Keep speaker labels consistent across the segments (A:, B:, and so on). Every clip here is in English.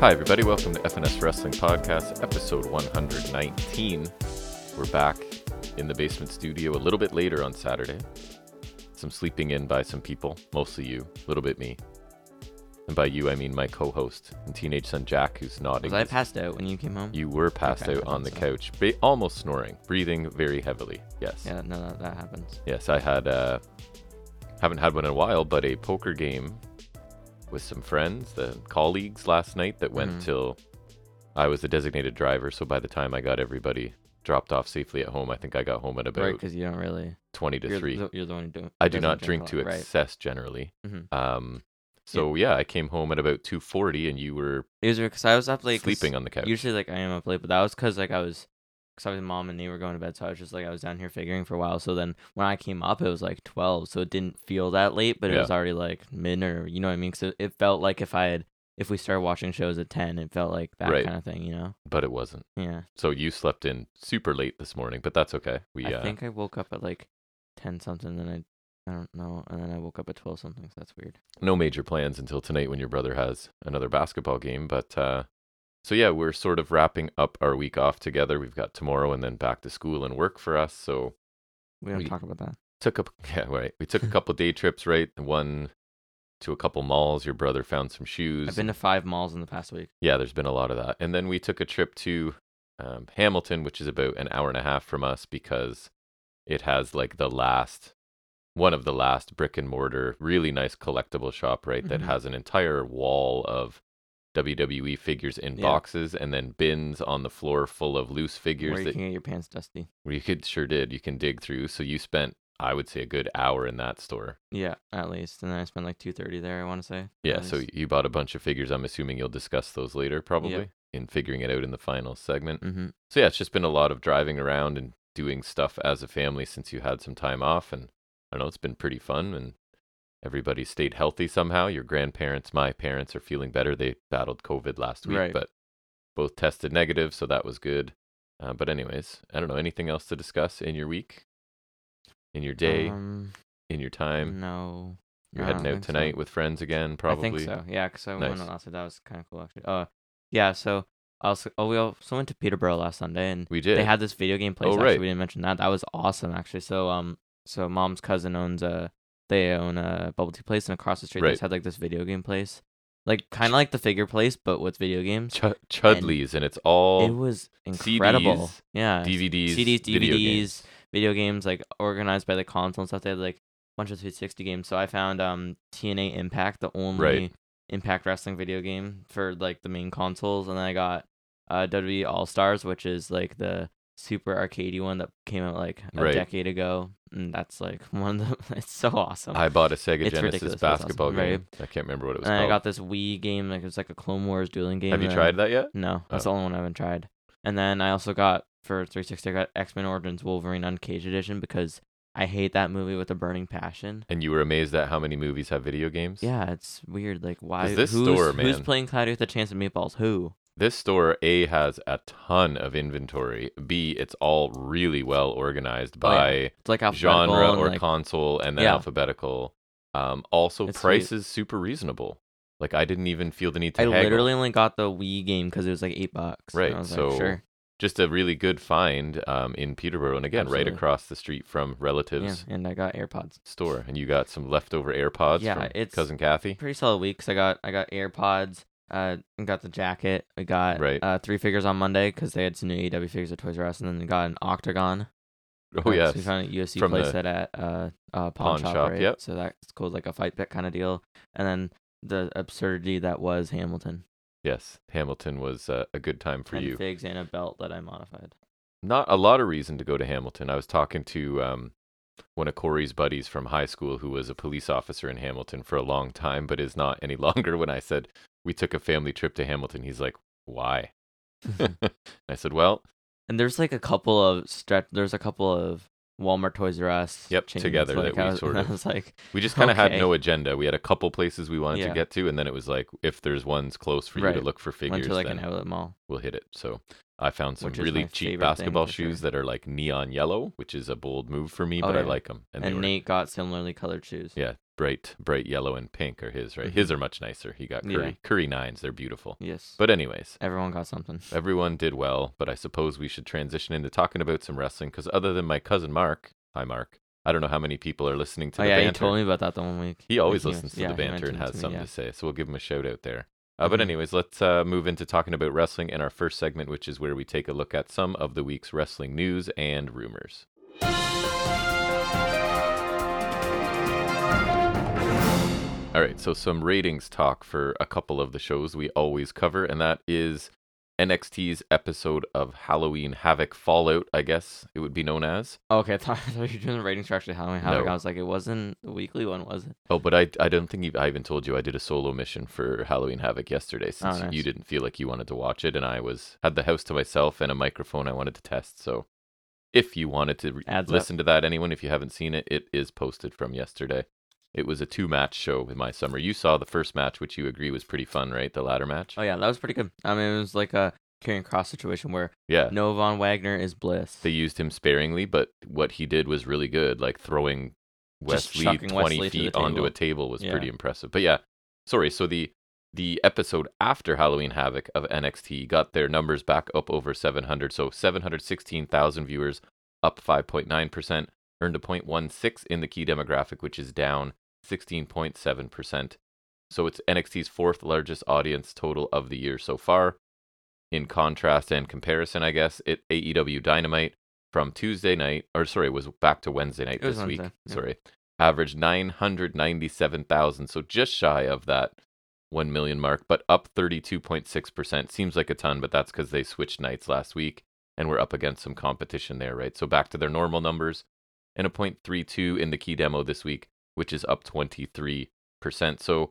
A: Hi, everybody. Welcome to FNS Wrestling Podcast, episode 119. We're back in the basement studio a little bit later on Saturday. Some sleeping in by some people, mostly you, a little bit me. And by you, I mean my co host and teenage son Jack, who's nodding.
B: Was I
A: his-
B: passed out when you came home?
A: you were passed
B: Okay, I
A: out on the
B: thought so.
A: couch, ba- almost snoring, breathing very heavily. Yes.
B: Yeah, no, that, that happens.
A: Yes, I had uh haven't had one in a while, but a poker game with some friends, the colleagues last night that went
B: Mhm.
A: till I was the designated driver, so by the time I got everybody dropped off safely at home, I think I got home at about
B: Right, because you don't really.
A: 20 to
B: you're,
A: 3.
B: The, you're the one who do,
A: I do
B: doesn't
A: not drink
B: a
A: to
B: lot, Right.
A: excess generally.
B: Mhm.
A: Um so yeah. I came home at about 2:40 and you were
B: It was because I was up late. 'cause
A: sleeping on the couch.
B: Usually, like I am up late, but that was because like I was, because I was mom and they were going to bed, so I was just like I was down here figuring for a while. So then when I came up, it was like twelve, so it didn't feel that late, but it
A: Yeah.
B: was already like mid or you know what I mean. So it felt like if I had, if we started watching shows at ten, it felt like that
A: Right.
B: kind of thing, you know?
A: but it wasn't.
B: Yeah.
A: So you slept in super late this morning, but that's okay. We
B: I
A: uh,
B: think I woke up at like ten something, then I. I don't know, and then I woke up at twelve something. So that's weird.
A: no major plans until tonight when your brother has another basketball game. But uh, so yeah, we're sort of wrapping up our week off together. We've got tomorrow and then back to school and work for us. So
B: We don't
A: We-
B: talk about that.
A: took a yeah right. We took a couple day trips right. One to a couple malls. Your brother found some shoes.
B: I've been to five malls in the past week.
A: yeah, there's been a lot of that. And then we took a trip to um, Hamilton, which is about an hour and a half from us because it has like the last one of the last brick and mortar, really nice collectible shop, right? That
B: Mhm.
A: has an entire wall of WWE figures in
B: Yeah.
A: boxes and then bins on the floor full of loose
B: where
A: figures
B: you
A: that
B: can get your pants dusty.
A: where you could sure did. You can dig through. So you spent, I would say, a good hour in that store.
B: Yeah, at least. And then I spent like two thirty there. I want to say. at
A: Yeah, so
B: least.
A: you bought a bunch of figures. I'm assuming you'll discuss those later, probably, in figuring it out in the final segment.
B: Mhm.
A: So yeah, it's just been a lot of driving around and doing stuff as a family since you had some time off, and I don't know, it's been pretty fun, and everybody stayed healthy somehow. Your grandparents, my parents, are feeling better. They battled COVID last week,
B: Right.
A: but both tested negative, so that was good. Uh, but anyways, I don't know anything else to discuss in your week, in your day,
B: Um,
A: in your time.
B: no. Uh,
A: You're
B: I
A: heading
B: don't
A: out
B: think so.
A: tonight with friends again, probably.
B: I think so. Yeah, because I went
A: Nice.
B: on last night. That was kind of cool actually. Uh, yeah. So I also oh we also went to Peterborough last Sunday and
A: We did.
B: they had this video game place.
A: Oh,
B: actually.
A: right.
B: We didn't mention that. That was awesome actually. So um so mom's cousin owns a they own a bubble tea place and across the street
A: Right.
B: they just had like this video game place, like kind of like the figure place but with video games.
A: Ch- Chudleys, and, it's all
B: It was incredible.
A: CDs,
B: yeah.
A: DVDs,
B: CDs,
A: video games.
B: DVDs, video games, like organized by the console and stuff. They had like a bunch of 360 games. So I found um TNA Impact, the only Impact Wrestling video game for like the main consoles, and then I got uh WWE All Stars, which is like the super arcadey one that came out like a
A: Right.
B: decade ago, and that's like one of the. It's so awesome.
A: I bought a Sega
B: It's
A: Genesis
B: ridiculous, but it's awesome,
A: basketball
B: right?
A: game. I can't remember what it
B: and
A: was
B: then I
A: called.
B: got this Wii game, like it was like a Clone Wars dueling game. uh,
A: Have you
B: and then-
A: tried that yet?
B: No, that's
A: Oh.
B: the only one I haven't tried. And then I also got for 360, I got X Men Origins Wolverine Uncaged Edition because I hate that movie with a burning passion.
A: And you were amazed at how many movies have video games?
B: Yeah, it's weird. Like, why?
A: this
B: who's,
A: store,
B: who's
A: man.
B: playing Cloudy with a Chance of Meatballs? Who?
A: This store A has a ton of inventory. B, it's all really well organized
B: Oh, yeah.
A: by
B: It's like alphabetical
A: genre
B: and,
A: or
B: like,
A: console and then
B: Yeah.
A: alphabetical. Um, also
B: It's sweet.
A: prices super reasonable. Like I didn't even feel the need to
B: I
A: haggle.
B: literally only got the Wii game because it was like eight bucks. and
A: Right,
B: I was
A: so-
B: like, sure.
A: just a really good find um, in Peterborough and again right
B: Absolutely.
A: across the street from
B: Yeah,
A: relatives
B: and I got AirPods.
A: store and you got some leftover AirPods
B: Yeah,
A: from
B: it's-
A: cousin Kathy.
B: Pretty solid week 'cause I got I got AirPods. Uh, I got the jacket. I got
A: Right.
B: uh three figures on Monday because they had some new AEW figures at Toys R Us, and then I got an Octagon.
A: Oh
B: Uh,
A: yes.
B: so we found a UFC
A: From
B: place
A: the
B: that at uh, uh pawn,
A: pawn
B: shop,
A: shop,
B: right?
A: yep.
B: So that's called like a fight bet kind of deal, and then the absurdity that was Hamilton
A: Yes, Hamilton was uh, a good time for
B: and
A: you.
B: figs and a belt that I modified.
A: Not a lot of reason to go to Hamilton. I was talking to um, one of Corey's buddies from high school who was a police officer in Hamilton for a long time, but is not any longer. When I said we took a family trip to Hamilton, he's like, "Why?" I said, "Well,
B: And there's like a couple of stretch. There's a couple of Walmart, Toys R Us.
A: Yep,
B: chains,
A: together that
B: like,
A: we
B: I was,
A: sort
B: and
A: of-
B: I was like,
A: we just kind of had
B: Okay.
A: no agenda. We had a couple places we wanted to
B: Yeah.
A: get to, and then it was like, if there's ones close for you to
B: Right.
A: look for
B: went
A: figures,
B: to like
A: then
B: an outlet mall.
A: we'll hit it." So. I found some
B: Which is
A: really
B: my
A: cheap
B: favorite thing,
A: basketball
B: for
A: shoes
B: sure.
A: that are like neon yellow, which is a bold move for me,
B: Oh,
A: but I
B: yeah.
A: like them.
B: And,
A: they were
B: Nate got similarly colored shoes.
A: Yeah, bright, bright yellow and pink are his, right?
B: Mhm.
A: His are much nicer. He got
B: Yeah.
A: curry, curry nines. They're beautiful.
B: Yes.
A: But anyways,
B: everyone got something.
A: everyone did well. But I suppose we should transition into talking about some wrestling because other than my cousin Mark, hi Mark, I don't know how many people are listening to
B: Oh,
A: the
B: yeah,
A: banter.
B: he told me about that the one week.
A: He always
B: Like,
A: listens to the
B: yeah, he
A: banter and
B: mentioned it
A: has
B: to me,
A: something
B: yeah.
A: to say, so we'll give him a shout out there. Uh, but
B: Mhm.
A: anyways, let's uh, move into talking about wrestling in our first segment, which is where we take a look at some of the week's wrestling news and rumors. All right, so some ratings talk for a couple of the shows we always cover, and that is NXT's episode of Halloween Havoc Fallout, I guess it would be known as.
B: Okay, I thought, I thought you were doing the ratings for actually Halloween Havoc.
A: No.
B: I was like, it wasn't the weekly one, was it?
A: Oh, but I I don't think you- I even told you I did a solo mission for Halloween Havoc yesterday since
B: Oh, nice.
A: you didn't feel like you wanted to watch it and I was had the house to myself and a microphone I wanted to test. So if you wanted to re-
B: Adds up.
A: listen to that anyone if you haven't seen it, it is posted from yesterday. It was a two-match show with my summer. You saw the first match which you agree was pretty fun, right? The ladder match?
B: Oh yeah, that was pretty good. I mean, it was like a carrying cross situation where
A: Yeah.
B: Noah Von Wagner is bliss.
A: They used him sparingly, but what he did was really good. Like throwing
B: Just
A: Wesley
B: chucking
A: twenty
B: Wesley to the
A: feet onto a
B: table.
A: table was
B: Yeah.
A: pretty impressive. But yeah, sorry. So the the episode after Halloween Havoc of NXT got their numbers back up over seven hundred. So seven hundred sixteen thousand viewers, up five point nine percent. Earned a 0.16 in the key demographic, which is down 16.7%. So it's NXT's fourth largest audience total of the year so far. In contrast and comparison, I guess, it AEW Dynamite from Tuesday night, or sorry, it was back to Wednesday night
B: It was
A: this week.
B: Wednesday, yeah.
A: Sorry. Averaged 997,000. So just shy of that 1 million mark, but up 32.6%. Seems like a ton, but that's because they switched nights last week and we're up against some competition there, right? So back to their normal numbers and a 0.32 in the key demo this week, which is up 23%. So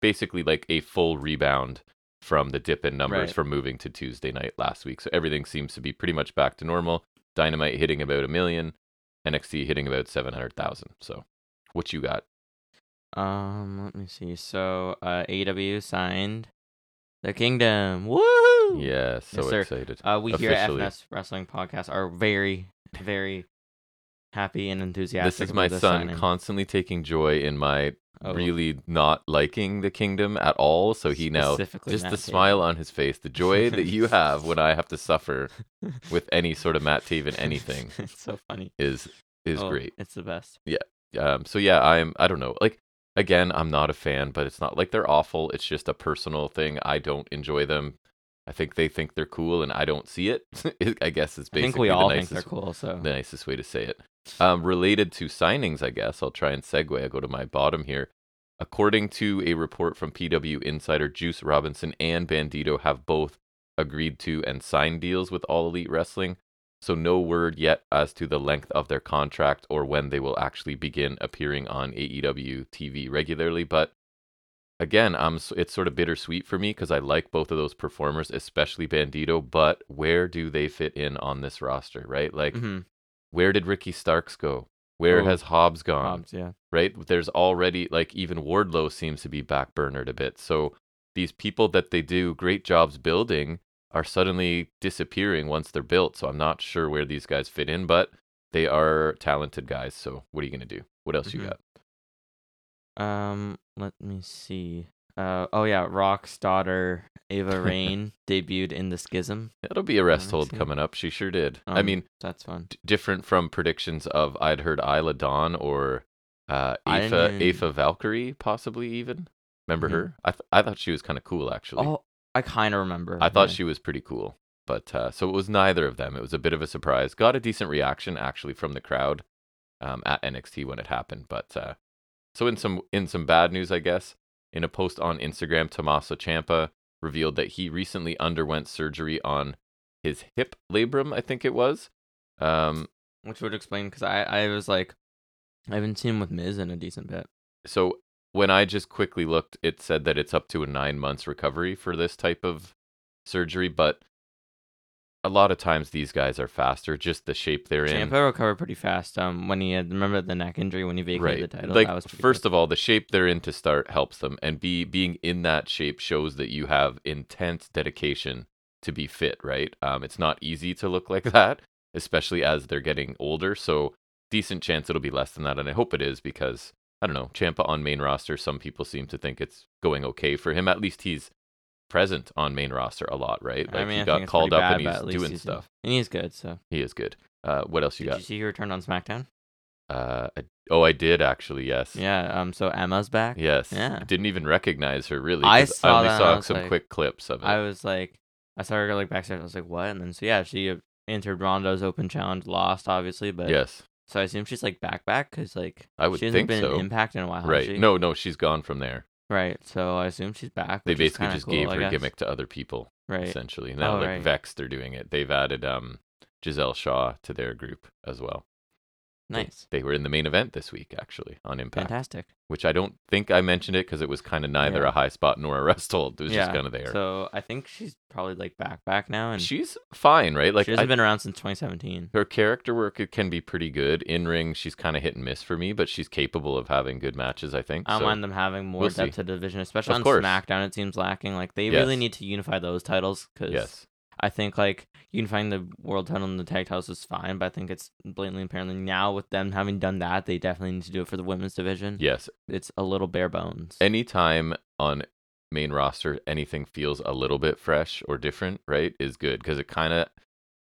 A: basically, like a full rebound from the dip in numbers
B: Right.
A: from moving to Tuesday night last week. So everything seems to be pretty much back to normal. Dynamite hitting about a million, NXT hitting about 700,000. So what you got?
B: Um, let me see. So, uh, AEW signed the Kingdom. Woo!
A: Yeah, so
B: sir.
A: excited.
B: Uh, we here at
A: Officially.
B: FNS Wrestling Podcast are very, very happy and enthusiastic.
A: this is
B: about
A: my
B: this
A: son
B: signing.
A: constantly taking joy in my
B: Oh,
A: really not liking the kingdom at all. So he now
B: specifically
A: just
B: Matt
A: the
B: Taven.
A: smile on his face, the joy that you have when I have to suffer with any sort of Matt Taven anything
B: it's so funny.
A: is is
B: Oh,
A: great.
B: It's the best.
A: Um, so yeah, I'm I don't know. Like again, I'm not a fan, but it's not like they're awful. It's just a personal thing. I don't enjoy them. I think they think they're cool, and I don't see it. I guess it's
B: I
A: basically
B: think we all
A: the
B: think
A: nicest
B: they're cool. So,
A: the nicest way to say it. Um, related to signings, I guess I'll try and segue. I go to my bottom here. According to a report from PW Insider, Juice Robinson and Bandito have both agreed to and signed deals with All Elite Wrestling. So no word yet as to the length of their contract or when they will actually begin appearing on E AEW TV regularly. But again, I'm s- it's sort of bittersweet for me because I like both of those performers, especially Bandito. But where do they fit in on this roster, right? Like
B: Mhm.
A: where did Ricky Starks go? Where
B: Oh,
A: has Hobbs gone?
B: Hobbs, yeah.
A: Right? There's already like even Wardlow seems to be backburnered a bit. So these people that they do great jobs building are suddenly disappearing once they're built. So I'm not sure where these guys fit in, but they are talented guys. So what are you gonna do? What else you
B: Mhm.
A: got?
B: Um, let me see. Uh, oh yeah, Rock's daughter Ava Rain debuted in the Schism.
A: That'll be a rest
B: Alright,
A: hold
B: so-
A: coming up. She sure did. I
B: Um,
A: mean,
B: That's fun.
A: d- different from predictions of I'd heard Isla Dawn or uh,
B: I
A: Afa
B: didn't even-
A: Afa Valkyrie, possibly even. Remember
B: Mhm.
A: her? I th- I thought she was kind of cool actually.
B: Oh, I kind of remember.
A: I thought
B: yeah.
A: she was pretty cool, but uh, so it was neither of them. It was a bit of a surprise. Got a decent reaction actually from the crowd um, at NXT when it happened. But uh, so in some in some bad news, I guess, in a post on Instagram, Tommaso Ciampa revealed that he recently underwent surgery on his hip labrum. I think it was. Um,
B: which would explain because I I was like, I haven't seen him with Miz in a decent bit.
A: so when I just quickly looked, it said that it's up to a nine months recovery for this type of surgery, but a lot of times these guys are faster, just the shape they're in.
B: Champa recovered pretty fast. Um, when he had remember the neck injury when he vacated the title.
A: Like
B: that was
A: first of all, the shape they're in to start helps them, and b being in that shape shows that you have intense dedication to be fit. Right? Um, it's not easy to look like that, especially as they're getting older. So decent chance it'll be less than that, and I hope it is because I don't know, Champa on main roster, some people seem to think it's going okay for him. At least he's present on main roster a lot, right? Like
B: I mean,
A: he
B: I
A: got
B: think it's
A: called
B: pretty
A: up
B: bad,
A: and
B: but
A: he's
B: at least
A: doing
B: he's-
A: stuff.
B: and he's good. So
A: He is good. Uh, what else you
B: did
A: got?
B: you see he returned on SmackDown?
A: Uh, I, oh, I did actually. Yes.
B: Yeah. Um. So Emma's back.
A: Yes.
B: Yeah.
A: Didn't even recognize her really.
B: I
A: 'cause
B: saw
A: only
B: that and I
A: saw
B: was
A: some
B: like-
A: quick clips of it.
B: I was like, I saw her go like backstage. I was like, what? And then so yeah, she uh, entered Ronda's Open Challenge, lost obviously, but
A: yes.
B: So I assume she's like back back because like
A: I would
B: she hasn't
A: think
B: been
A: so.
B: an impact in a while. has
A: Right.
B: she?
A: No, no, she's gone from there.
B: Right. So I assume she's back.
A: They
B: which is
A: basically
B: kinda
A: just
B: cool,
A: gave
B: I
A: her
B: guess.
A: gimmick to other people
B: Right.
A: essentially. Now
B: Oh,
A: like
B: right.
A: Vex, they're doing it. They've added um Giselle Shaw to their group as well. They-
B: Nice.
A: They were in the main event this week actually on Impact,
B: Fantastic.
A: which I don't think I mentioned it because it was kind of neither
B: Yeah.
A: a high spot nor a rest hold. It was just
B: Yeah,
A: kind of there.
B: So I think she's probably like back back now, and she,
A: she's fine, right? Like
B: hasn't
A: I,
B: been around since 2017.
A: her character work it can be pretty good in ring. She's kind of hit and miss for me, but she's capable of having good matches. I think.
B: I don't
A: so.
B: mind them having more
A: we'll
B: depth
A: see.
B: to division, especially
A: Of
B: on
A: course.
B: SmackDown. It seems lacking. Like they really
A: Yes.
B: need to unify those titles because
A: Yes.
B: I think like unifying the world title and the tag titles is fine, but I think it's blatantly apparently now with them having done that, they definitely need to do it for the women's division.
A: Yes.
B: It's a little bare bones.
A: Anytime on main roster anything feels a little bit fresh or different, right, is good because it kind of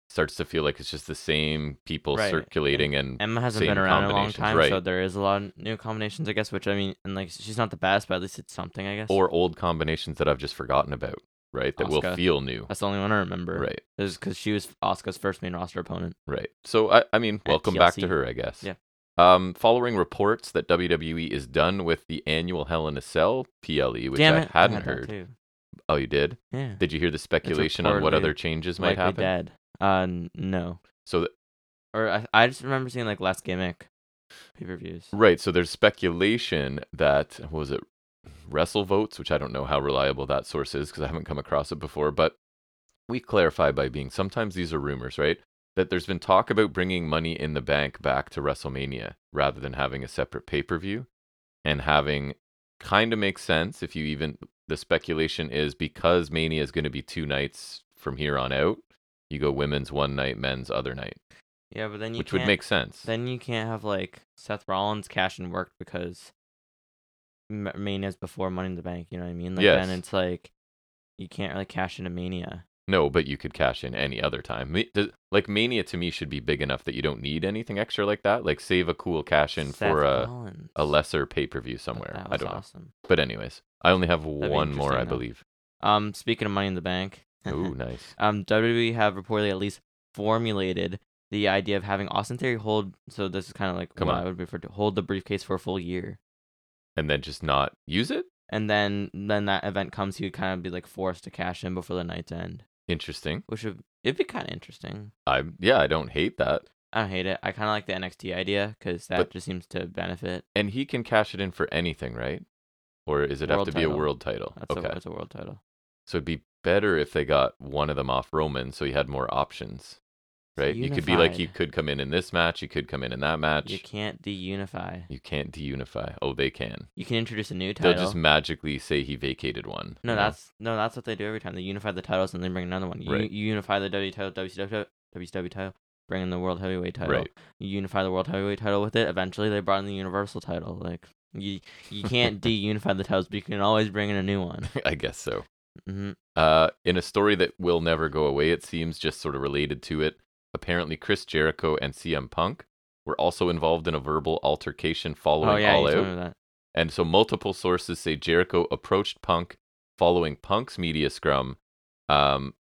A: starts to feel like it's just the same people
B: Right.
A: circulating and.
B: Emma hasn't
A: same
B: been around in a long
A: combinations,
B: time, so
A: right.
B: there is a lot of new combinations, I guess. Which I mean, and like she's not the best, but at least it's something, I guess.
A: or old combinations that I've just forgotten about, right? That will
B: Asuka.
A: feel new.
B: that's the only one I remember.
A: Right,
B: is because she was Oscar's first main roster opponent.
A: right. So I, I mean, welcome back to
B: TLC.
A: her, I guess.
B: Yeah.
A: Um, following reports that WWE is done with the annual Hell in a Cell PLE, which
B: Damn
A: I hadn't
B: it, had that
A: heard.
B: too.
A: Oh, you did?
B: Yeah,
A: Did you hear the speculation on what
B: reportedly
A: other changes might
B: likely
A: happen?
B: dead. Uh, n- no,
A: So, th-
B: or I, I just remember seeing like less gimmick pay per views.
A: right. So there's speculation that what was it Wrestle Votes, which I don't know how reliable that source is because I haven't come across it before. But we clarify by being sometimes these are rumors, right? That there's been talk about bringing Money in the Bank back to WrestleMania rather than having a separate pay per view, and having kind of makes sense if you even the speculation is because Mania is going to be two nights from here on out. You go women's one night, men's other night.
B: Yeah, but then you
A: which would
B: can't-
A: make sense.
B: then you can't have like Seth Rollins cash and work because M- Mania's before Money in the Bank. You know what I mean? Like
A: Yes.
B: then it's like you can't really cash into Mania.
A: no, but you could cash in any other time. Ma- does- Like Mania to me should be big enough that you don't need anything extra like that. Like save a cool cash in
B: Seth
A: for a,
B: Rollins.
A: a lesser pay per view
B: But
A: somewhere.
B: That
A: I
B: was
A: don't know.
B: awesome.
A: But anyways, I only have
B: be
A: one more, I
B: interesting, though.
A: believe.
B: Um, speaking of Money in the Bank,
A: Ooh, nice.
B: um, WWE have reportedly at least formulated the idea of having Austin Theory hold. So this is kind of like
A: Come
B: what
A: on.
B: I would refer to hold the briefcase for a full year,
A: And then just not use it.
B: and then then that event comes, he would kind of be like forced to cash in before the night's end,
A: Interesting.
B: which would it'd be kind of interesting.
A: I yeah, I don't hate that.
B: I don't hate it. I kind of like the NXT idea because that
A: But-
B: just seems to benefit.
A: And he can cash it in for anything, right? Or is it have
B: World
A: to be a
B: title.
A: world title?
B: That's
A: okay.
B: a that's a world title.
A: So it'd be better if they got one of them off Roman, so he had more options.
B: It's
A: Right? You could be like, he
B: unified.
A: could come in in this match, you could come in in that match.
B: You can't deunify.
A: You can't deunify. Oh, they can.
B: You can introduce a new title.
A: They'll just magically say he vacated one.
B: No,
A: you know?
B: that's no, that's what they do every time. They unify the titles and they bring another one. You,
A: Right.
B: you unify the W title, WCW, WCW title, bring in the world heavyweight title.
A: Right.
B: You unify the world heavyweight title with it. Eventually, they brought in the universal title. Like you, you can't de-unify the titles, but you can always bring in a new one.
A: I guess so.
B: hmm
A: Uh, in a story that will never go away, it seems just sort of related to it. Apparently, Chris Jericho and CM Punk were also involved in a verbal altercation following
B: Oh yeah,
A: All
B: you told me
A: Out,
B: that.
A: and so multiple sources say Jericho approached Punk following Punk's media scrum. Um,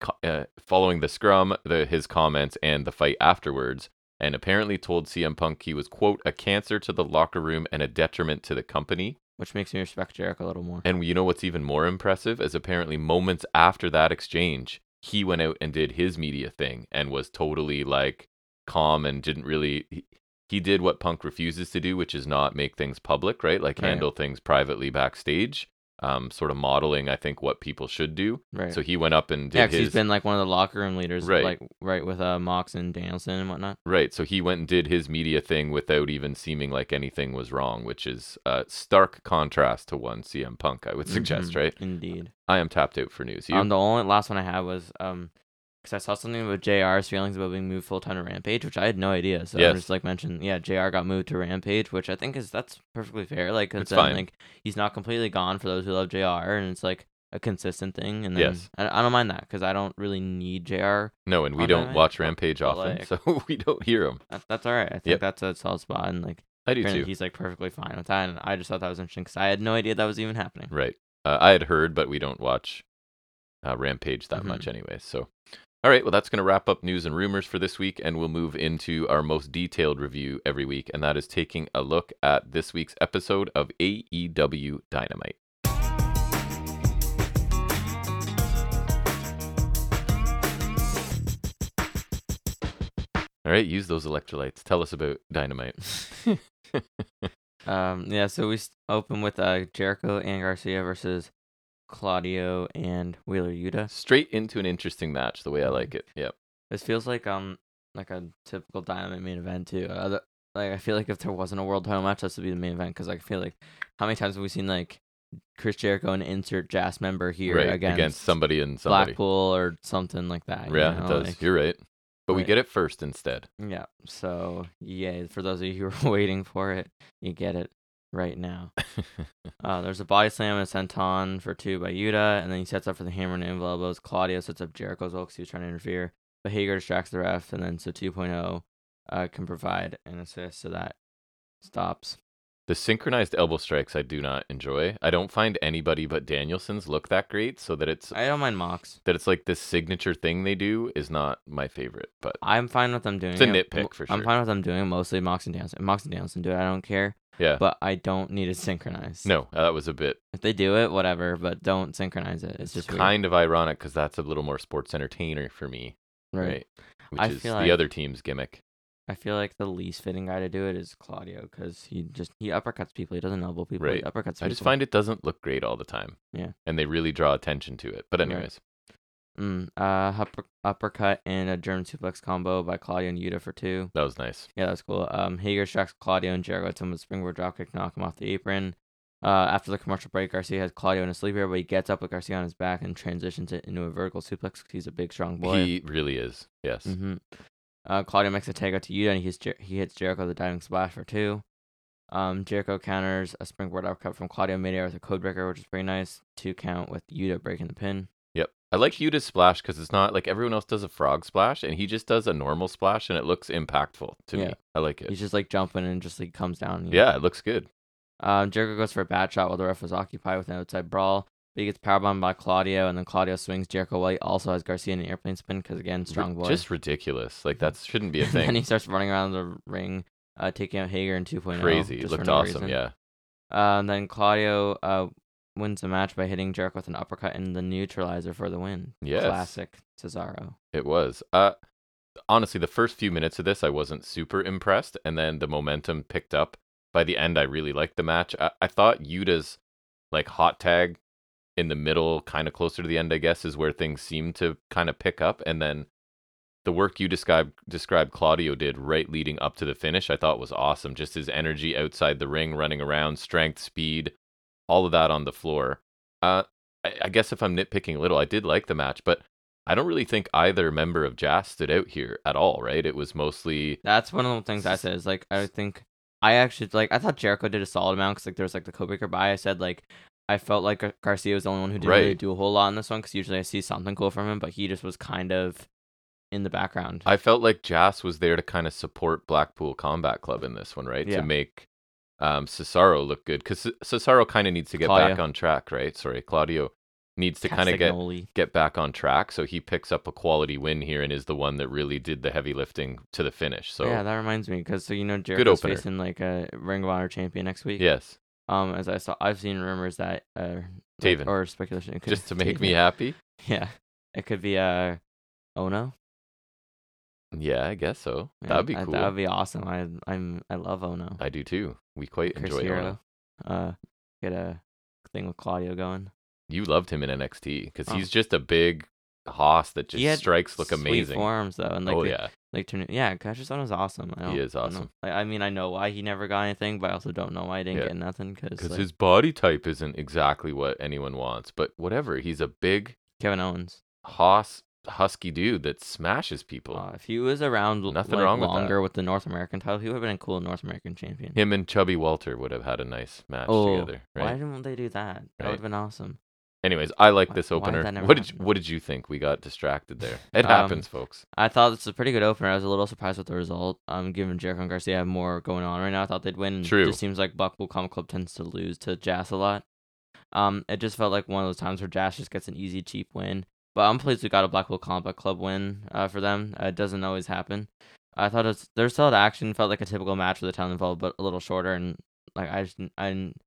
A: co- uh, following the scrum, the, his comments, and the fight afterwards, and apparently told CM Punk he was, quote, a cancer to the locker room and a detriment to the company.
B: which makes me respect Jericho a little more.
A: And you know what's even more impressive is apparently moments after that exchange, he went out and did his media thing and was totally like calm and didn't really. He, he did what Punk refuses to do, which is not make things public, right? Like
B: Right.
A: handle things privately backstage, um, sort of modeling, I think, what people should do.
B: right.
A: So he went up and did
B: yeah, 'cause
A: his.
B: he's been like one of the locker room leaders,
A: Right.
B: like right with uh, Mox and Danielson and whatnot.
A: Right. So he went and did his media thing without even seeming like anything was wrong, which is uh, stark contrast to one CM Punk, I would suggest,
B: Mhm,
A: right?
B: Indeed.
A: I am tapped out for news. You?
B: Um, the only last one I had was um, because I saw something about JR's feelings about being moved full time to Rampage, which I had no idea. So
A: Yes.
B: I'm just like mentioned, yeah, JR got moved to Rampage, which I think is that's perfectly fair. Like,
A: It's
B: it's fine.
A: fine.
B: like he's not completely gone for those who love JR, and it's like a consistent thing. And then,
A: Yes.
B: I, I don't mind that because I don't really need JR.
A: No, and we
B: on
A: don't
B: that,
A: watch
B: but-
A: Rampage
B: but,
A: often,
B: like-
A: so we don't hear him.
B: That, that's all right. I
A: Yep.
B: think that's a solid spot, and like
A: I do
B: apparently
A: too.
B: he's like perfectly fine with that. And I just thought that was interesting because I had no idea that was even happening.
A: Right. Uh, I had heard, but we don't watch uh, Rampage that
B: Mhm.
A: much anyway. So, all right. Well, that's going to wrap up news and rumors for this week, and we'll move into our most detailed review every week, and that is taking a look at this week's episode of AEW Dynamite. All right, use those electrolytes. Tell us about Dynamite.
B: Um, yeah, so we s- open with uh, Jericho and Garcia versus Claudio and Wheeler Yuta.
A: Straight into an interesting match, the way I like it. Yep.
B: This feels like um like a typical Dynamite main event too. Other, like I feel like if there wasn't a world title match, this would be the main event because I feel like how many times have we seen like Chris Jericho and insert Jazz member here
A: right.
B: against,
A: somebody and somebody.
B: Blackpool or something like that? you
A: Yeah, it
B: know,
A: does.
B: like-
A: You're right. But we
B: like-
A: get it first instead.
B: Yeah. So yeah, for those of you who are waiting for it, you get it right now. uh, there's a body slam and a senton for two by Yuta, and then he sets up for the hammer and anvil elbows. Claudio sets up Jericho as well because he was trying to interfere, but Hager distracts the ref, and then so 2.0 uh, can provide an assist, so that stops.
A: The synchronized elbow strikes I do not enjoy. I don't find anybody but Danielson's look that great, so that it's
B: I don't mind Mox.
A: that it's like this signature thing they do is not my favorite. But
B: I'm fine with them doing
A: It's a
B: it.
A: nitpick for
B: I'm
A: sure.
B: fine with them doing it, mostly Mox and Danielson. Mox and Danielson do it. I don't care,
A: yeah.
B: but I don't need it synchronized.
A: no, uh, that was a bit
B: If they do it, whatever, but don't synchronize it. It's just weird.
A: kind of ironic because that's a little more sports entertainer for me, right? Which
B: I
A: is the
B: feel like-
A: other team's gimmick.
B: I feel like the least fitting guy to do it is Claudio because he just he uppercuts people. He doesn't elbow people. He
A: Right.
B: uppercuts people.
A: I just find it doesn't look great all the time.
B: Yeah.
A: and they really draw attention to it. But
B: Right.
A: anyways,
B: mm, uh upper, uppercut and a German suplex combo by Claudio and Yuta for two.
A: that was nice.
B: Yeah, that's cool. Um, Hager distracts Claudio and Jericho him with a springboard dropkick, knock him off the apron. Uh, after the commercial break, Garcia has Claudio in a sleeper, but he gets up with Garcia on his back and transitions it into a vertical suplex 'cause he's a big, strong boy.
A: He really is. Yes.
B: Mm-hmm. Uh, Claudio makes a takeout to Yuta, and he's Jer- he hits Jericho with a diving splash for two. Um, Jericho counters a springboard uppercut from Claudio midair with a codebreaker, which is pretty nice. Two count with Yuta breaking the pin.
A: Yep. I like Yuta's splash because it's not like everyone else does a frog splash and he just does a normal splash and it looks impactful to
B: Yeah.
A: me. I like it.
B: He's just like jumping and just like comes down. you know.
A: yeah, it looks good.
B: Um, Jericho goes for a bad shot while the ref was occupied with an outside brawl. But he gets powerbombed by Claudio, and then Claudio swings Jericho while he also has Garcia in an airplane spin because again, strong
A: Ri-
B: boy.
A: Just ridiculous. Like that shouldn't be a
B: and he
A: thing.
B: starts running around the ring, uh, taking out Hager in 2.0.
A: Crazy. It
B: just for
A: looked
B: no
A: awesome.
B: reason.
A: Yeah.
B: Uh, and then Claudio uh, wins the match by hitting Jericho with an uppercut and the neutralizer for the win.
A: Yes.
B: Classic Cesaro.
A: It was. Uh honestly, the first few minutes of this I wasn't super impressed, and then the momentum picked up. By the end, I really liked the match. I, I thought Yuta's like hot tag in the middle, kind of closer to the end, I guess, is where things seemed to kind of pick up, and then the work you described described Claudio did right leading up to the finish, I thought was awesome. Just his energy outside the ring, running around, strength, speed, all of that on the floor. Uh, I, I guess if I'm nitpicking a little, I did like the match, but I don't really think either member of Jazz stood out here at all, right? It was mostly
B: That's one of the things I said is like I think I actually like I thought Jericho did a solid amount because like there was like the Kobaker buy. I said like I felt like Gar- Garcia was the only one who didn't really
A: Right.
B: do a whole lot in this one because usually I see something cool from him, but he just was kind of in the background.
A: I felt like Jas was there to kind of support Blackpool Combat Club in this one, right?
B: Yeah.
A: To make um, Cesaro look good because Cesaro kind of needs to get back
B: Claudio.
A: on track, right? Sorry, Claudio needs to kind of get
B: Castagnoli.
A: get back on track. So he picks up a quality win here and is the one that really did the heavy lifting to the finish. So
B: yeah, that reminds me because so you know Jericho's
A: opener.
B: facing like a Ring of Honor champion next week.
A: yes,
B: Um, as I saw, I've seen rumors that uh, like-
A: Taven.
B: or speculation. it could-
A: just to make me
B: Taven.
A: happy.
B: Yeah, it could be uh, Ono.
A: Yeah, I guess so.
B: Yeah,
A: That'd be
B: that-
A: cool.
B: That'd be awesome. I I'm I love Ono.
A: I do too. We quite
B: Chris
A: enjoy
B: Hero.
A: Ono.
B: Uh, get a thing with Claudio going.
A: You loved him in NXT because
B: Oh.
A: he's just a big hoss that
B: He
A: just
B: had
A: strikes look
B: Sweet
A: amazing.
B: forms though, and like
A: oh
B: the-
A: yeah,
B: like turn yeah, Cassius Ono's awesome. I
A: He
B: don't-
A: is
B: I don't know.
A: awesome.
B: Like, I mean, I know why he never got anything, but I also don't know why he didn't
A: Yeah.
B: get nothing because
A: because
B: like,
A: his body type isn't exactly what anyone wants, but whatever. He's a big
B: Kevin Owens.
A: hoss husky dude that smashes people.
B: Uh, if he was around l-
A: Nothing
B: like,
A: wrong with that.
B: longer with the North American title, he would have been a cool North American champion.
A: Him and Chubby Walter would have had a nice match
B: Oh,
A: together, right?
B: Why didn't they do that? That
A: Right.
B: would have been awesome.
A: Anyways, I like
B: Why-
A: this
B: why did
A: opener.
B: that never
A: What did you,
B: happen?
A: what did you think? We got distracted there. It
B: Um,
A: happens, folks.
B: I thought this was a pretty good opener. I was a little surprised with the result. Um, given Jericho and Garcia have more going on right now, I thought they'd win.
A: True.
B: It just seems like Buckle Comic Club tends to lose to Jazz a lot. Um, it just felt like one of those times where Jazz just gets an easy, cheap win. But I'm pleased we got a Blackpool Combat Club win uh, for them. Uh, it doesn't always happen. I thought it was, their solid action felt like a typical match with the talent involved, but a little shorter. And like I just didn't- I didn't,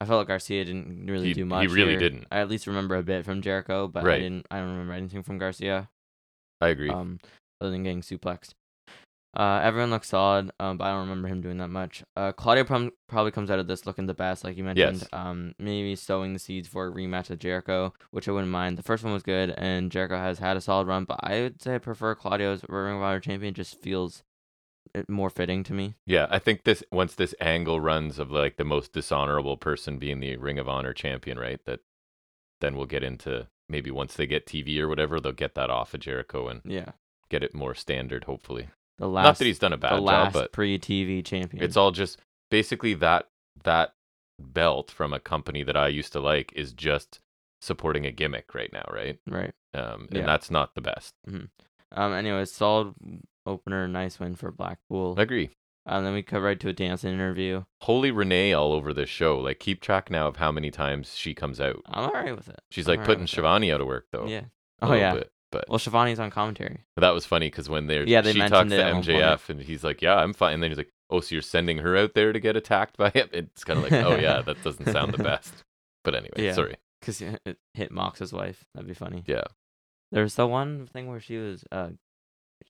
B: I felt like Garcia didn't really
A: He- he
B: do much.
A: really
B: here.
A: didn't.
B: I at least remember a bit from Jericho, but
A: Right.
B: I didn't. I don't remember anything from Garcia
A: I agree.
B: um, other than getting suplexed. Uh, everyone looks solid, um, but I don't remember him doing that much. Uh, Claudio prob- probably comes out of this looking the best, like you mentioned.
A: Yes.
B: Um, maybe sowing the seeds for a rematch with Jericho, which I wouldn't mind. The first one was good, and Jericho has had a solid run, but I would say I prefer Claudio's Ring of Honor champion. Just feels it more fitting to me.
A: yeah, I think this once this angle runs of like the most dishonorable person being the Ring of Honor champion, right? That then we'll get into maybe once they get TV or whatever, they'll get that off of Jericho and
B: Yeah,
A: get it more standard, hopefully.
B: the last
A: Not that he's done a bad
B: the
A: job,
B: last
A: but
B: pre-TV champion.
A: It's all just basically that that belt from a company that I used to like is just supporting a gimmick right now, right?
B: right.
A: Um, and
B: Yeah.
A: that's not the best.
B: Um. Anyways, solid opener, nice win for Blackpool.
A: I agree.
B: Um. Then we cut right to a dance interview.
A: Holy Renee all over this show. Like keep track now of how many times she comes out.
B: I'm alright with it.
A: She's
B: I'm
A: like
B: alright
A: putting
B: with it.
A: Shivani out of work though.
B: Yeah.
A: a
B: Oh
A: little
B: yeah.
A: bit. But
B: Well, Shivani's on commentary.
A: that was funny because when they're
B: Yeah, they
A: she
B: mentioned
A: talks to
B: it at one point.
A: MJF and he's like, "Yeah, I'm fine." And then he's like, "Oh, so you're sending her out there to get attacked by him?" It's kind of like, "Oh yeah, that doesn't sound the best." But anyway,
B: Yeah.
A: sorry.
B: Cause it it hit Mox's wife. That'd be funny.
A: Yeah.
B: There's the one thing where she was, uh,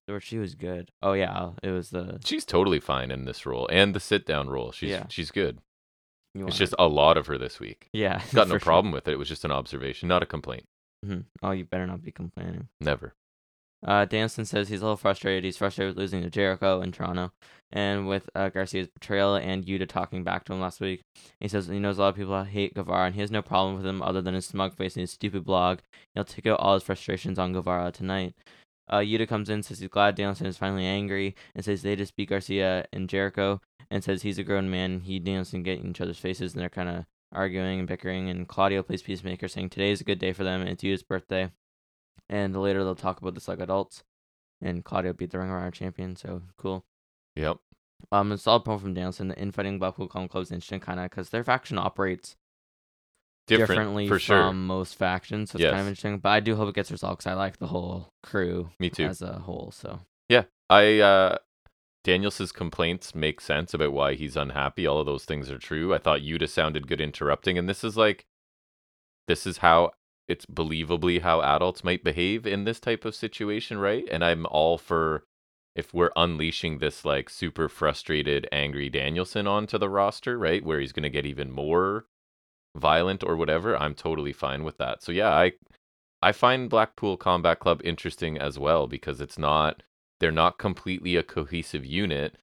B: where she was good. Oh yeah, it was the.
A: She's totally fine in this role and the sit down role. She's
B: Yeah.
A: she's good.
B: You
A: It's
B: wanna-
A: just a lot of her this week.
B: yeah.
A: Got no
B: for sure.
A: problem with it. It was just an observation, not a complaint.
B: Mhm. Oh, you better not be complaining.
A: Never.
B: Uh, Danson says he's a little frustrated. He's frustrated with losing to Jericho in Toronto and with uh, Garcia's betrayal and Yuta talking back to him last week. He says he knows a lot of people hate Guevara and he has no problem with him other than his smug face and his stupid blog. He'll take out all his frustrations on Guevara tonight. Uh, Yuta comes in, says he's glad Danson is finally angry, and says they just beat Garcia and Jericho, and says he's a grown man. and He Danson get in each other's faces, and they're kind of arguing and bickering. And Claudio plays peacemaker, saying today is a good day for them, and it's Yuta's birthday. And later they'll talk about this like adults. And Claudio beat the Ring of Honor champion, so cool.
A: Yep.
B: Um, a solid point from Danson. The infighting Blackpool Common Club is interesting, kind of, because their faction operates
A: Different,
B: differently
A: for
B: from
A: sure.
B: most factions, so it's kind
A: Yes.
B: of interesting. But I do hope it gets resolved because I like the whole crew
A: Me too.
B: as a whole. So
A: I uh Daniels's complaints make sense about why he's unhappy. All of those things are true. I thought Yuta sounded good interrupting, and this is like this is how it's believably how adults might behave in this type of situation, right? And I'm all for if we're unleashing this like super frustrated, angry Danielson onto the roster, right? Where he's gonna get even more violent or whatever, I'm totally fine with that. So yeah, I I find Blackpool Combat Club interesting as well because it's not they're not completely a cohesive unit.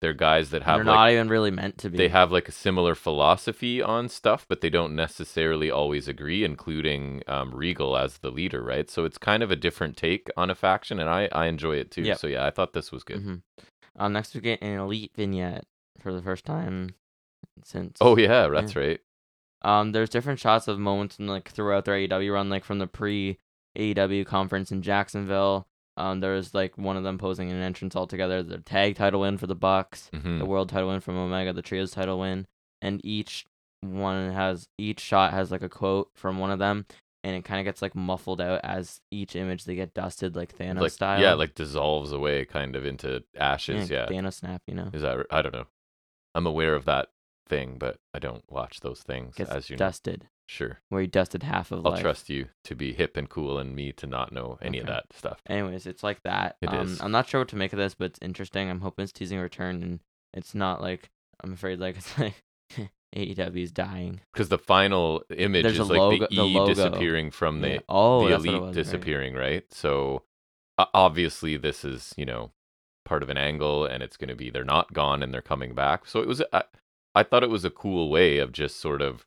A: They're guys that have
B: they're
A: like,
B: not even really meant to be.
A: they have like a similar philosophy on stuff, but they don't necessarily always agree, including um, Regal as the leader, right? So it's kind of a different take on a faction, and I, I enjoy it too.
B: Yep.
A: So yeah, I thought this was good.
B: Mhm. Um, next we get an elite vignette for the first time since.
A: Oh yeah, that's right.
B: Um, there's different shots of moments in, like throughout their AEW run, like from the pre AEW conference in Jacksonville. Um, there was like one of them posing in an entrance altogether. The tag title win for the Bucks,
A: Mhm.
B: the world title win from Omega, the trios title win, and each one has each shot has like a quote from one of them, and it kind of gets like muffled out as each image they get dusted like Thanos
A: Like,
B: style.
A: yeah, like dissolves away kind of into ashes. Yeah,
B: Thanos snap, you know.
A: is that? r- I don't know. I'm aware of that thing, but I don't watch those things
B: Gets
A: as you know.
B: dusted.
A: Sure,
B: where he dusted half of
A: I'll
B: life.
A: trust you to be hip and cool, and me to not know any of
B: Okay.
A: that stuff.
B: Anyways, it's like that.
A: It
B: um,
A: is.
B: I'm not sure what to make of this, but it's interesting. I'm hoping it's teasing a return, and it's not like I'm afraid like it's like AEW is dying.
A: because the final image
B: There's
A: is
B: a
A: like
B: logo-
A: the
B: the
A: E
B: logo.
A: disappearing from the,
B: Yeah. oh,
A: the
B: that's what it
A: elite
B: was, right.
A: disappearing, right? So uh, obviously this is you know part of an angle, and it's going to be they're not gone and they're coming back. So it was I, I thought it was a cool way of just sort of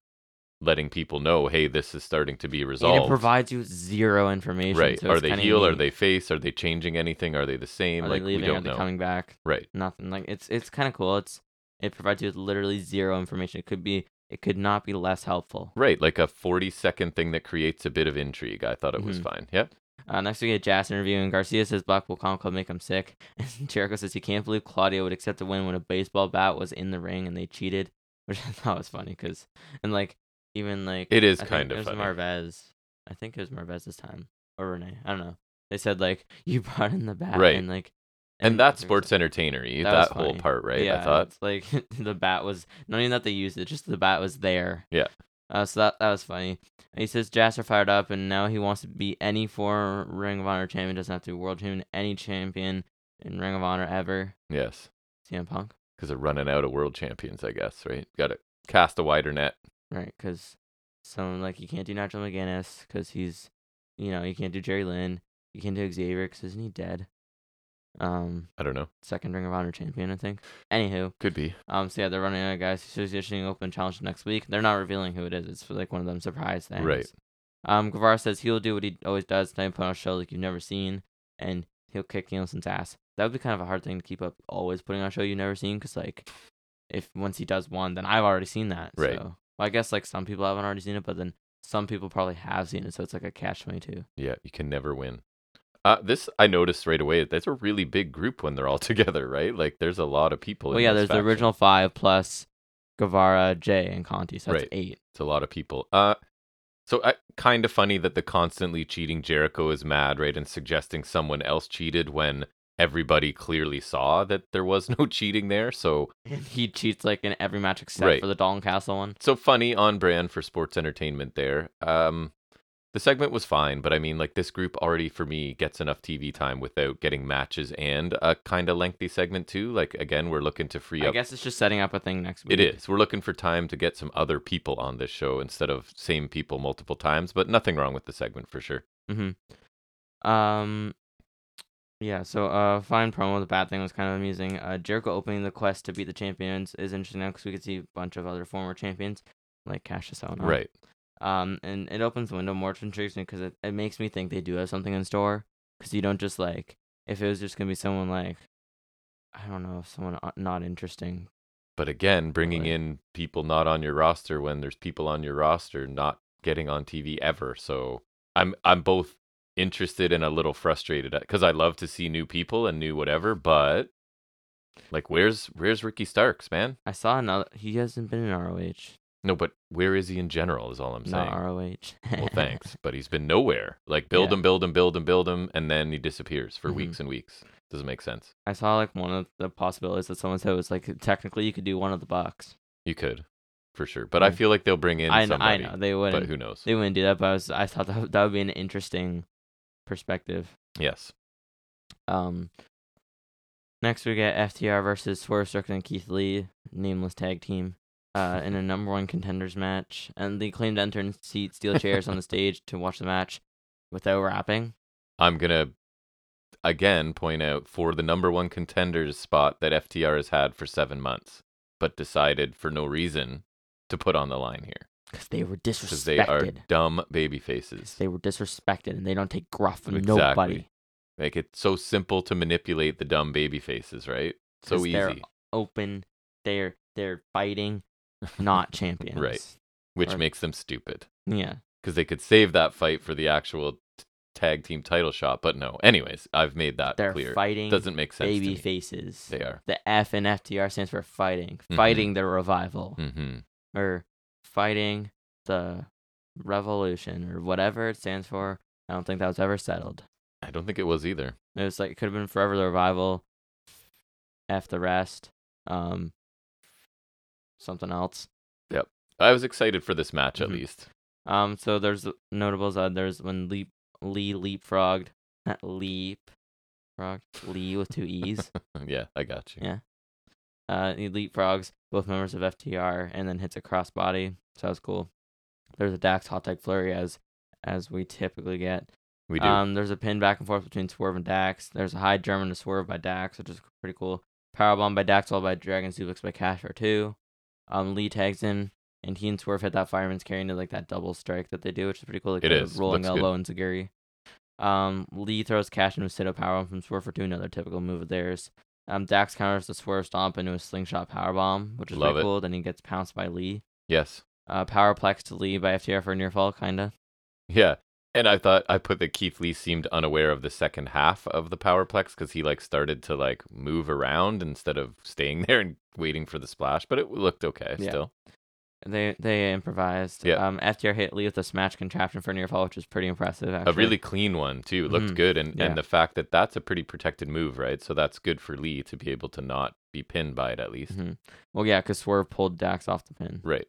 A: letting people know, hey, this is starting to be
B: And
A: resolved.
B: it provides you zero information.
A: right.
B: So
A: are
B: it's
A: they
B: kinda
A: heel? Are
B: neat.
A: they face? Are they changing anything? Are they the same?
B: Are
A: like
B: they leaving?
A: we
B: are
A: don't
B: they
A: know.
B: coming back?
A: Right.
B: Nothing. Like it's it's kind of cool. It's it provides you with literally zero information. It could be it could not be less helpful.
A: Right. Like a 40 second thing that creates a bit of intrigue. I thought it was fine. Yeah.
B: Uh, next we get a Jazz interview, and Garcia says Blackpool Comic Club make him sick. Jericho says he can't believe Claudio would accept a win when a baseball bat was in the ring and they cheated, which I thought was funny because and like even like
A: It is
B: I think
A: kind of
B: it was
A: funny.
B: Marvez. I think it was Marvez this time or Renee. I don't know. They said like you brought in the bat
A: Right.
B: and like
A: And that's
B: there was
A: sports entertainery,
B: That was
A: that, whole
B: funny.
A: part, right?
B: yeah,
A: I thought.
B: it's like the bat was not even that they used it, just the bat was there.
A: Yeah.
B: Uh, so that that was funny. And he says Jasper fired up, and now he wants to be any former Ring of Honor champion. Doesn't have to be world champion, any champion in Ring of Honor ever.
A: Yes.
B: CM Punk,
A: Because they're running out of world champions, I guess, right? Got to cast a wider net.
B: right? Because someone like you can't do Nigel McGuinness because he's, you know, you can't do Jerry Lynn, you can't do Xavier because isn't he dead? Um,
A: I don't know.
B: second Ring of Honor champion, I think. Anywho,
A: Could be.
B: Um, so yeah, they're running out of guys. So he's issuing open challenge next week. They're not revealing who it is. It's for like one of them surprise things.
A: Right.
B: Um, Guevara says he'll do what he always does tonight, put on a show like you've never seen, and he'll kick Nielsen's ass. That would be kind of a hard thing to keep up, always putting on a show you've never seen, because like, if once he does one, then I've already seen that.
A: Right.
B: So well, I guess like some people haven't already seen it, but then some people probably have seen it, so it's like a catch twenty two.
A: Yeah. You can never win. Uh, this I noticed right away. That's a really big group when they're all together, right? Like there's a lot of people.
B: Well,
A: in
B: yeah,
A: this
B: there's the
A: faction.
B: original five plus Guevara, Jay, and Conti, so that's
A: Right.
B: eight.
A: It's a lot of people. Uh, so I, kind of funny that the constantly cheating Jericho is mad, right, and suggesting someone else cheated when everybody clearly saw that there was no cheating there. So
B: And he cheats like in every match except
A: Right.
B: for the Dalton Castle one.
A: so funny on brand for sports entertainment there. Um, the segment was fine, but I mean, like this group already for me gets enough TV time without getting matches and a kind of lengthy segment too. Like again, we're looking to free
B: I
A: up
B: guess it's just setting up a thing next week.
A: It is. We're looking for time to get some other people on this show instead of same people multiple times, but nothing wrong with the segment for sure.
B: Um, yeah. So, uh, fine promo. The bad thing was kind of amusing. Uh, Jericho opening the quest to beat the champions is interesting now because we could see a bunch of other former champions like Cassius Ohno.
A: Right.
B: Um, and it opens the window more to intrigues me because it, it makes me think they do have something in store. Because you don't just like if it was just gonna be someone like I don't know someone uh, not interesting.
A: But again, bringing
B: Right.
A: in people not on your roster when there's people on your roster not getting on TV ever. So I'm I'm both interested and a little frustrated because I love to see new people and new whatever, but like where's where's Ricky Starks, man?
B: I saw another. He hasn't been in ROH.
A: No, but where is he in general is all I'm saying.
B: Not ROH.
A: well, thanks, but he's been nowhere. Like build
B: Yeah.
A: him, build him, build him, build him, and then he disappears for
B: Mhm.
A: weeks and weeks. Doesn't make sense.
B: I saw like one of the possibilities that someone said was like technically you could do one of the bucks.
A: You could, for sure, but I
B: Yeah.
A: feel like they'll bring in
B: Mm-hmm. I know, I
A: somebody.
B: know they
A: but
B: wouldn't.
A: who knows?
B: They wouldn't do that. But I, was, I thought that would- that would be an interesting perspective.
A: Yes,
B: Um. Next we get FTR versus Swerve Strickland and Keith Lee, nameless tag team, uh, in a number one contenders match, and they claimed to enter and seat steel chairs on the stage to watch the match without rapping.
A: I'm gonna again point out for the number one contenders spot that FTR has had for seven months, but decided for no reason to put on the line here
B: because they were
A: because they are
B: disrespected.
A: dumb baby
B: 'Cause
A: faces.
B: They were disrespected, and they don't take gruff from
A: Exactly.
B: nobody.
A: Like it's so simple to manipulate the dumb baby faces, right? So
B: 'Cause
A: easy.
B: they're open. They're they're fighting, not champions.
A: which
B: Or-
A: makes them stupid
B: Yeah.
A: because they could save that fight for the actual t- tag team title shot. But no, anyways, I've made that
B: They're
A: clear.
B: fighting
A: Doesn't make sense.
B: baby
A: to me.
B: faces.
A: They Mm-hmm. are.
B: The F and FTR stands for fighting. Fighting the revival.
A: Mm-hmm.
B: Or fighting the revolution or whatever it stands for. I don't think that was ever settled.
A: I don't think it was either.
B: It was like it could have been forever the revival. F the rest. Um something else.
A: I was excited for this match at
B: Mhm.
A: least.
B: Um, so there's notables. Uh, there's when leap Lee leapfrogged, not leap, frogged Lee with two e's.
A: Mm, Yeah, I got you.
B: Yeah. uh, he leapfrogs both members of FTR and then hits a crossbody. So that was cool. There's a Dax hot tag flurry as as we typically get.
A: We do.
B: Um, there's a pin back and forth between Swerve and Dax. There's a high German to Swerve by Dax, which is pretty cool. Powerbomb by Dax, all by Dragon Suplex by Cash for two. Um, Lee tags in. And he and Swerve had that fireman's carry into like that double strike that they do, which is pretty cool. Like
A: It
B: they're
A: is.
B: rolling
A: Looks good.
B: elbow and Zagiri. Um, Lee throws cash into a sit-up powerbomb from Swerve for doing another typical move of theirs. Um, Dax counters the Swerve stomp into a slingshot powerbomb, which is
A: Love
B: pretty
A: it.
B: cool. Then he gets pounced by Lee.
A: Yes.
B: Uh, powerplex to Lee by FTR for a near fall, kinda.
A: Yeah. And I thought I put that Keith Lee seemed unaware of the second half of the powerplex because he like started to like move around instead of staying there and waiting for the splash, but it looked okay
B: Yeah.
A: still.
B: They they improvised.
A: Yeah.
B: Um, FTR hit Lee with a smash contraption for a near fall, which is pretty impressive. Actually.
A: A really clean one too. It looked
B: Mhm.
A: good, and
B: Yeah.
A: and the fact that that's a pretty protected move, right? So that's good for Lee to be able to not be pinned by it at least.
B: Mhm. Well, yeah, because Swerve pulled Dax off the pin,
A: Right.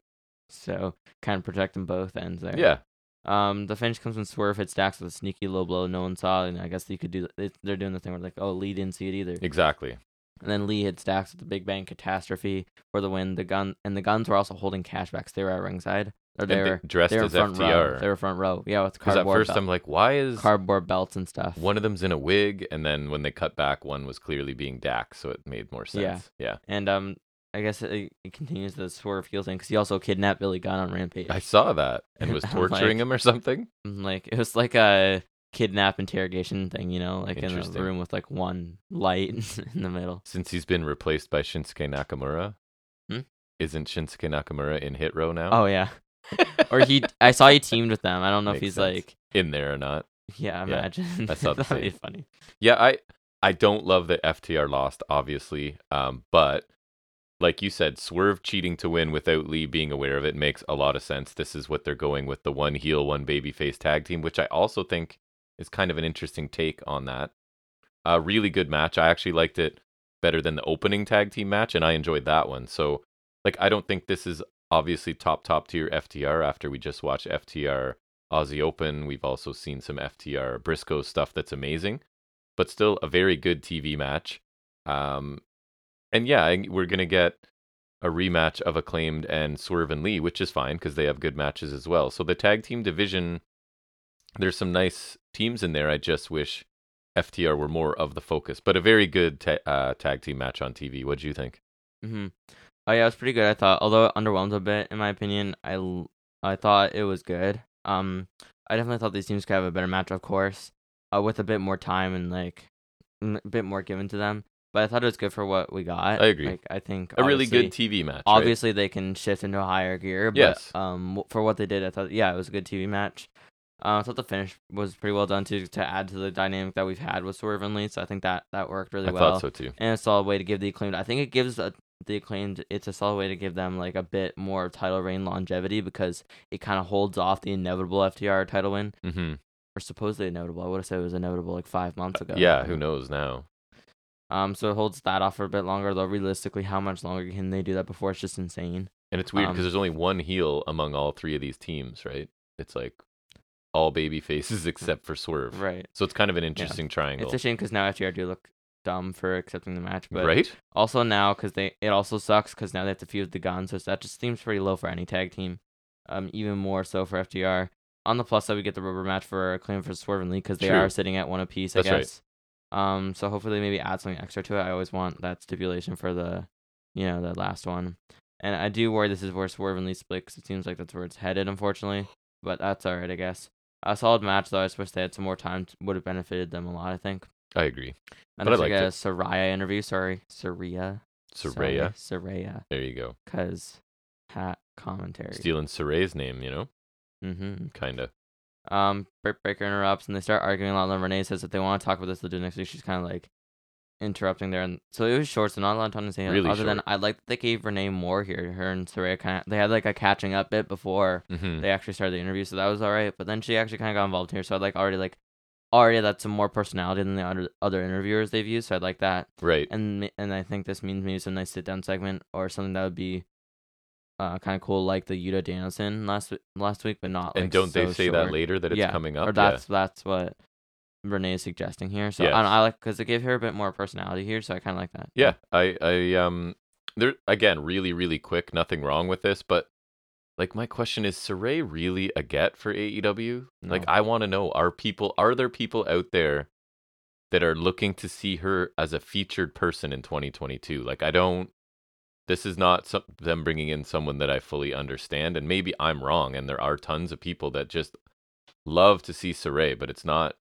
B: so kind of protect them both ends there.
A: Yeah.
B: Um, the finish comes when Swerve hits Dax with a sneaky low blow no one saw, and I guess you could do. They, they're doing the thing where like, oh, Lee didn't see it either.
A: Exactly.
B: And then Lee hits Dax with the Big Bang catastrophe for the win. The gun and the guns were also holding cashbacks. They were at ringside, or
A: And
B: they were
A: dressed
B: they were
A: as
B: front row. They
A: FTR.
B: were front row. Yeah, with
A: Because at
B: cardboard
A: first
B: bel-
A: I'm like, why is
B: cardboard belts and stuff.
A: one of them's in a wig, and then when they cut back, one was clearly being Dax, so it made more
B: Yeah.
A: sense. Yeah.
B: and um, I guess it, it continues the Swerve heel thing because he also kidnapped Billy Gunn on Rampage.
A: I saw that and was
B: I'm
A: torturing
B: like-
A: him or something.
B: And, like it was like a kidnap interrogation thing, you know, like in a
A: Interesting.
B: room with like one light in the middle.
A: Since he's been replaced by Shinsuke Nakamura,
B: Hmm?
A: isn't Shinsuke Nakamura in Hit Row now?
B: Oh yeah. or he I saw he teamed with them. I don't know if
A: Makes
B: he's
A: sense.
B: like
A: in there or not?
B: yeah,
A: Yeah,
B: imagine.
A: I saw the
B: That'd be
A: same.
B: funny.
A: Yeah, I I don't love that FTR lost, obviously, um, but like you said, Swerve cheating to win without Lee being aware of it makes a lot of sense. This is what they're going with the one heel, one babyface tag team, which I also think is kind of an interesting take on that. A really good match. I actually liked it better than the opening tag team match, and I enjoyed that one. So, like, I don't think this is obviously top top tier FTR. After we just watched FTR Aussie Open, we've also seen some FTR Briscoe stuff that's amazing but still a very good TV match. Um, and yeah, I- we're gonna get a rematch of Acclaimed and Swerve and Lee, which is fine because they have good matches as well. So the tag team division, there's some nice teams in there. I just wish FTR were more of the focus, but a very good ta- uh, tag team match on TV. What do you think?
B: hmm Oh yeah, it was pretty good. I thought, although it underwhelmed a bit in my opinion. I l- I thought it was good. Um, I definitely thought these teams could have a better match, of course, uh, with a bit more time and like n- a bit more given to them. But I thought it was good for what we got.
A: I agree.
B: Like I think
A: A really
B: obviously-
A: good TV match. right?
B: obviously they can shift into a higher gear but
A: Yes.
B: um w- for what they did i thought yeah it was a good tv match uh, i thought the finish was pretty well done too to add to the dynamic that we've had with swerve and lee so i think that that worked really
A: I
B: well
A: thought so too.
B: and it's a solid way to give the acclaimed i think it gives uh the acclaimed it's a solid way to give them like a bit more title reign longevity because it kind of holds off the inevitable ftr title win
A: hmm
B: or supposedly inevitable i would have said it was inevitable like five months ago
A: Uh, Yeah, who knows now?
B: um so it holds that off for a bit longer though realistically how much longer can they do that before it's just insane
A: And it's weird because
B: Um,
A: there's only one heel among all three of these teams, right? It's like all baby faces except for Swerve.
B: Mm, right
A: So it's kind of an interesting triangle,
B: It's a shame because now FTR do look dumb for accepting the match, but
A: right?
B: also now because they it also sucks because now they have to feud with the guns, so that just seems pretty low for any tag team, um, even more so for FTR. On the plus side, we get the rubber match for Acclaim for Swerve and Lee because they
A: True.
B: are sitting at one apiece, I
A: That's right.
B: guess. Um, so hopefully they maybe add something extra to it. I always want that stipulation for the, you know, the last one. And I do worry this is where Swerve and Lee split 'cause it seems like that's where it's headed, unfortunately. But that's all right, I guess. A solid match though. I just wish they had some more time. Would have benefited them a lot, I think.
A: I agree.
B: I
A: But I
B: also
A: liked
B: got a
A: it.
B: Soraya interview. Sorry, Soraya.
A: Soraya,
B: Sorry, Soraya,
A: there you go.
B: cause hat commentary.
A: Stealing Soraya's name, you know,
B: Mm-hmm.
A: kind of.
B: Um, Britt Baker interrupts and they start arguing a lot. And then Renee says if they want to talk about this, they'll do it next week. She's kind of like interrupting there, and so it was short, so not a lot of time to say.
A: Really
B: other than
A: short.
B: I like that they gave Renee more here. Her and Soraya kind of they had like a catching up bit before
A: hmm
B: they actually started the interview, so that was all right. But then she actually kind of got involved here, so I like already like already that's some more personality than the other other interviewers they've used. So I like that.
A: Right.
B: and ma- and I think this means maybe some nice sit down segment or something that would be uh kind of cool, like the Yuta Danielson last w- last week, but not.
A: And
B: like,
A: don't they
B: so
A: say that
B: short.
A: later that it's
B: Yeah,
A: coming up?
B: Or that's that's what Renee is suggesting here. So I, don't know,
A: Yes.
B: I like because it gave her a bit more personality here, so I kind of like that.
A: yeah. yeah. I, I, um, there again, really, really quick. Nothing wrong with this, but like my question is, Saray really a get for AEW? Like,
B: No.
A: I want to know: are people, are there people out there that are looking to see her as a featured person in 2022? Like, I don't. this is not some, them bringing in someone that I fully understand, and maybe I'm wrong, and there are tons of people that just love to see Saray, but it's not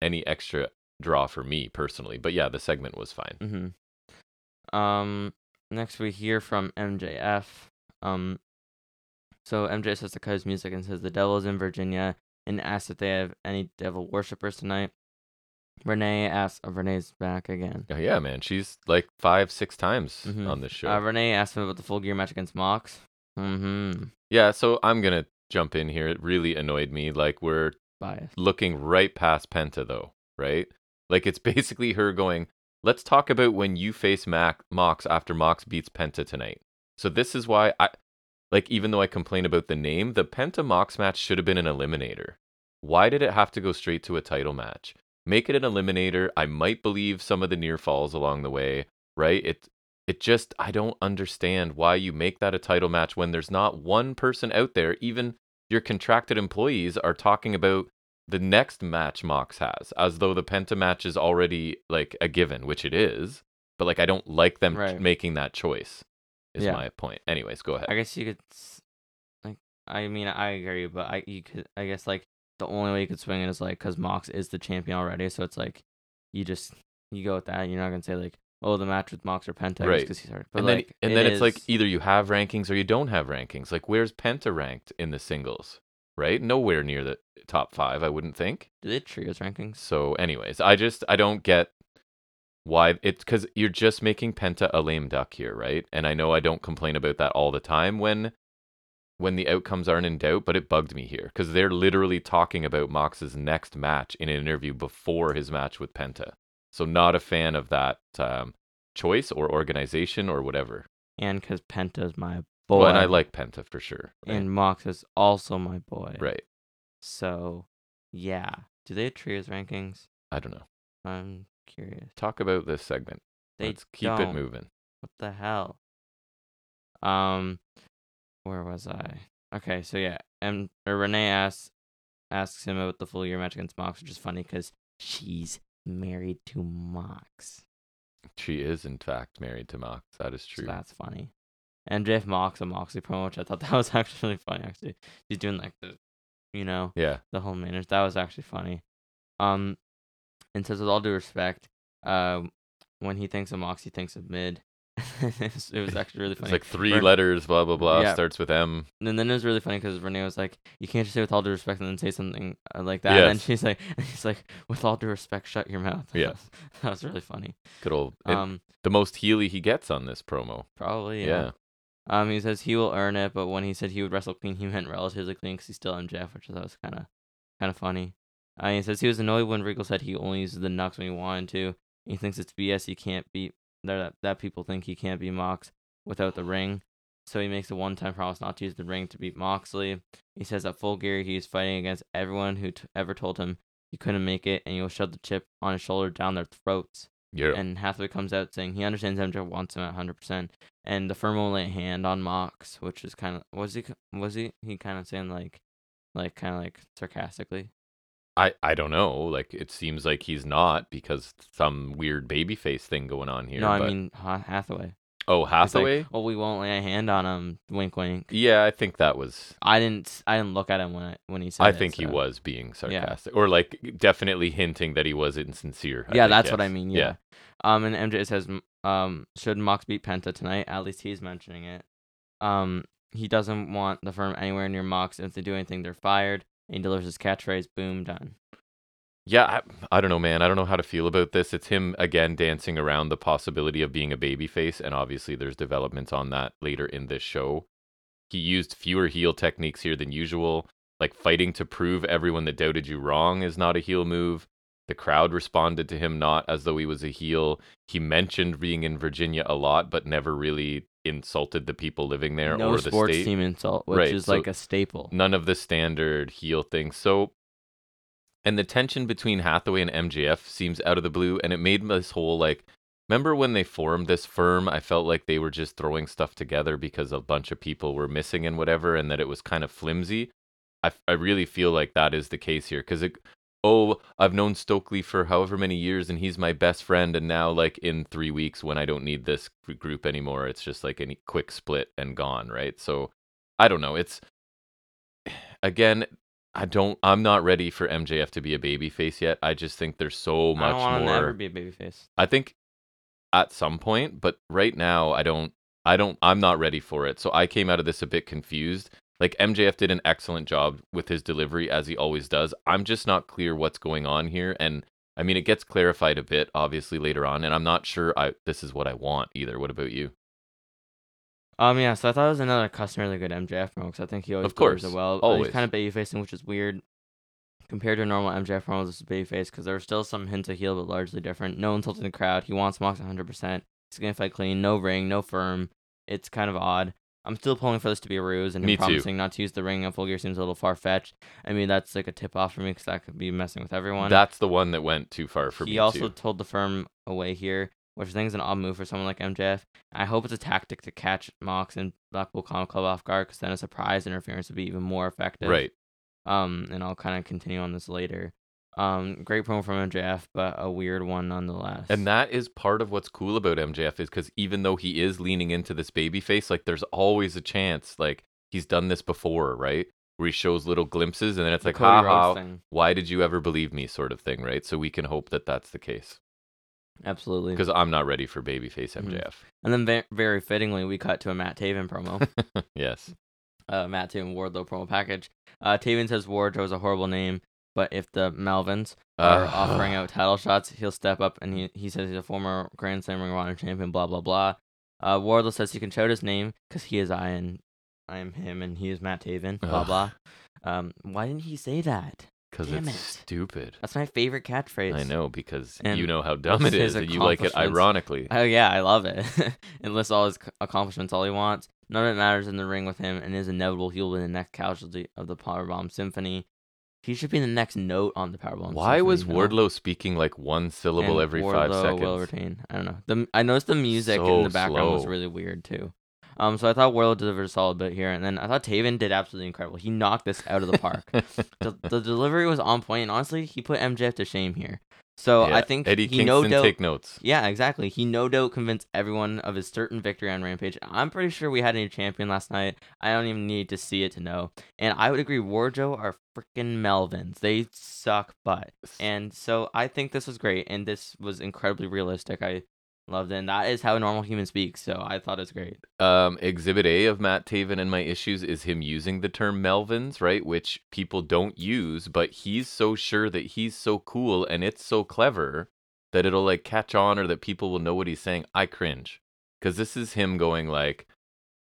A: any extra draw for me personally. But yeah, the segment was fine.
B: Mm-hmm. Um, next we hear from MJF. Um, so MJ says to cut his music and says the devil is in Virginia and asks if they have any devil worshippers tonight. Renee asks, oh, Renee's back again.
A: Oh, yeah, man. She's like five, six times
B: Mhm.
A: on this show.
B: Uh, Renee asked him about the full gear match against Mox. Mm-hmm.
A: yeah, so I'm going to jump in here. It really annoyed me. Like, we're
B: Bias.
A: looking right past Penta, though, right? Like, it's basically her going, let's talk about when you face Mac- Mox after Mox beats Penta tonight. So, this is why I, like, even though I complain about the name, the Penta Mox match should have been an eliminator. Why did it have to go straight to a title match? Make it an eliminator. I might believe some of the near falls along the way, right? It it just I don't understand why you make that a title match when there's not one person out there, even your contracted employees are talking about the next match Mox has, as though the Penta match is already like a given, which it is. But like I don't like them
B: Right.
A: making that choice. Is
B: Yeah.
A: my point. Anyways, go ahead.
B: I guess you could, s- like, I mean, I agree, but I you could, I guess, like, the only way you could swing it is like, cause Mox is the champion already, so it's like, you just you go with that. You're not gonna say like, oh, the match with Mox or Penta,
A: Right.
B: Because he's hurt. But
A: and
B: like,
A: then,
B: it
A: and then it's like
B: is-
A: either you have rankings or you don't have rankings. Like where's Penta ranked in the singles? Right, nowhere near the top five, I wouldn't think.
B: do they trios rankings?
A: So, anyways, I just I don't get why it's because you're just making Penta a lame duck here, right? And I know I don't complain about that all the time when when the outcomes aren't in doubt, but it bugged me here because they're literally talking about Mox's next match in an interview before his match with Penta. So, not a fan of that um, choice or organization or whatever.
B: And cause Penta's my boy,
A: Well, and I like Penta for sure. Right.
B: and Mox is also my boy.
A: right.
B: So, yeah. Do they have trios rankings?
A: I don't know.
B: I'm curious.
A: Talk about this segment.
B: They
A: Let's keep it
B: don't.
A: moving.
B: What the hell? Um, where was I? Okay, so yeah, and or Renee asks asks him about the full year match against Mox, which is funny because she's married to Mox.
A: She is, in fact, married to Mox. That is
B: So
A: true.
B: that's funny. And Jeff Mox a Moxley promo, which I thought that was actually funny. Actually, she's doing like the, you know,
A: yeah.
B: the whole manners. That was actually funny. Um, and says with all due respect, um, when he thinks of Mox, he thinks of mid. it, was, it was actually really
A: It's
B: funny.
A: like three
B: Ren-
A: letters, blah, blah, blah.
B: Yeah.
A: Starts with M.
B: And then it was really funny because Renee was like, "You can't just say with all due respect and then say something uh, like that." And then
A: Yes.
B: she's like, "He's like, with all due respect, shut your mouth."
A: Yeah.
B: that was really funny.
A: Good old. it-
B: Um,
A: the most Healy he gets on this promo.
B: probably
A: Yeah.
B: yeah. Um, he says he will earn it, but when he said he would wrestle clean, he meant relatively clean because he's still MJF, which I thought was kind of kind of funny. Uh, he says he was annoyed when Regal said he only uses the Nux when he wanted to. He thinks it's BS. He can't beat that that people think he can't beat Mox without the ring. So he makes a one-time promise not to use the ring to beat Moxley. He says that full gear he's fighting against everyone who t- ever told him he couldn't make it, and he'll shove the chip on his shoulder down their throats
A: Yeah.
B: and Hathaway comes out saying he understands MJF wants him at 100%, and the firm will lay a hand on Mox, which is kind of was he was he he kind of saying like, like kind of like sarcastically.
A: I, I don't know. Like, it seems like he's not because some weird babyface thing going on here.
B: no, I
A: but-
B: mean Ha- Hathaway.
A: oh,
B: He's like,
A: Hathaway?
B: oh, we won't lay a hand on him. Wink, wink.
A: yeah, I think that was.
B: I didn't s- I didn't look at him when I when he said.
A: I
B: it,
A: think he
B: so-
A: was being sarcastic or like definitely hinting that he was insincere. I
B: yeah,
A: think,
B: that's what
A: yes.
B: I mean. Yeah. Um, and MJ says, m- um, should Mox beat Penta tonight? At least he's mentioning it. Um, he doesn't want the firm anywhere near Mox. If they do anything, they're fired. And he delivers his catchphrase, boom, done.
A: Yeah, I, I don't know, man. I don't know how to feel about this. It's him again dancing around the possibility of being a babyface, and obviously there's developments on that later in this show. He used fewer heel techniques here than usual, like fighting to prove everyone that doubted you wrong is not a heel move. The crowd responded to him not as though he was a heel. He mentioned being in Virginia a lot, but never really insulted the people living there
B: no
A: or the
B: sports
A: state.
B: team insult, which
A: Right,
B: is
A: so-
B: like a staple.
A: None of the standard heel things. So, and the tension between Hathaway and MJF seems out of the blue, and it made this whole like. Remember when they formed this firm? I felt like they were just throwing stuff together because a bunch of people were missing and whatever, and that it was kind of flimsy. I, I really feel like that is the case here because it oh, I've known Stokely for however many years and he's my best friend. And now, like, in three weeks when I don't need this gr- group anymore, it's just like a quick split and gone, right? So I don't know. It's again, I don't, I'm not ready for MJF to be a baby face yet. I just think there's so
B: I
A: much
B: don't want him
A: more.
B: to ever be a babyface.
A: I think at some point, but right now I don't I don't I'm not ready for it. So I came out of this a bit confused. Like MJF did an excellent job with his delivery as he always does. I'm just not clear what's going on here and I mean it gets clarified a bit obviously later on and I'm not sure I this is what I want either. What about you?
B: Um, yeah, so I thought it was another customarily good MJF promo because I think he always
A: Of course,
B: delivers it well.
A: always.
B: He's kind of baby facing, which is weird compared to normal MJF promos. This is baby face because there were still some hints of heel, but largely different. No insulting the crowd. He wants Mox 100%. He's going to fight clean. No ring, no firm. It's kind of odd. I'm still pulling for this to be a ruse and him
A: Me too.
B: promising not to use the ring on Full Gear seems a little far fetched. I mean, that's like a tip off for me because that could be messing with everyone
A: That's the one that went too far for
B: he
A: me
B: also
A: too.
B: told the firm away here, which I think is an odd move for someone like MJF. I hope it's a tactic to catch Mox and Blackpool Comic Club off guard, because then a surprise interference would be even more effective.
A: Right.
B: Um, and I'll kind of continue on this later. Um, great promo from MJF, but a weird one nonetheless.
A: And that is part of what's cool about MJF is because even though he is leaning into this baby face, like there's always a chance. Like he's done this before, right? Where he shows little glimpses and then it's
B: The
A: like,
B: Cody
A: ha
B: Rhodes
A: ha,
B: thing.
A: why did you ever believe me, sort of thing, right? So we can hope that that's the case
B: absolutely.
A: because I'm not ready for babyface
B: Mhm.
A: MJF.
B: And then ve- very fittingly, we cut to a Matt Taven promo.
A: yes.
B: uh, Matt Taven Wardlow promo package. Uh, Taven says Wardlow is a horrible name, but if the Malvins are
A: Uh,
B: offering out title shots, he'll step up. And he, he says he's a former Grand Slam Ring of Honor champion, blah, blah, blah. Uh, Wardlow says he can shout his name because he is I and I am him and he is Matt Taven, blah,
A: Ugh.
B: blah. Um, why didn't he say that?
A: Because
B: Damn
A: it's
B: it.
A: stupid.
B: That's my favorite catchphrase.
A: I know because
B: And
A: you know how dumb it
B: what's
A: is
B: his
A: and you like it
B: accomplishments?
A: ironically.
B: Oh yeah, I love it. it lists all his c- accomplishments, all he wants. None of it matters in the ring with him, and is inevitable he will be the next casualty of the Powerbomb Symphony. He should be the next note on the Powerbomb.
A: Why was
B: Symphony, you know?
A: Wardlow speaking like one syllable
B: And
A: every five
B: Wardlow
A: seconds?
B: Will retain. I don't know. The, I noticed the music
A: So
B: in the background was
A: slow.
B: really weird too. Um, so I thought Wardlow delivered a solid bit here, and then I thought Taven did absolutely incredible. He knocked this out of the park. the, the delivery was on point, and honestly, he put MJF to shame here. So I
A: Yeah,
B: think
A: Eddie
B: he
A: Kingston,
B: no doubt
A: take notes.
B: yeah, exactly. He no doubt convinced everyone of his certain victory on Rampage. I'm pretty sure we had a new champion last night. I don't even need to see it to know. And I would agree, Warjo are freaking Melvins. They suck butt. And so I think this was great. And this was incredibly realistic. I loved it. And that is how a normal human speaks. So I thought it was great.
A: um, exhibit A of Matt Taven and my issues is him using the term Melvins, right? Which people don't use, but he's so sure that he's so cool and it's so clever that it'll like catch on or that people will know what he's saying. I cringe because this is him going like,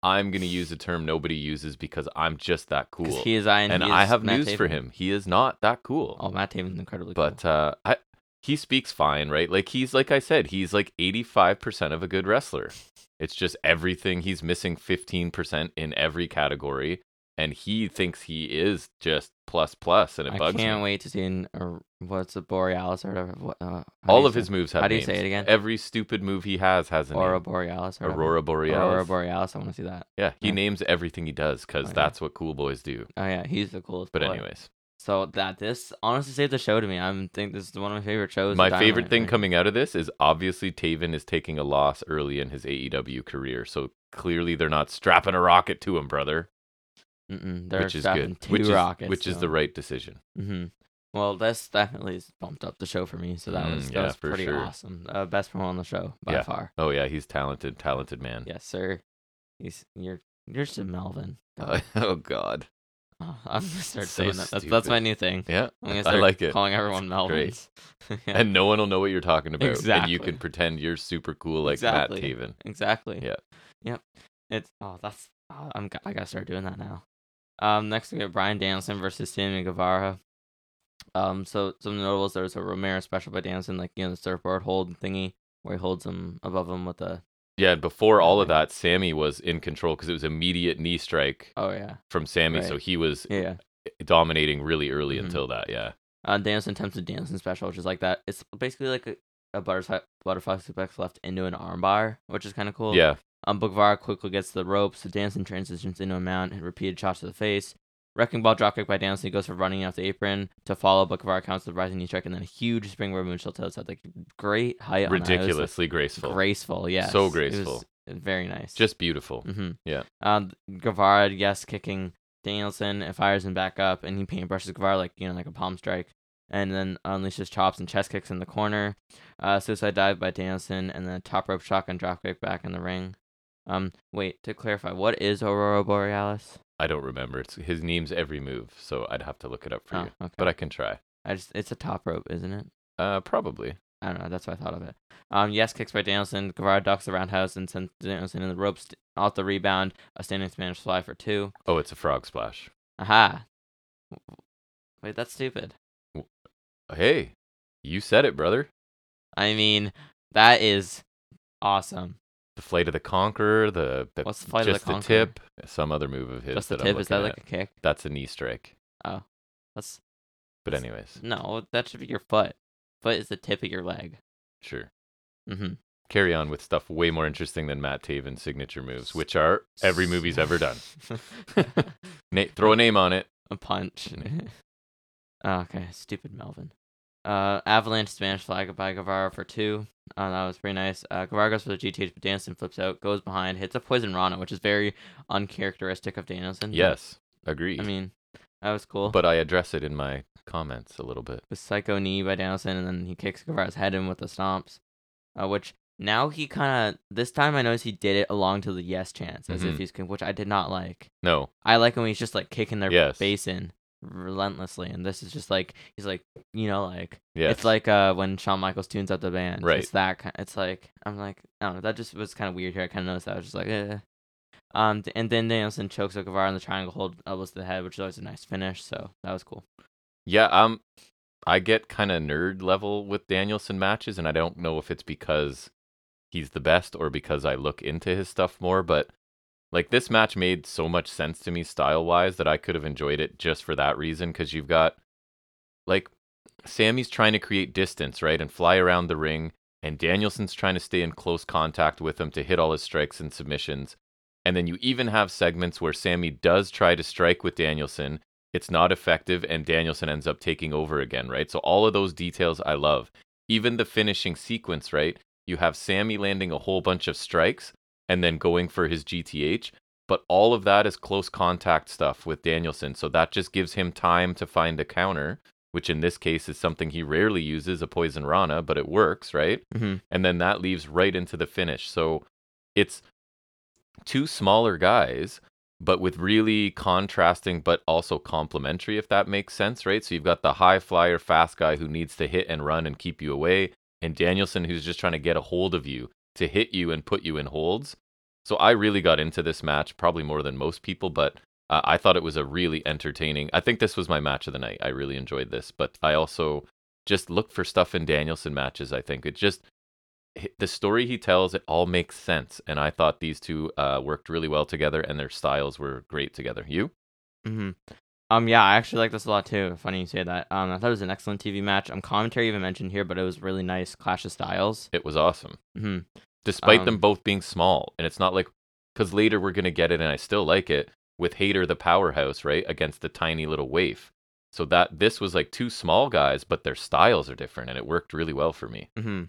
A: I'm gonna use a term nobody uses because I'm just that cool.
B: Because he is I and,
A: and
B: he is
A: I have
B: Matt
A: news for
B: Taven.
A: him. He is not that cool
B: Oh, Matt Taven's incredibly
A: but uh, I, he speaks fine, right? Like he's like I said, he's like eighty five percent of a good wrestler. It's just everything he's missing fifteen percent in every category, and he thinks he is just plus plus, and it
B: cool. I
A: bugs
B: can't
A: me.
B: wait to see in, or what's a Borealis or whatever. What, uh, how do
A: All
B: you
A: of
B: say-
A: his moves have
B: How do you
A: names.
B: say it again?
A: Every stupid move he has has an
B: Aurora
A: name.
B: Borealis. Or whatever.
A: Aurora Borealis.
B: Aurora Borealis. I want to see that.
A: Yeah, he
B: Yeah.
A: names everything he does because
B: Oh, yeah.
A: that's what cool boys do.
B: Oh yeah, he's the coolest.
A: But
B: boy.
A: anyways,
B: so that this honestly saved the show to me. I'm think this is one of my favorite shows.
A: my
B: of
A: favorite
B: Dynamite,
A: thing
B: right?
A: coming out of this is obviously Taven is taking a loss early in his AEW career, so clearly they're not strapping a rocket to him, brother.
B: Mm-mm, they're
A: which is
B: strapping
A: good.
B: Two
A: which
B: rockets.
A: is which is the right decision.
B: hmm Well, this definitely s- bumped up the show for me. So that
A: Mm,
B: was that
A: yeah,
B: was
A: for
B: pretty
A: sure.
B: awesome. Uh, best promo on the show by
A: Yeah. Mm.
B: far.
A: Oh yeah, he's talented, talented man.
B: Yes, sir. He's you're you're just a Melvin.
A: Uh, oh god.
B: Oh, I'm gonna start
A: so
B: saying that. That's, that's my
A: stupid.
B: new thing.
A: Yeah,
B: I'm gonna
A: I
B: start
A: like it.
B: calling everyone
A: great.
B: Melvins. Yeah,
A: And no one will know what you're talking about, and you
B: Exactly.
A: can pretend you're super cool like
B: Exactly.
A: Matt Taven.
B: Exactly.
A: Yeah.
B: Yep. It's oh that's oh, I'm g- I gotta start doing that now. Um, next we have Brian Danielson versus Sammy Guevara. Um, so some notables there was a Romero special by Danielson, like you know the surfboard hold thingy where he holds him above him with a
A: Yeah, and before all of that, Sammy was in control because it was immediate knee strike
B: oh yeah
A: from Sammy, so
B: Right.
A: he was
B: yeah.
A: dominating really early
B: Mhm.
A: until that. Yeah,
B: Uh, Danielson attempts a Danielson special, which is like that. It's basically like a, a butterfly butterfly suplex left into an armbar, which is kind of cool.
A: yeah.
B: Um, Bugvara quickly gets to the ropes. So Danson transitions into a mount and repeated shots to the face. Wrecking Ball dropkick by Danielson goes for running off the apron to follow Book of Our accounts with a rising knee strike and then a huge springboard moonsault to the outside. Like great height, on that. It was,
A: ridiculously graceful.
B: like, graceful, yes,
A: So
B: It was
A: graceful.
B: very nice.
A: Just beautiful.
B: hmm
A: Mm-hmm. Yeah.
B: Um, Guevara, yes, kicking Danielson and fires him back up, and he paintbrushes Guevara like you know like a palm strike, and then unleashes chops and chest kicks in the corner. Uh, suicide dive by Danielson, and then top rope shotgun dropkick back in the ring. Um, wait to clarify, what is Aurora Borealis?
A: I don't remember. It's his name's every move, so I'd have to look it up for
B: Oh,
A: you.
B: okay.
A: But I can try.
B: I just it's a top rope, isn't it?
A: Uh, probably.
B: I don't know. That's what I thought of it. Um, yes, kicks by Danielson. Guevara ducks the roundhouse and sends Danielson in the ropes st- off the rebound. A standing Spanish fly for two.
A: Oh, it's a frog splash.
B: Aha. Wait, that's stupid.
A: Hey, you said it, brother.
B: I mean, that is awesome.
A: The flight of the conqueror. The, the
B: What's the flight of the
A: just
B: Conqueror?
A: tip. Some other move of his.
B: Just the
A: that I'm
B: tip. Is that
A: looking
B: like
A: at.
B: a kick?
A: That's a knee strike.
B: That's
A: But
B: That's-
A: anyways,
B: no. That should be your foot. Foot is the tip of your leg.
A: sure.
B: Mm-hmm.
A: Carry on with stuff way more interesting than Matt Taven's signature moves, which are every movie he's ever done. Na- throw a name on it.
B: a punch. Oh, okay, stupid Melvin. Uh, Avalanche Spanish flag by Guevara for two. Uh, that was pretty nice. Uh, Guevara goes for the GTH, but Danielson flips out, goes behind, hits a poison Rana, which is very uncharacteristic of Danielson.
A: Yes, agree.
B: Mm-hmm. I mean, that was cool.
A: but I address it in my comments a little bit.
B: with psycho knee by Danielson, and then he kicks Guevara's head in with the stomps, uh, which now he kind of this time I noticed he did it along to the yes chance as
A: Mhm.
B: if he's con- which I did not like.
A: No,
B: I like when he's just like kicking their
A: Yes.
B: face in relentlessly, and this is just like he's like you know like
A: yes,
B: it's like uh when Shawn Michaels tunes up the band,
A: Right.
B: It's that kind. It's like I'm like I don't know. That just was kind of weird here. I kind of noticed that. I was just like, eh. um, d- and then Danielson chokes Guevara on the triangle hold, elbows to the head, which is always a nice finish. So that was cool.
A: yeah. Um, I get kind of nerd level with Danielson matches, and I don't know if it's because he's the best or because I look into his stuff more. But like this match made so much sense to me style wise that I could have enjoyed it just for that reason. Because you've got like Sammy's trying to create distance, right, and fly around the ring, and Danielson's trying to stay in close contact with him to hit all his strikes and submissions. And then you even have segments where Sammy does try to strike with Danielson. It's not effective, and Danielson ends up taking over again, right? So, all of those details I love. Even the finishing sequence, right? You have Sammy landing a whole bunch of strikes and then going for his GTH, but all of that is close contact stuff with Danielson. So, that just gives him time to find a counter, which in this case is something he rarely uses a poison rana, but it works, right?
B: Mm-hmm.
A: and then that leaves right into the finish. So it's two smaller guys, but with really contrasting but also complementary, if that makes sense, right? So you've got the high flyer, fast guy who needs to hit and run and keep you away, and Danielson who's just trying to get a hold of you to hit you and put you in holds. So I really got into this match, probably more than most people, but. Uh, I thought it was a really entertaining. I think this was my match of the night. I really enjoyed this, but I also just looked for stuff in Danielson matches. I think it just hi- the story he tells it all makes sense and i thought these two uh, worked really well together and their styles were great together you
B: Mm-hmm. Um, yeah, I actually like this a lot too. Funny you say that. Um, I thought it was an excellent TV match. Um, commentary even mentioned here, but it was really nice clash of styles.
A: it was awesome
B: Mm-hmm.
A: despite them
B: Um,
A: both being small and it's not like because later we're going to get it and i still like it with hater the powerhouse right against the tiny little waif so that this was like two small guys but their styles are different and it worked really well for me
B: Mm-hmm.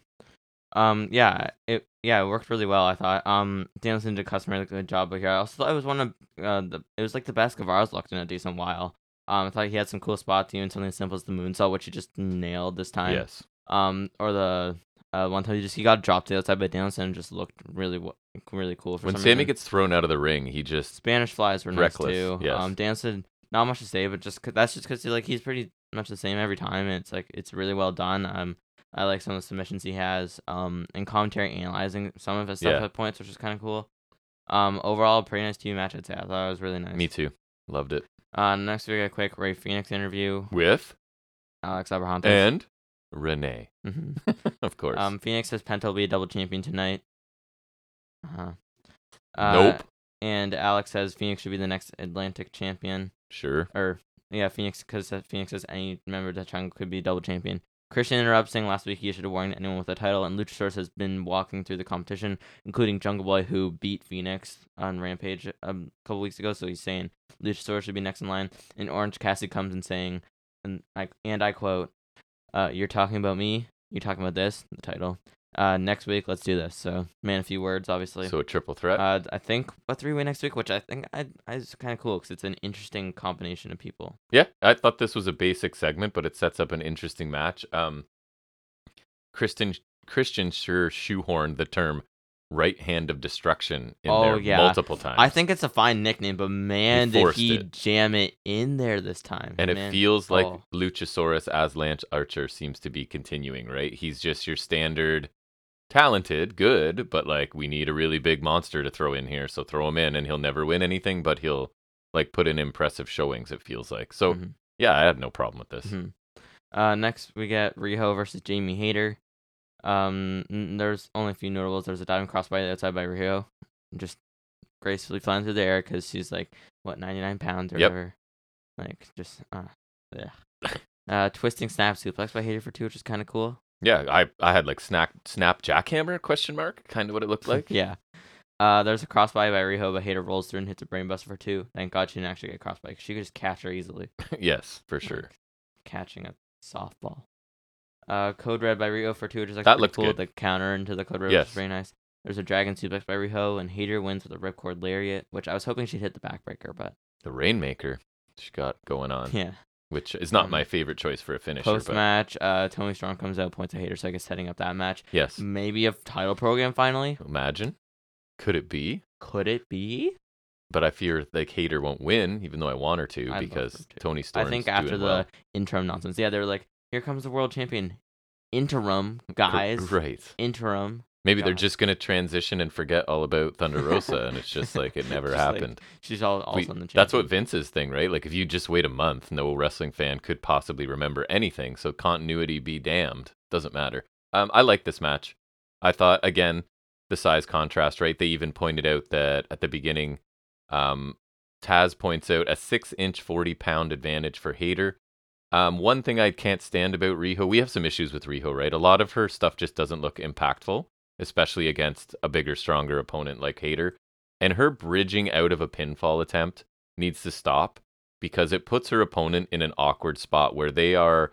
B: Um, yeah, it yeah, it worked really well. I thought. Um, Danielson did a customer good job over here. I also thought it was one of uh, the it was like the best Guevara's looked in a decent while. Um, I thought he had some cool spots, even something as simple as the moonsault, which he just nailed this time.
A: yes
B: Um, or the uh, one time he just he got dropped to the outside by Danielson and just looked really wo- really cool. For
A: when
B: some
A: sammy
B: reason.
A: gets thrown out of the ring he just
B: Spanish flies were
A: Reckless,
B: nice too.
A: yes.
B: Um, Danson, not much to say, but just 'cause- that's just because like he's pretty much the same every time. And it's like it's really well done. Um, I like some of the submissions he has. Um, and commentary analyzing some of his stuff
A: Yeah.
B: at points, which is kind of cool. Um, overall, pretty nice team match. I'd say I thought it was really nice.
A: me too loved it
B: Uh, next we got a quick Ray Phoenix interview.
A: with
B: Alex Abrahantes.
A: and renee
B: Mhm.
A: Eh, of course
B: um, Phoenix says Penta will be a double champion tonight. Uh-huh. Uh,
A: nope
B: And Alex says Phoenix should be the next Atlantic champion.
A: sure
B: or yeah, Phoenix because Phoenix says any member of the triangle could be double champion. Christian interrupts saying last week he should have warned anyone with a title, and Luchasaurus has been walking through the competition, including Jungle Boy, who beat Phoenix on Rampage um, a couple weeks ago. So he's saying Luchasaurus should be next in line. And Orange Cassidy comes and saying, and I, and I quote, uh, You're talking about me? You're talking about this? The title. Uh, next week, let's do this. So, man, a few words, obviously.
A: So a triple threat.
B: uh, I think a three way next week, which I think I, I is kind of cool because it's an interesting combination of people.
A: Yeah, I thought this was a basic segment, but it sets up an interesting match. Um, Kristen Christian sure shoehorned the term "right hand of destruction" in
B: Oh,
A: there
B: yeah.
A: multiple times.
B: I think it's a fine nickname, but man, did
A: forced
B: he
A: it.
B: jam it in there this time.
A: and
B: man.
A: it feels like
B: oh.
A: Luchasaurus as Lance Archer seems to be continuing. Right, he's just your standard, talented, good, but like we need a really big monster to throw in here. So throw him in, and he'll never win anything, but he'll like put in impressive showings. It feels like so.
B: Mhm.
A: Yeah, I have no problem with this.
B: Mhm. Uh, next we get Riho versus Jamie Hayter. Um, n- there's only a few notables. There's a diving crossbody outside by Riho, just gracefully flying through the air because she's like what 99 pounds or
A: Yep.
B: whatever. Like just uh, yeah. uh, twisting snap suplex by Hayter for two, which is kind of cool.
A: Yeah, I, I had like snack snap jackhammer question mark kind of what it looked like.
B: yeah. Uh, there's a crossbody by Riho, but Hayter rolls through and hits a brainbuster for two. Thank God she didn't actually get crossbody. 'cause She could just catch her easily.
A: yes, for sure.
B: Like, catching a softball. Uh, code red by Riho for two, which is like
A: That
B: pretty
A: looked
B: cool.
A: good.
B: The counter into the code red, which
A: Yes.
B: is very nice. There's a dragon suplex by Riho, and Hater wins with a ripcord lariat, which I was hoping she'd hit the backbreaker, but
A: The Rainmaker she got going on,
B: yeah.
A: which is not
B: Um,
A: my favorite choice for a finisher.
B: Post
A: But
B: match, uh, Tony Strong comes out, points at Hater, so I guess setting up that match.
A: yes,
B: Maybe a title program finally.
A: imagine. Could it be?
B: Could it be?
A: But I fear like Hater won't win, even though I want her to,
B: I'd love her
A: because
B: to.
A: Tony Storm's
B: I think after
A: doing
B: the
A: well.
B: interim nonsense. Yeah, they were like, here comes the world champion. Interim,
A: Cor-
B: guys.
A: right?
B: Interim.
A: Maybe they're
B: God.
A: just gonna transition and forget all about Thunder Rosa, and it's just like it never
B: Just, like,
A: happened.
B: She's all, all
A: We-
B: of a sudden the champion.
A: that's what Vince's thing, right? Like if you just wait a month, no wrestling fan could possibly remember anything. So continuity be damned. Doesn't matter. Um, I like this match. I thought again, the size contrast, right? They even pointed out that at the beginning, um, Taz points out a six inch, forty pound advantage for Hater. Um, one thing I can't stand about Riho, we have some issues with Riho, right? A lot of her stuff just doesn't look impactful, especially against a bigger, stronger opponent like Hater. And her bridging out of a pinfall attempt needs to stop because it puts her opponent in an awkward spot where they are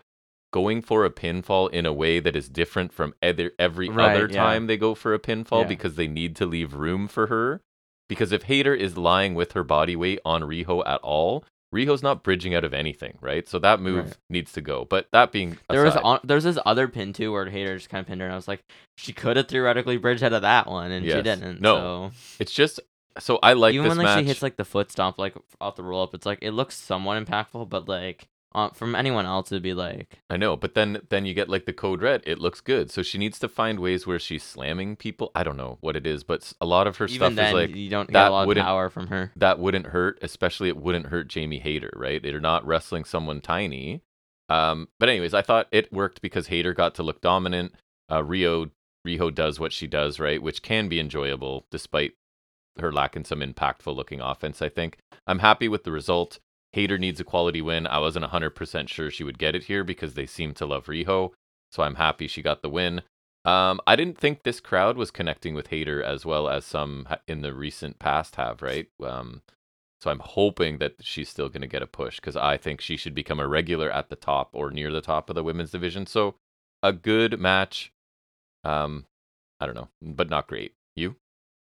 A: going for a pinfall in a way that is different from either, every
B: Right,
A: other
B: yeah.
A: time they go for a pinfall
B: Yeah.
A: because they need to leave room for her. Because if Hater is lying with her body weight on Riho at all, Riho's not bridging out of anything, right? So that move
B: Right.
A: needs to go. But that being
B: There was
A: aside-
B: on, there's this other pin too where Hater just kind of pinned her, and I was like, she could have theoretically bridged out of that one, and she
A: Yes.
B: didn't.
A: No.
B: so.
A: it's just so I like
B: even
A: this
B: when like
A: match.
B: she hits like the foot stomp like off the roll up, it's like it looks somewhat impactful, but like on, from anyone else, it'd be like
A: I know, but then then you get like the code red. It looks good, so she needs to find ways where she's slamming people. I don't know what it is, but s- a lot of her stuff
B: even
A: is
B: then
A: like
B: you don't get
A: that
B: a lot of
A: wouldn't-
B: power from her.
A: that wouldn't hurt, especially it wouldn't hurt Jamie Hayter, right? They're not wrestling someone tiny. Um, but anyways, I thought it worked because Hayter got to look dominant. Uh, Rio Riho does what she does, right, which can be enjoyable despite her lacking some impactful looking offense. I think I'm happy with the result. Hayter needs a quality win. I wasn't 100% sure she would get it here because they seem to love Riho, so I'm happy she got the win. Um, I didn't think this crowd was connecting with Hater as well as some ha- in the recent past have, right? Um, so I'm hoping that she's still going to get a push because I think she should become a regular at the top or near the top of the women's division. So a good match. Um, I don't know, but not great. You?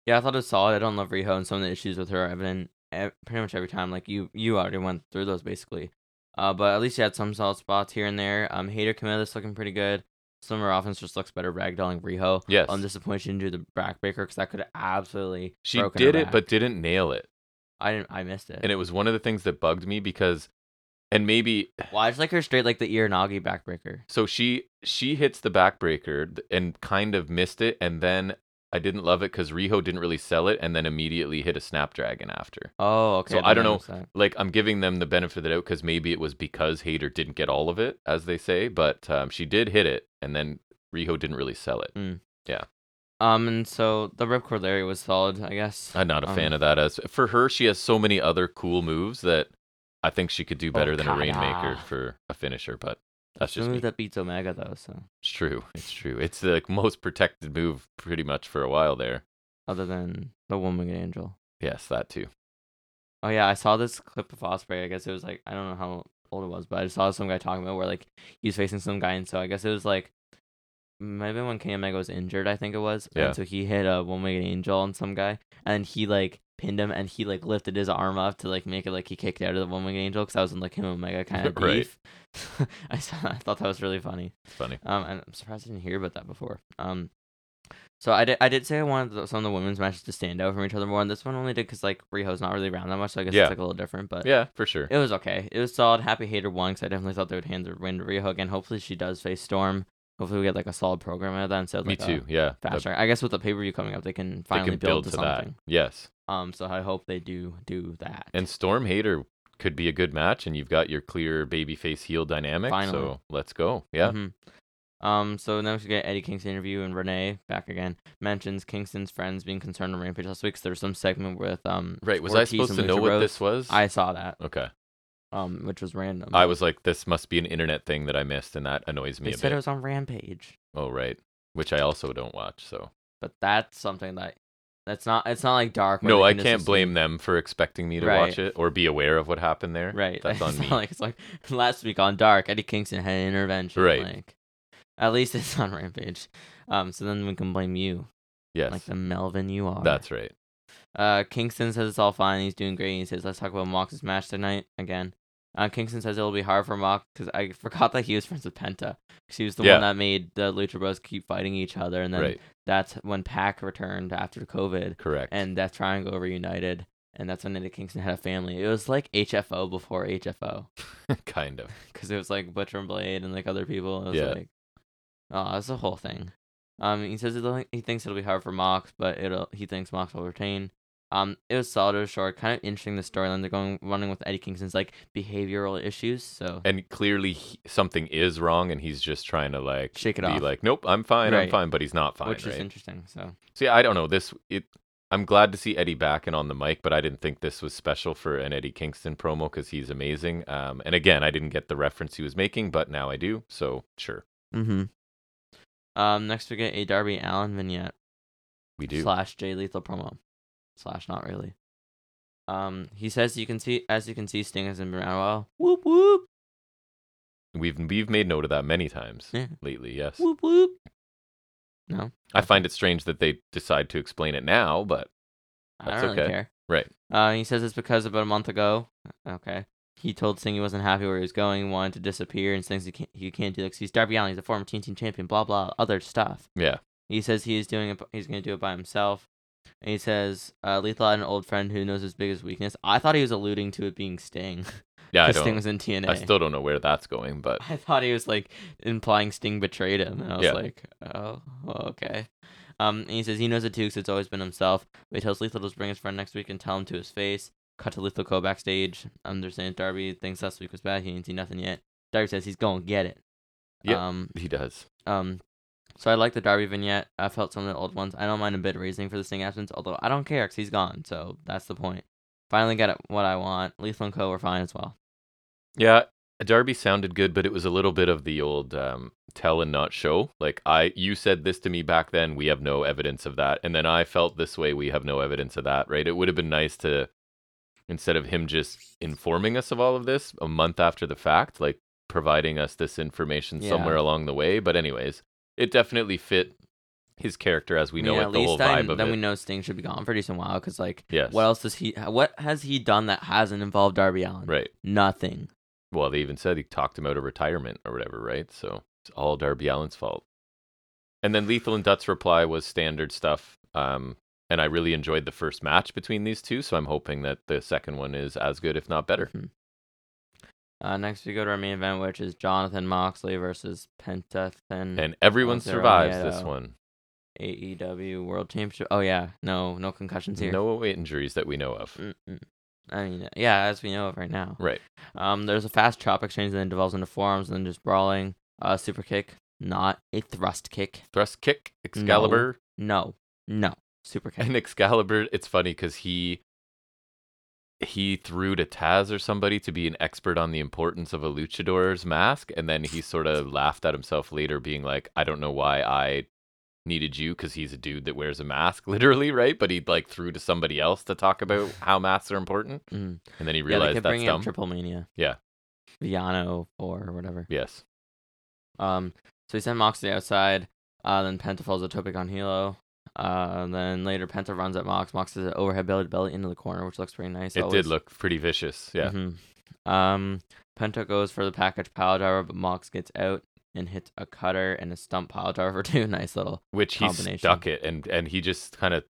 B: Yeah, I thought it was solid. I don't love Riho, and some of the issues with her are evident ev- pretty much every time. Like you, you already went through those basically. Uh, but at least you had some solid spots here and there. Um, Hater Camilla's looking pretty good. Some of her offense just looks better ragdolling Riho.
A: Yes.
B: I'm disappointed she didn't do the backbreaker because that could have absolutely.
A: she
B: broken her
A: did it,
B: back.
A: but didn't nail it.
B: I didn't. I missed it.
A: And it was one of the things that bugged me because, and maybe
B: well, I just like her straight like the Iranagi backbreaker.
A: So she she hits the backbreaker th- and kind of missed it, and then I didn't love it because Riho didn't really sell it, and then immediately hit a snapdragon after.
B: Oh, okay.
A: So
B: then
A: I don't know-
B: missed that.
A: Like I'm giving them the benefit of the doubt because maybe it was because Hater didn't get all of it, as they say, but um, she did hit it, and then Riho didn't really sell it.
B: Um, and so the ripcord Larry was solid, I guess.
A: I'm not a
B: Um,
A: fan of that. As for her, she has so many other cool moves that I think she could do better than a
B: Okada.
A: rainmaker for a finisher. But That's just
B: the
A: me.
B: move that beats Omega though. So
A: It's true. It's true. It's the most protected move pretty much for a while there.
B: other than the Woman Angel.
A: Yes, that too.
B: Oh yeah, I saw this clip of Osprey. I guess it was like I don't know how old it was, but I saw some guy talking about where like he was facing some guy, and so I guess it was like maybe when Kenny Omega was injured, I think it was.
A: Yeah.
B: And so he hit a one winged angel on some guy, and he like pinned him, and he like lifted his arm up to like make it like he kicked out of the one winged angel because that was in like him and Omega kind of
A: Right.
B: beef. I saw, I thought that was really funny.
A: It's funny.
B: Um, and I'm surprised I didn't hear about that before. Um, so I did, I did say I wanted the- some of the women's matches to stand out from each other more, and this one only did because like Riho's not really around that much, so I guess
A: Yeah.
B: it's like a little different. But
A: Yeah, for sure.
B: it was okay. It was solid. Happy Hater won because I definitely thought they would hand the win to Riho again. Hopefully she does face Storm. Hopefully we get like a solid program out of that instead of
A: Me
B: like
A: too. Yeah.
B: a fast track. I guess with the pay per view coming up, they can
A: They
B: finally
A: can build
B: build, to,
A: to that.
B: something.
A: Yes.
B: Um, so I hope they do do that.
A: And Storm Hater could be a good match, and you've got your clear babyface heel dynamic.
B: Finally.
A: So let's go. Yeah.
B: Mhm. Um, so next we get Eddie Kingston interview and Renee back again mentions Kingston's friends being concerned on Rampage last week. So there's some segment with um
A: Right. Was I
B: Ortiz and
A: supposed to
B: Lucha
A: know what
B: Rose.
A: this was?
B: I saw that
A: Okay.
B: um which was random.
A: I was like, this must be an internet thing that I missed, and that annoys me
B: they
A: a
B: said
A: bit.
B: it was on Rampage,
A: Oh, right. Which I also don't watch. So
B: but that's something that that's not it's not like dark. where
A: no,
B: they
A: I
B: can just
A: can't
B: assume-
A: blame them for expecting me to watch it or be aware of what happened there.
B: Right,
A: That's on
B: it's
A: me.
B: Not like it's like last week on Dark, Eddie Kingston had an intervention.
A: Right.
B: like at least it's on Rampage. Um, so then we can blame you,
A: yes.
B: like the Melvin you are.
A: That's right.
B: Uh, Kingston says it's all fine. He's doing great. He says, let's talk about Mox's match tonight again. Uh, Kingston says it'll be hard for Mox because I forgot that he was friends with Penta. 'Cause he was the
A: Yeah.
B: one that made the Lucha Bros keep fighting each other. And then
A: Right.
B: that's when Pac returned after COVID
A: Correct.
B: and Death Triangle reunited. And that's when Eddie Kingston had a family. It was like HFO before HFO
A: kind of.
B: because it was like Butcher and Blade and like other people. It was
A: Yeah.
B: like, oh, it's a whole thing. Um, he says it'll, he thinks it'll be hard for Mox, but it'll he thinks Mox will retain. Um, it was solid, it was short, kind of interesting the storyline they're going running with Eddie Kingston's like behavioral issues. So
A: And clearly he, something is wrong, and he's just trying to like
B: Shake it
A: be
B: off.
A: like, nope, I'm fine, I'm
B: Right.
A: fine, but he's not fine,
B: which
A: right?
B: is interesting. So
A: See, I don't know this. It. I'm glad to see Eddie back and on the mic, but I didn't think this was special for an Eddie Kingston promo because he's amazing. Um, and again, I didn't get the reference he was making, but now I do. So sure,
B: mm-hmm. um, next we get a Darby Allen vignette
A: we do.
B: slash Jay Lethal promo slash not really. Um, he says you can see as you can see Sting has been around a while. Whoop whoop
A: We've we've made note of that many times
B: Yeah.
A: lately. Yes,
B: whoop whoop.
A: I find it strange that they decide to explain it now, but
B: I
A: That's
B: don't
A: okay.
B: really care.
A: Right.
B: Uh, he says it's because about a month ago. Okay. He told Sting he wasn't happy where he was going, wanted to disappear, and Sting's he can't, he can't do that 'cause he's Darby Allin, he's a former Teen Team champion, blah blah, other stuff.
A: yeah,
B: He says he is doing it. b- He's gonna do it by himself. And he says uh, Lethal had an old friend who knows his biggest weakness. I thought he was alluding to it being Sting.
A: yeah. I
B: 'cause Sting
A: don't.
B: was in TNA.
A: I still don't know where that's going, but
B: I thought he was like implying Sting betrayed him, and I was
A: Yeah.
B: like, oh, okay. Um, and he says he knows it too because it's always been himself. But he tells Lethal to bring his friend next week and tell him to his face. Cut to Lethal go backstage. Understands Darby thinks last week was bad. He didn't see nothing yet. Darby says he's gonna get it.
A: Yep.
B: Um.
A: he does.
B: Um. So I like the Darby vignette. I felt some of the old ones. I don't mind a bit of reasoning for the Sting absence, although I don't care because he's gone. So that's the point. Finally got it what I want. Lethal and Co were fine as well.
A: Yeah, Darby sounded good, but it was a little bit of the old um, tell and not show. Like I, you said this to me back then. We have no evidence of that, and then I felt this way. We have no evidence of that. Right? It would have been nice to, instead of him just informing us of all of this a month after the fact, like providing us this information
B: Yeah.
A: somewhere along the way. But anyways, it definitely fit his character as we
B: I
A: know
B: mean,
A: it. The whole
B: I-
A: vibe of
B: then
A: it.
B: we know Sting should be gone for a decent while because like
A: yes.
B: What else does he? What has he done that hasn't involved Darby Allen?
A: Right.
B: Nothing.
A: Well, they even said he talked him out of retirement or whatever, right? So it's all Darby Allen's fault. And then Lethal and Dutt's reply was standard stuff. Um, and I really enjoyed the first match between these two, so I'm hoping that the second one is as good, if not better.
B: Mhm. Uh, next we go to our main event, which is Jonathan Moxley versus Pentathlon
A: And everyone
B: Zero
A: survives this
B: Nieto.
A: one.
B: AEW E World Championship. Oh yeah, no, no concussions here.
A: No injuries that we know of.
B: Mm-mm. I mean, yeah, as we know of right now.
A: Right.
B: Um, there's a fast chop exchange, then it devolves into forearms, and then just brawling. Uh, super kick, not a thrust kick.
A: Thrust kick, Excalibur.
B: No, no, super kick.
A: And Excalibur, it's funny because he he threw to Taz or somebody to be an expert on the importance of a luchador's mask, and then he sort of laughed at himself later, being like, "I don't know why I needed you because he's a dude that wears a mask, literally, right?" But he like threw to somebody else to talk about how masks are important,
B: Mm.
A: and then he
B: Yeah, they
A: realized
B: kept
A: that's
B: bringing up
A: dumb.
B: Triple Mania.
A: Yeah.
B: Viano or whatever.
A: yes,
B: Um, so he sent Moxley outside. Uh, then Penta falls a topic on Hilo. Uh, and then later Penta runs at Mox. Mox does an overhead belly to belly into the corner, which looks pretty nice.
A: it
B: always.
A: did look pretty vicious. Yeah,
B: Mhm. Um, Penta goes for the package piledriver, but Mox gets out and hits a cutter and a stump piledriver too. Nice little.
A: which he
B: Combination.
A: stuck it, and and he just kind of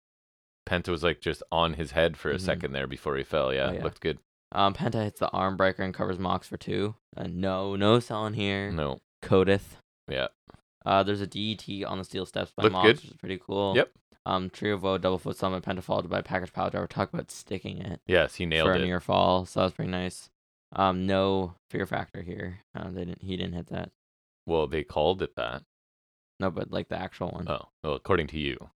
A: Penta was like just on his head for a
B: Mhm.
A: second there before he fell. Yeah,
B: Oh, yeah.
A: looked good.
B: Um, Penta hits the arm breaker and covers Mox for two. Uh, no, no selling here.
A: No,
B: Codith.
A: Yeah.
B: Uh, there's a DET on the steel steps by
A: Looked
B: Mox,
A: good.
B: which is pretty cool.
A: Yep.
B: Um, Tree of Woe, double foot summit, penta followed by package power driver. Talk about sticking it
A: yes, he nailed
B: for
A: it.
B: a near fall, so that's pretty nice. Um, no fear factor here. Um, they didn't. He didn't hit that.
A: Well, they called it that.
B: No, but like the actual one.
A: Oh, well, according to you.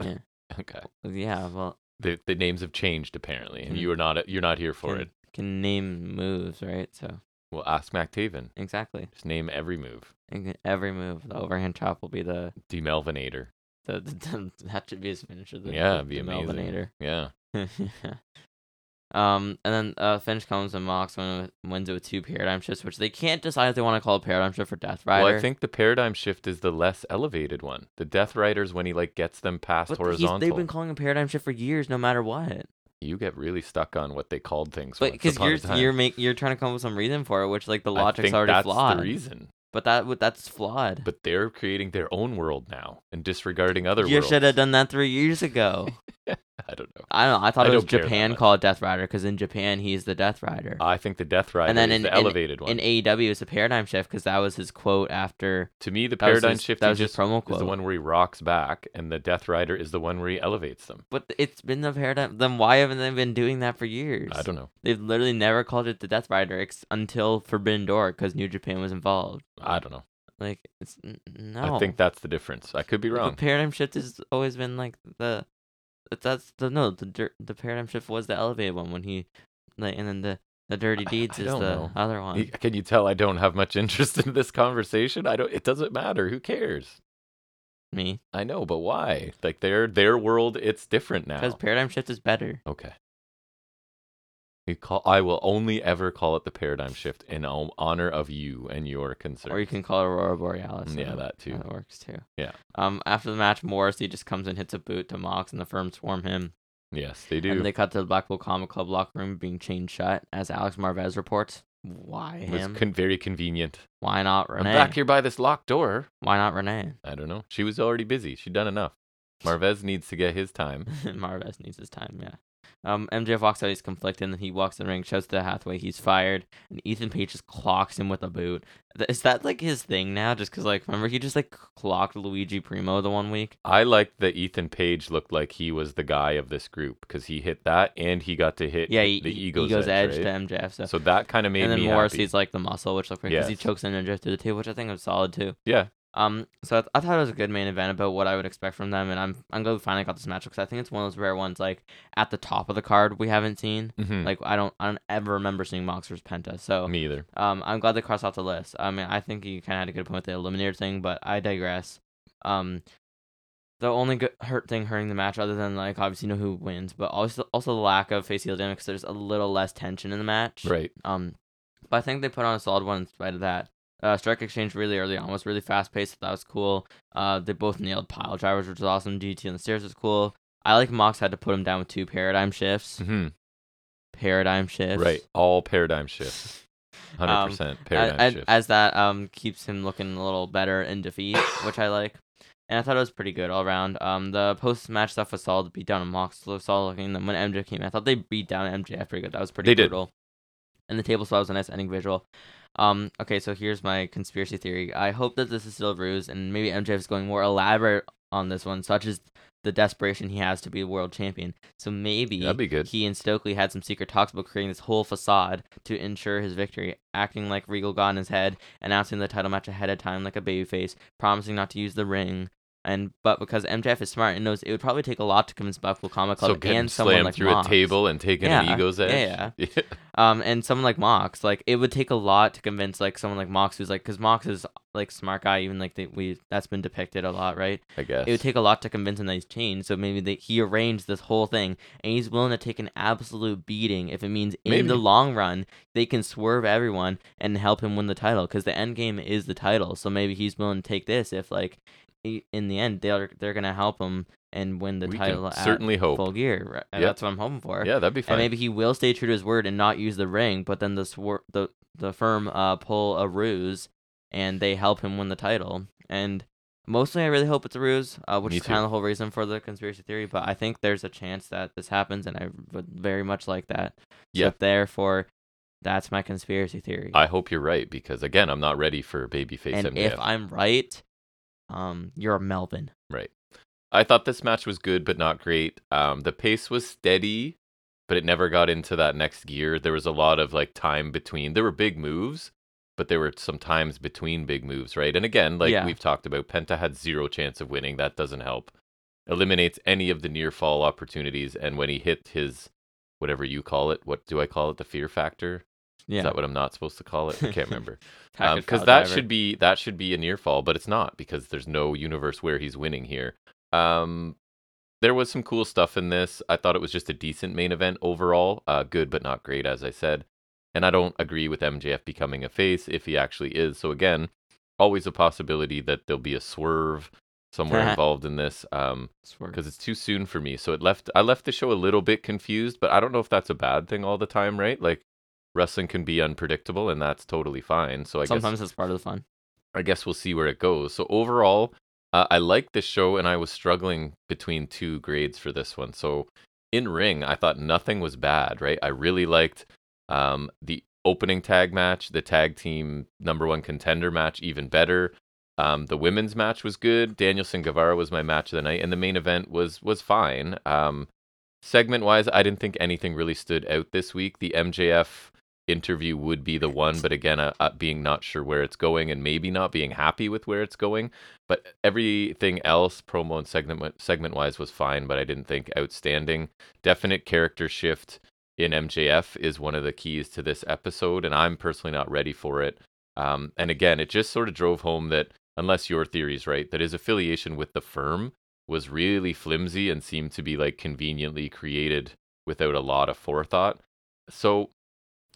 B: Mm. Yeah.
A: okay.
B: yeah. Well,
A: The the names have changed apparently, and
B: Can-
A: you are not you're not here for
B: can,
A: it.
B: can name moves right. So
A: Well, ask MacTaven.
B: exactly.
A: Just name every move.
B: And then Every move, the overhand chop will be the
A: Demelvinator.
B: the, the, that should be his finisher. The,
A: yeah,
B: the,
A: it'd be
B: the
A: amazing.
B: Melvinator.
A: Yeah.
B: um, and then uh, finish comes and Mox win- wins it with two paradigm shifts, which they can't decide if they want to call a paradigm shift for Death Rider.
A: Well, I think the paradigm shift is the less elevated one. The Death Riders when he like gets them past
B: But he's-
A: horizontal.
B: They've been calling a paradigm shift for years, no matter what.
A: you get really stuck on what they called things.
B: But
A: because
B: because you're you're make, you're trying to come up with some reason for it, which like the
A: I
B: logic's
A: think
B: already
A: that's
B: flawed.
A: the reason.
B: But that would- that's flawed.
A: But they're creating their own world now and disregarding other
B: you
A: worlds.
B: should have done that three years ago.
A: I don't know.
B: I don't know. I thought
A: I
B: it was
A: don't care that
B: Japan
A: much.
B: called Death Rider because in Japan he's the Death Rider.
A: I think the Death Rider
B: then
A: is
B: in-
A: the
B: in-
A: elevated one.
B: in AEW, it's a paradigm shift because that was his quote after
A: To me, the
B: that was
A: paradigm
B: his-
A: shift
B: That
A: he
B: was his
A: just
B: promo
A: is
B: quote.
A: the one where he rocks back, and the Death Rider is the one where he elevates them.
B: But th- it's been the paradigm. Then why haven't they been doing that for years?
A: I don't know.
B: They've literally never called it the Death Rider ex- until Forbidden Door because New Japan was involved.
A: I don't know.
B: Like it's n- no.
A: I think that's the difference. I could be
B: Like,
A: wrong.
B: The paradigm shift has always been like the. that- That's the no. The dir- the paradigm shift was the elevated one when he, like, and then the the dirty
A: I-
B: deeds
A: I
B: is the
A: don't know.
B: other one.
A: Y- Can you tell I don't have much interest in this conversation? I don't. It doesn't matter. Who cares?
B: Me
A: I know, but why? Like their their world, it's different now.
B: because paradigm shift is better.
A: okay. You call. I will only ever call it the paradigm shift in o- honor of you and your concerns.
B: Or you can call it Aurora Borealis.
A: Mm, Yeah,
B: and
A: that too.
B: That works too.
A: Yeah.
B: Um. After the match, Morrissey just comes and hits a boot to Mox, and the firm swarm him.
A: Yes, they do.
B: And they cut to the Blackpool Comic Club locker room being chained shut, as Alex Marvez reports. Why
A: it was
B: him?
A: con- very convenient.
B: Why not
A: I'm
B: Renee?
A: back here by this locked door.
B: Why not Renee?
A: I don't know. She was already busy. She'd done enough. Marvez needs to get his time.
B: Marvez needs his time, yeah. Um, MJF walks out, he's conflicted, and he walks in the ring, shouts to Hathaway, he's fired, and Ethan Page just clocks him with a boot. Th- Is that like his thing now? Just because, like, remember he just like clocked Luigi Primo the one week?
A: I liked that Ethan Page looked like he was the guy of this group because he hit that and he got to hit
B: Yeah, he,
A: the
B: he-
A: ego's,
B: he goes edge,
A: right?
B: to MJF. So,
A: So that kind of made
B: and then
A: me
B: Morrissey's
A: happy.
B: like the muscle, which looked pretty because he
A: Yes.
B: chokes in MJF through the table, which I think was solid too.
A: Yeah,
B: Um, so I, th- I thought it was a good main event about what I would expect from them, and I'm I'm glad we finally got this matchup because I think it's one of those rare ones like at the top of the card we haven't seen.
A: Mhm.
B: Like I don't I don't ever remember seeing Mox versus Penta, so
A: me either.
B: um I'm glad they crossed off the list. I mean I think you kind of had a good point with the eliminator thing, but I digress. Um, the only good hurt thing hurting the match, other than like obviously you know who wins, but also also the lack of face heel dynamics. There's a little less tension in the match,
A: Right.
B: um, but I think they put on a solid one in spite of that. Uh, strike exchange really early on was really fast paced. That was cool. Uh, they both nailed pile drivers, which was awesome. DT on the stairs was cool. I like Mox had to put him down with two paradigm shifts.
A: hmm
B: Paradigm shifts.
A: Right. All paradigm shift. 100% paradigm
B: Um, A- a-
A: shift.
B: As that um keeps him looking a little better in defeat, which I like. And I thought it was pretty good all around. Um, the post match stuff was solid. Beat down on Mox was solid looking. Then when MJ came, I thought they beat down MJF pretty good. That was pretty
A: They did.
B: brutal. And the table saw was a nice ending visual. Um, okay, so here's my conspiracy theory. I hope that this is still a ruse, and maybe MJF is going more elaborate on this one, such as the desperation he has to be world champion. So maybe
A: That'd be good.
B: he and Stokely had some secret talks about creating this whole facade to ensure his victory, acting like Regal got in his head, announcing the title match ahead of time like a babyface, promising not to use the ring, And but because MJF is smart and knows it would probably take a lot to convince Buffalo Comic
A: So
B: Club
A: get him
B: and someone
A: slammed
B: like
A: through
B: Mox.
A: a table and taken an
B: Yeah,
A: ego's
B: yeah,
A: edge. Yeah,
B: Um, and someone like Mox, like it would take a lot to convince like someone like Mox, who's like, because Mox is like smart guy, even like they, we that's been depicted a lot, right?
A: I guess
B: It would take a lot to convince him that he's changed. So maybe that he arranged this whole thing, and he's willing to take an absolute beating if it means in
A: Maybe.
B: the long run they can swerve everyone and help him win the title. Because the end game is the title. So maybe he's willing to take this if like he, in the end they're they're gonna help him and win the
A: we
B: title.
A: can
B: at
A: certainly hope.
B: full gear. Right?
A: Yep.
B: That's what I'm hoping for.
A: Yeah, that'd be fine.
B: And maybe he will stay true to his word and not use the ring, but then the swor- the the firm uh, pull a ruse, and they help him win the title. And mostly, I really hope it's a ruse, uh, which
A: Me
B: is kind
A: too.
B: of the whole reason for the conspiracy theory. But I think there's a chance that this happens, and I would very much like that. So
A: Yeah.
B: therefore, that's my conspiracy theory.
A: I hope you're right because again, I'm not ready for babyface
B: and
A: MJF.
B: if I'm right, um, you're a Melvin.
A: Right. I thought this match was good, but not great. Um, the pace was steady, but it never got into that next gear. There was a lot of like time between. There were big moves, but there were some times between big moves, right? And again, like
B: Yeah.
A: we've talked about, Penta had zero chance of winning. That doesn't help. Eliminates any of the near fall opportunities. And when he hit his, whatever you call it, what do I call it? The fear factor?
B: Yeah,
A: Is that what I'm not supposed to call it? I can't remember
B: Package
A: because
B: file
A: um, that
B: driver.
A: should be that should be a near fall, but it's not because there's no universe where he's winning here. Um, there was some cool stuff in this. I thought it was just a decent main event overall. Uh, good but not great, as I said. And I don't agree with MJF becoming a face if he actually is. So again, always a possibility that there'll be a swerve somewhere involved in this. Um,
B: Swerve.
A: because it's too soon for me. So it left I left the show a little bit confused, but I don't know if that's a bad thing all the time, right? Like wrestling can be unpredictable and that's totally fine. So I guess
B: sometimes it's part of the fun.
A: I guess we'll see where it goes. So overall, uh, I liked this show and I was struggling between two grades for this one. So in ring, I thought nothing was bad, right? I really liked um, the opening tag match, the tag team number one contender match, even better. Um, the women's match was good. Danielson Guevara was my match of the night, and the main event was was fine. Um, segment wise, I didn't think anything really stood out this week. The MJF interview would be the one, but again, uh, uh, being not sure where it's going and maybe not being happy with where it's going. But everything else, promo and segment segment wise, was fine. But I didn't think outstanding. Definite character shift in MJF is one of the keys to this episode, and I'm personally not ready for it. Um, and again, it just sort of drove home that unless your theory's right, that his affiliation with the firm was really flimsy and seemed to be like conveniently created without a lot of forethought. So,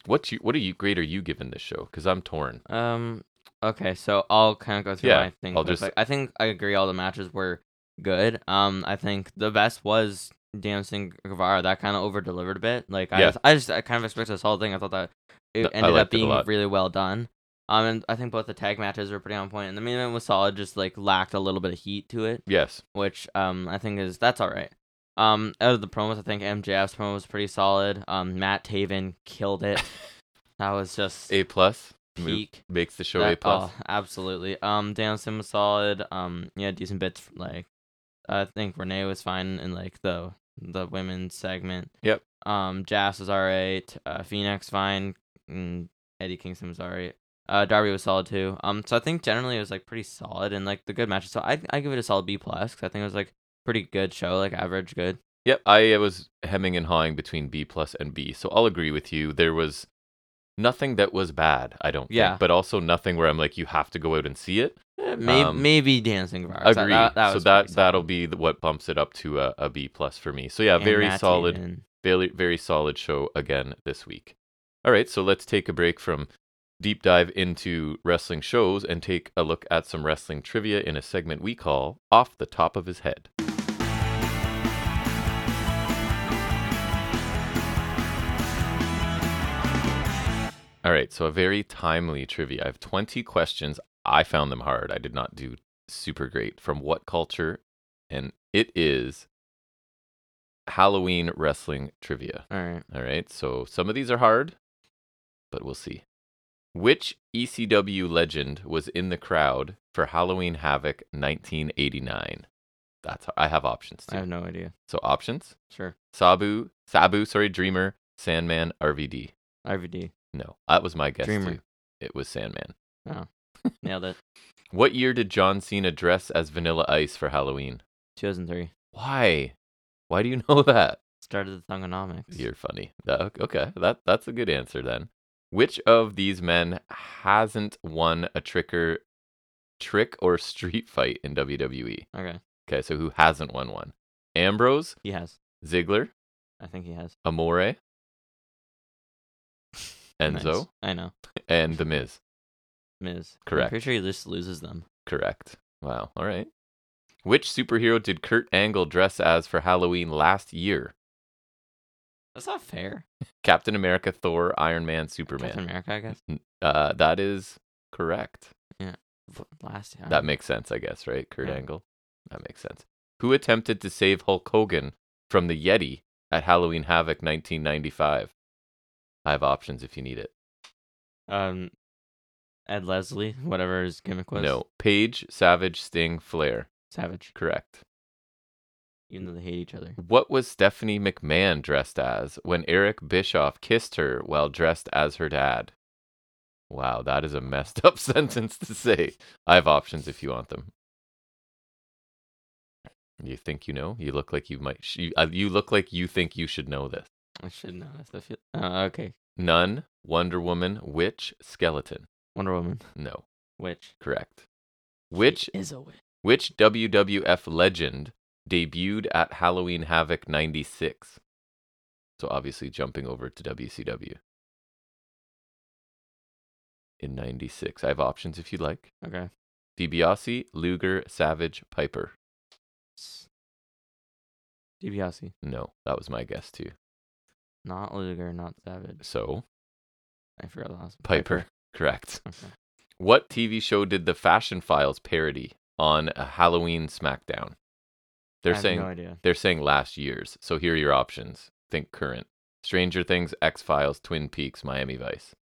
A: what's you, what are you grade are you giving this show? Because I'm torn.
B: Um. Okay, so I'll kind of go through
A: Yeah,
B: my thing.
A: I'll
B: real
A: just-
B: quick. I think I agree. All the matches were good. Um, I think the best was Danielson Guevara. That kind of over delivered a bit. Like I,
A: Yeah.
B: just, I just, I kind of expected this whole thing. I thought that it
A: No, I
B: ended up
A: liked it a
B: being
A: lot.
B: really well done. Um, and I think both the tag matches were pretty on point, and the main event was solid. Just like lacked a little bit of heat to it
A: Yes,
B: which um I think is that's all right. Um, out of the promos, I think MJF's promo was pretty solid. Um, Matt Taven killed it. that was just
A: A plus Mo-
B: peak.
A: makes the show
B: That-
A: A plus.
B: oh, absolutely. Um, Danielson was solid. Um, yeah, decent bits. Like, I think Renee was fine in like the the women's segment.
A: Yep.
B: Um, Jazz was alright. Uh, Phoenix fine. And Eddie Kingston was alright. Uh, Darby was solid too. Um, so I think generally it was like pretty solid and like the good matches. So I I give it a solid B plus because I think it was like pretty good show, like average good.
A: Yep, I was hemming and hawing between B plus and B. So I'll agree with you. There was nothing that was bad. I don't.
B: Yeah.
A: Think, but also nothing where I'm like you have to go out and see it.
B: Maybe
A: Um,
B: Eh, maybe Dancing Bar.
A: Agreed. so
B: was
A: that
B: pretty
A: that'll
B: solid.
A: be the, what bumps it up to a, a B plus for me. So yeah,
B: And
A: very
B: Matt
A: solid,
B: Taven.
A: very very solid show again this week. All right, so let's take a break from deep dive into wrestling shows and take a look at some wrestling trivia in a segment we call "Off the Top of His Head." All right, so a very timely trivia. I have 20 questions. I found them hard. I did not do super great. From what culture? And it is Halloween wrestling trivia.
B: All right.
A: All right, so some of these are hard, but we'll see. Which ECW legend was in the crowd for Halloween Havoc 1989? That's I have options
B: I
A: too.
B: have no idea.
A: So options:
B: Sure.
A: Sabu, Sabu, sorry, Dreamer, Sandman, RVD.
B: RVD.
A: No, that was my guess
B: Dreamer.
A: too. It was Sandman.
B: Nailed it.
A: What year did John Cena dress as Vanilla Ice for Halloween?
B: 2003.
A: Why? Why do you know that?
B: Started the Thungonomics.
A: You're funny. That- okay, that that's a good answer then. Which of these men hasn't won a trick or trick or street fight in WWE?
B: Okay.
A: Okay, so who hasn't won one? Ambrose,
B: He has.
A: Ziggler,
B: I think he has.
A: Amore, Enzo,
B: Nice. I know.
A: and The Miz.
B: Miz.
A: Correct.
B: I'm pretty sure he just loses them.
A: Correct. Wow. All right. Which superhero did Kurt Angle dress as for Halloween last year?
B: That's not fair.
A: Captain America, Thor, Iron Man, Superman.
B: Captain America, I guess.
A: Uh, that is correct.
B: F- Last time.
A: That makes sense, I guess, right? Kurt
B: Um, Yeah.
A: Angle. That makes sense. Who attempted to save Hulk Hogan from the Yeti at Halloween Havoc 1995? I have options if you need it.
B: um, Ed Leslie, whatever his gimmick was.
A: No. Paige, Savage, Sting, Flair.
B: Savage.
A: Correct.
B: Even though they hate each other.
A: What was Stephanie McMahon dressed as when Eric Bischoff kissed her while dressed as her dad? Wow, that is a messed up sentence to say. I have options if you want them. You think you know? You look like you might. sh- You, uh, you look like you think you should know this.
B: I should know this. I feel. Uh, okay.
A: Nun, Wonder Woman, Witch, Skeleton.
B: Wonder Woman.
A: No,
B: Witch.
A: correct. Which
B: She is a witch?
A: which WWF legend debuted at Halloween Havoc 96? So obviously jumping over to WCW. In 96. I have options if you'd like.
B: Okay.
A: DiBiase, Luger, Savage, Piper.
B: S- DiBiase.
A: No, that was my guess too.
B: Not Luger, not Savage.
A: So,
B: I forgot the last one.
A: Piper. Correct.
B: Okay.
A: What TV show did the Fashion Files parody on a Halloween SmackDown? They're
B: I have
A: saying
B: no idea.
A: They're saying last year's. So here are your options. Think current. Stranger Things, X Files, Twin Peaks, Miami Vice.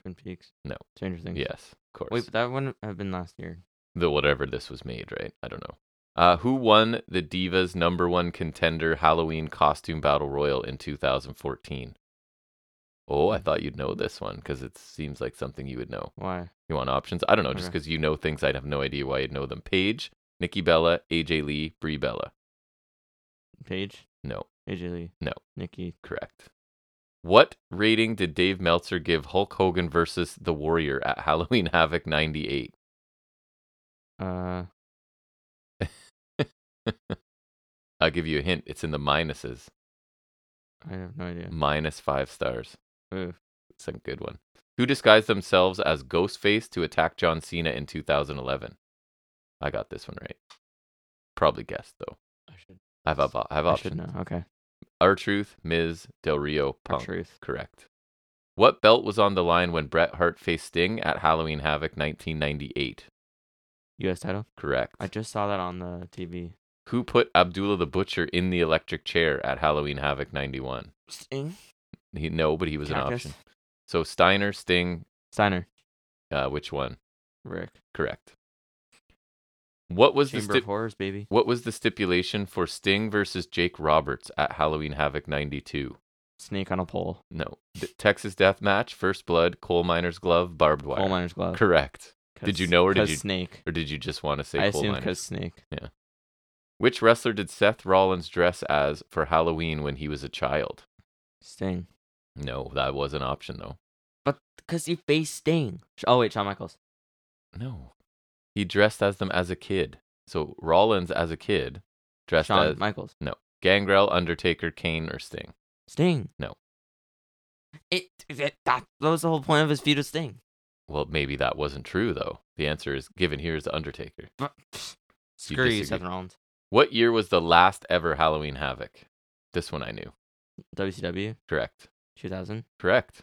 B: Twin Peaks.
A: No.
B: Stranger Things.
A: Yes, of course.
B: Mm-hmm. Wait, but that wouldn't have been last year.
A: the whatever this was made, right? I don't know. Uh, who won the Divas number one contender Halloween costume battle royal in 2014? Oh,
B: Mm.
A: I thought you'd know this one because it seems like something you would know.
B: Why?
A: You want options? I don't know, just
B: Okay.
A: because you know things, I'd have no idea why you'd know them. Paige, Nikki Bella, AJ Lee, Brie Bella.
B: Paige?
A: No.
B: AJ Lee.
A: No.
B: Nikki.
A: Correct. What rating did Dave Meltzer give Hulk Hogan versus The Warrior at Halloween Havoc 98?
B: Uh
A: I'll give you a hint. It's in the minuses.
B: I have no idea.
A: Minus five stars.
B: Oof.
A: It's a good one. Who disguised themselves as Ghostface to attack John Cena in 2011? I got this one right. Probably guessed, though.
B: I should
A: I have, op- I have
B: I should
A: options.
B: know. Okay.
A: R Truth, Miz, Del Rio,
B: Our
A: Punk.
B: truth.
A: Correct. What belt was on the line when Bret Hart faced Sting at Halloween Havoc 1998?
B: US title?
A: Correct.
B: I just saw that on the TV.
A: Who put Abdullah the Butcher in the electric chair at Halloween Havoc 91?
B: Sting?
A: He, no, but he was an
B: Cactus?
A: option. So Steiner, Sting,
B: Steiner.
A: uh, which one?
B: Rick.
A: Correct. What was
B: Chamber
A: the
B: of
A: sti-
B: Horrors, baby.
A: what was the stipulation for Sting versus Jake Roberts at Halloween Havoc 92?
B: Snake on a pole.
A: No. The Texas Death Match, First Blood, Coal Miner's Glove, Barbed Wire.
B: Coal miner's glove.
A: Correct. Did you know or did
B: 'cause
A: you-
B: snake?
A: Or did you just want to say
B: I
A: Coal
B: assume
A: Miners?
B: because snake.
A: Which wrestler did Seth Rollins dress as for Halloween when he was a child?
B: Sting.
A: No, that was an option though.
B: But because he faced Sting. Sh- Oh wait, Shawn Michaels.
A: No. He dressed as them as a kid. So Rollins as a kid dressed
B: Shawn
A: as
B: Michaels.
A: Gangrel, Undertaker, Kane, or Sting.
B: Sting.
A: No.
B: It, it that, that was the whole point of his feud with Sting.
A: Well, maybe that wasn't true though. The answer is given here is the Undertaker.
B: But pfft, screw you,
A: disagree.
B: Seth Rollins.
A: What year was the last ever Halloween Havoc? This one I knew.
B: WCW
A: Correct.
B: 2000.
A: Correct.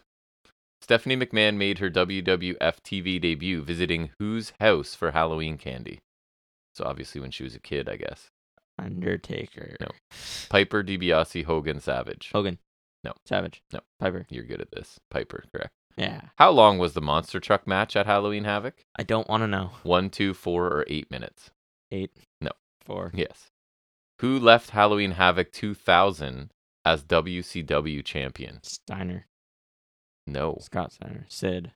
A: Stephanie McMahon made her WWF TV debut visiting whose house for Halloween candy? So obviously when she was a kid, I guess.
B: Undertaker.
A: No. Piper, DiBiase, Hogan, Savage.
B: Hogan.
A: No.
B: Savage.
A: No.
B: Piper.
A: You're good at this. Piper, correct.
B: Yeah.
A: How long was the monster truck match at Halloween Havoc?
B: I don't want to know.
A: One, two, four, or eight minutes?
B: Eight.
A: No.
B: Four.
A: Yes. Who left Halloween Havoc 2000 as WCW champion?
B: Steiner.
A: No.
B: Scott Steiner. Sid.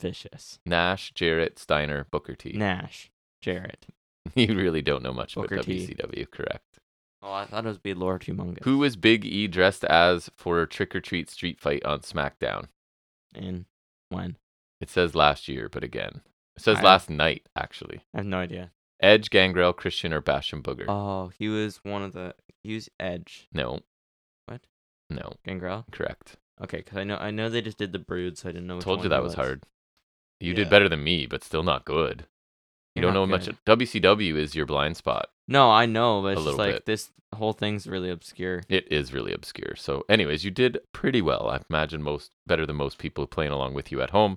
B: Vicious.
A: Nash, Jarrett, Steiner, Booker T.
B: Nash. Jarrett.
A: You really don't know much about
B: Booker T.
A: WCW, correct?
B: Oh, I thought it was be Lord Humongous.
A: Who was Big E dressed as for a trick or treat street fight on SmackDown?
B: and when?
A: It says last year, but again, it says
B: I-
A: last night actually.
B: I have no idea.
A: Edge, Gangrel, Christian, or Basham Booger?
B: Oh, he was one of the. He was Edge
A: no.
B: What?
A: No.
B: Gangrel.
A: Correct.
B: Okay, because I know I know they just did the Brood, so I didn't know. Which
A: Told
B: one
A: you
B: he
A: that was hard. You did
B: Yeah.
A: better than me, but still not good. You
B: You're
A: don't know much.
B: not good.
A: WCW is your blind spot.
B: No, I know,
A: A
B: but it's just
A: little
B: like
A: bit.
B: this whole thing's really obscure.
A: It is really obscure. So, anyways, you did pretty well. I imagine most better than most people playing along with you at home.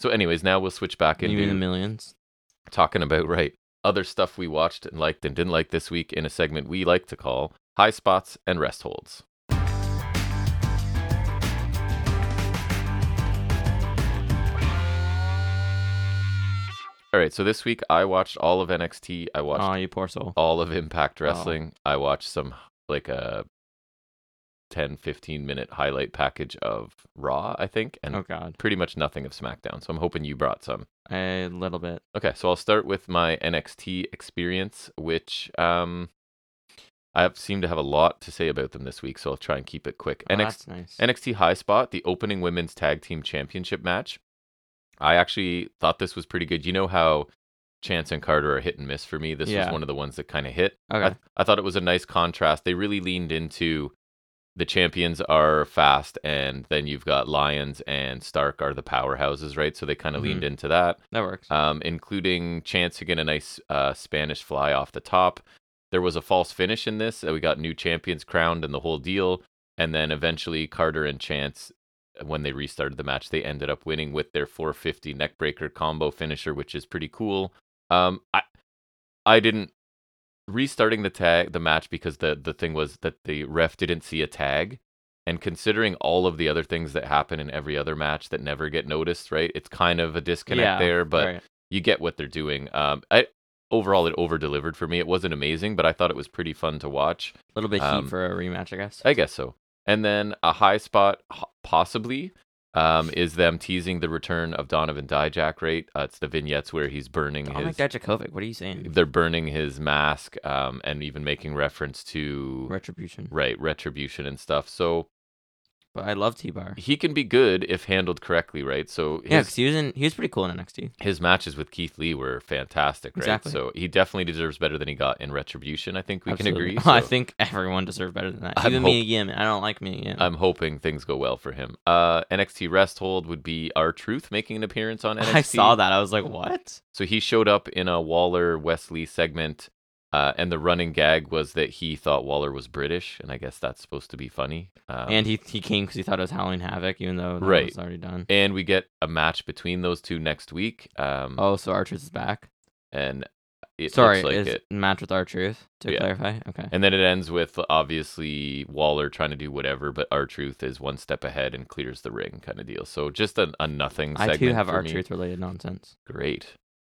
A: So, anyways, now we'll switch back
B: You mean the
A: into
B: millions?
A: talking about right other stuff we watched and liked and didn't like this week in a segment we like to call high spots and rest holds. All right, so this week I watched all of NXT. I watched
B: Oh, you poor soul.
A: all of Impact
B: Oh.
A: Wrestling. I watched some like a 10 15 minute highlight package of Raw, I think, and
B: Oh God,
A: pretty much nothing of SmackDown. So I'm hoping you brought some.
B: a little bit.
A: Okay, so I'll start with my NXT experience, which um I have, seem to have a lot to say about them this week, so I'll try and keep it quick.
B: Oh,
A: NXT
B: that's nice.
A: NXT High Spot, the opening women's tag team championship match. I actually thought this was pretty good. You know how Chance and Carter are hit and miss for me. This
B: Yeah.
A: was one of the ones that kind of hit.
B: okay.
A: I, I thought it was a nice contrast. They really leaned into the champions are fast, and then you've got Lions and Stark are the powerhouses, right? So they kind of
B: Mhm.
A: leaned into that
B: that works.
A: um, including chance to get a nice uh, Spanish fly off the top. There was a false finish in this. uh, We got new champions crowned and the whole deal. And then eventually, Carter and Chance, when they restarted the match, they ended up winning with their 450 neckbreaker combo finisher, which is pretty cool. Um, I, I didn't restarting the tag the match because the the thing was that the ref didn't see a tag. And considering all of the other things that happen in every other match that never get noticed, right? It's kind of a disconnect
B: Yeah,
A: there, but
B: Alright.
A: you get what they're doing. Um, I overall it over delivered for me. It wasn't amazing, but I thought it was pretty fun to watch.
B: a little bit heat
A: um,
B: for a rematch, I guess.
A: I guess so. And then a high spot h- possibly um, is them teasing the return of Donovan Dijak. Right, uh, it's the vignettes where he's burning
B: Dominic
A: his.
B: Dijakovic, what are you saying?
A: they're burning his mask, um, and even making reference to
B: Retribution.
A: right retribution and stuff. So
B: But I love T Bar.
A: he can be good if handled correctly, right? So
B: Yeah,
A: his-
B: because he was in. He was pretty cool in NXT.
A: his matches with Keith Lee were fantastic, right?
B: Exactly.
A: So he definitely deserves better than he got in Retribution. I think we
B: Absolutely.
A: can agree.
B: I
A: So
B: think everyone deserved better than that.
A: I'm
B: Even
A: hope-
B: me again. I don't like me again.
A: I'm hoping things go well for him. Uh, NXT Rest Hold would be our Truth making an appearance on NXT.
B: I saw that. I was like, what?
A: So he showed up in a Waller Wesley segment, uh, and the running gag was that he thought Waller was British, and I guess that's supposed to be funny. Um,
B: and he he came because he thought it was Halloween Havoc, even though that
A: Right.
B: was already done.
A: and we get a match between those two next week. Um,
B: Oh, so R Truth is back.
A: and it
B: Sorry,
A: looks like
B: is
A: it.
B: match with R Truth to
A: Yeah.
B: clarify. Okay.
A: And then it ends with obviously Waller trying to do whatever, but our truth is one step ahead and clears the ring kind of deal. So just a, a nothing.
B: I too
A: segment
B: have
A: for
B: R
A: me.
B: Truth related nonsense.
A: Great.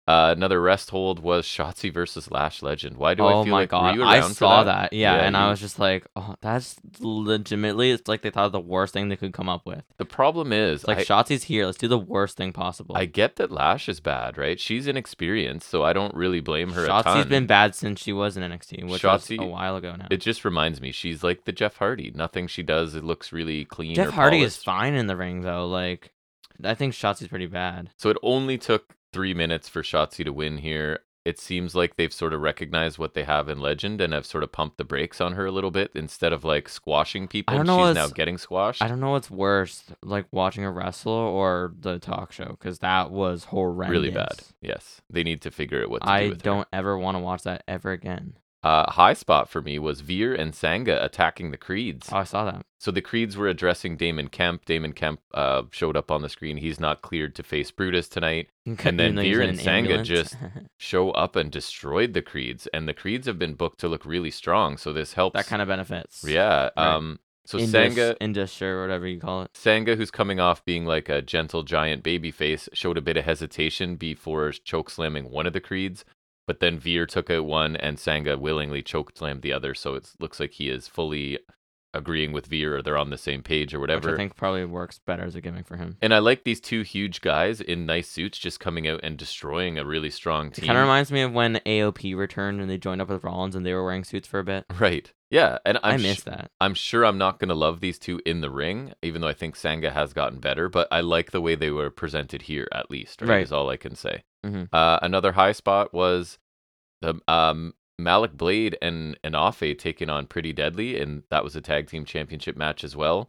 A: Uh, another rest hold was Shotzi versus Lash Legend. Why do
B: oh
A: I feel
B: my
A: like were
B: god,
A: you
B: I
A: around for
B: saw that. Yeah,
A: Yeah,
B: and
A: you-
B: I was just like, oh, that's legitimately. It's like they thought of the worst thing they could come up with.
A: The problem is,
B: It's like
A: I,
B: Shotzi's here. Let's do the worst thing possible.
A: I get that Lash is bad, right? She's inexperienced, so I don't really blame her. a
B: Shotzi's
A: ton.
B: been bad since she was in NXT, which was
A: Shotzi-
B: a while ago now.
A: It just reminds me, she's like the Jeff Hardy. Nothing she does, it looks really clean.
B: Jeff
A: or
B: Hardy
A: polished.
B: is fine in the ring though. Like, I think Shotzi's pretty bad.
A: So it only took three minutes for Shotzi to win here. It seems like they've sort of recognized what they have in Legend and have sort of pumped the brakes on her a little bit instead of like squashing people.
B: I don't
A: and
B: know
A: she's now
B: what's-
A: getting squashed.
B: I don't know what's worse, like watching a wrestle or the talk show, because that was horrendous.
A: really bad. Yes, they need to figure out what to
B: I
A: do with her.
B: don't ever want to watch that ever again.
A: Uh, high spot for me was Veer and Sangha attacking the Creeds.
B: Oh, I saw that.
A: So the Creeds were addressing Damon Kemp. Damon Kemp uh, showed up on the screen. He's not cleared to face Brutus tonight. And then
B: Even though he's
A: Veer
B: in
A: and
B: an
A: Sangha
B: ambulance.
A: just- Show up and destroyed the Creeds, and the Creeds have been booked to look really strong. So this helps.
B: that kind of benefits.
A: Yeah.
B: Right.
A: Um. So
B: Indus,
A: Sangha,
B: Indus or whatever you call it.
A: Sangha, who's coming off being like a gentle giant baby face, showed a bit of hesitation before choke slamming one of the creeds, but then Veer took out one, and Sangha willingly choke slammed the other. So it looks like he is fully agreeing with V or they're on the same page or whatever.
B: Which I think probably works better as a gimmick for him.
A: and I like these two huge guys in nice suits just coming out and destroying a really strong
B: It
A: team.
B: kind of reminds me of when AOP returned and they joined up with Rollins and they were wearing suits for a bit.
A: right. Yeah, and
B: i
A: I'm
B: miss
A: sh-
B: that.
A: I'm sure I'm not going to love these two in the ring, even though I think Sangha has gotten better, but I like the way they were presented here, at least, right?
B: Right.
A: Is all I can say.
B: Mhm.
A: Uh, another high spot was the um, Malik Blade and, and Afe taking on Pretty Deadly, and that was a tag team championship match as well.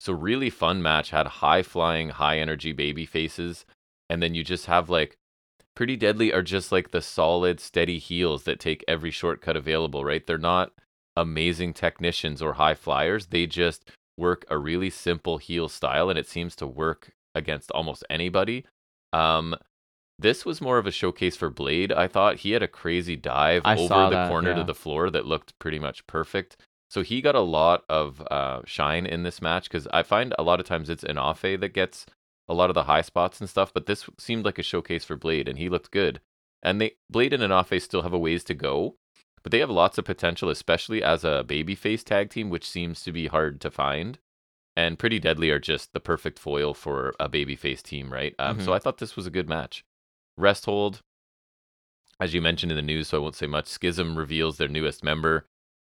A: So, really fun match, had high flying, high energy baby faces, and then you just have like Pretty Deadly are just like the solid, steady heels that take every shortcut available, right? They're not amazing technicians or high flyers. They just work a really simple heel style, and it seems to work against almost anybody. Um, this was more of a showcase for Blade. I thought he had a crazy dive
B: I
A: over
B: saw
A: the
B: that,
A: corner to
B: yeah.
A: the floor that looked pretty much perfect. So he got a lot of uh, shine in this match because I find a lot of times it's Inafe that gets a lot of the high spots and stuff, but this seemed like a showcase for Blade, and he looked good. And they Blade and Anafe still have a ways to go, but they have lots of potential, especially as a babyface tag team, which seems to be hard to find. And Pretty Deadly are just the perfect foil for a babyface team, right? Um, So I thought this was a good match. Rest hold, as you mentioned in the news, so I won't say much. Schism reveals their newest member.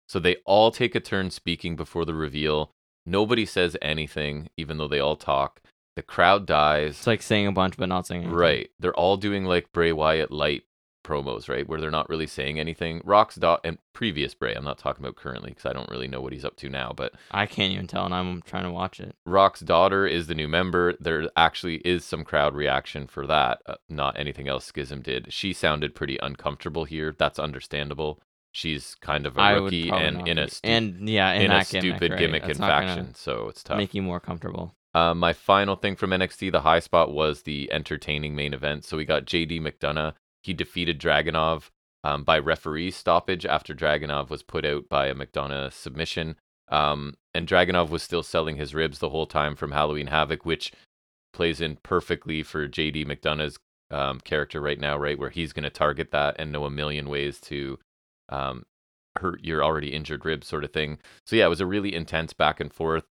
A: So they all take a turn speaking before the reveal. Nobody says anything, even though they all talk. The crowd dies.
B: It's like saying a bunch but not saying anything.
A: Right. They're all doing like Bray Wyatt light promos, right? Where they're not really saying anything. Rock's dot and previous Bray, I'm not talking about currently because I don't really know what he's up to now, but
B: I can't even tell, and I'm trying to watch it.
A: Rock's daughter is the new member. There actually is some crowd reaction for that, uh, not anything else Schism did. She sounded pretty uncomfortable here. That's understandable. She's kind of a
B: I would
A: rookie
B: probably
A: and
B: not
A: in a,
B: be-
A: stu-
B: and yeah, in,
A: in a
B: that
A: stupid
B: gimmick, right?
A: gimmick and
B: That's not gonna
A: faction, so it's tough.
B: Make you more comfortable.
A: Uh, my final thing from NXT, the high spot was the entertaining main event. So we got JD McDonough. He defeated Dragonov um, by referee stoppage after Dragonov was put out by a McDonough submission. Um, and Dragonov was still selling his ribs the whole time from Halloween Havoc, which plays in perfectly for JD McDonough's um, character right now, right? Where he's going to target that and know a million ways to um, hurt your already injured rib, sort of thing. So, yeah, it was a really intense back and forth.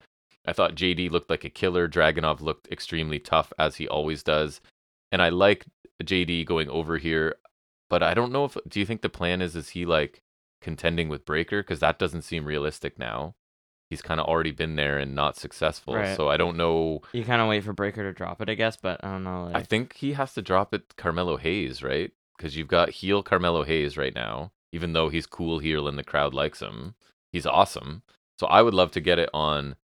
A: I thought JD looked like a killer. Dragonov looked extremely tough, as he always does. And I like JD going over here, but I don't know if. Do you think the plan is, is he like contending with Breaker? Because that doesn't seem realistic now. He's kind of already been there and not successful.
B: Right.
A: So I don't know.
B: You kind of wait for Breaker to drop it, I guess, but I don't know. Like,
A: I think he has to drop it Carmelo Hayes, right? Because you've got heel Carmelo Hayes right now, even though he's cool heel and the crowd likes him. He's awesome. So I would love to get it on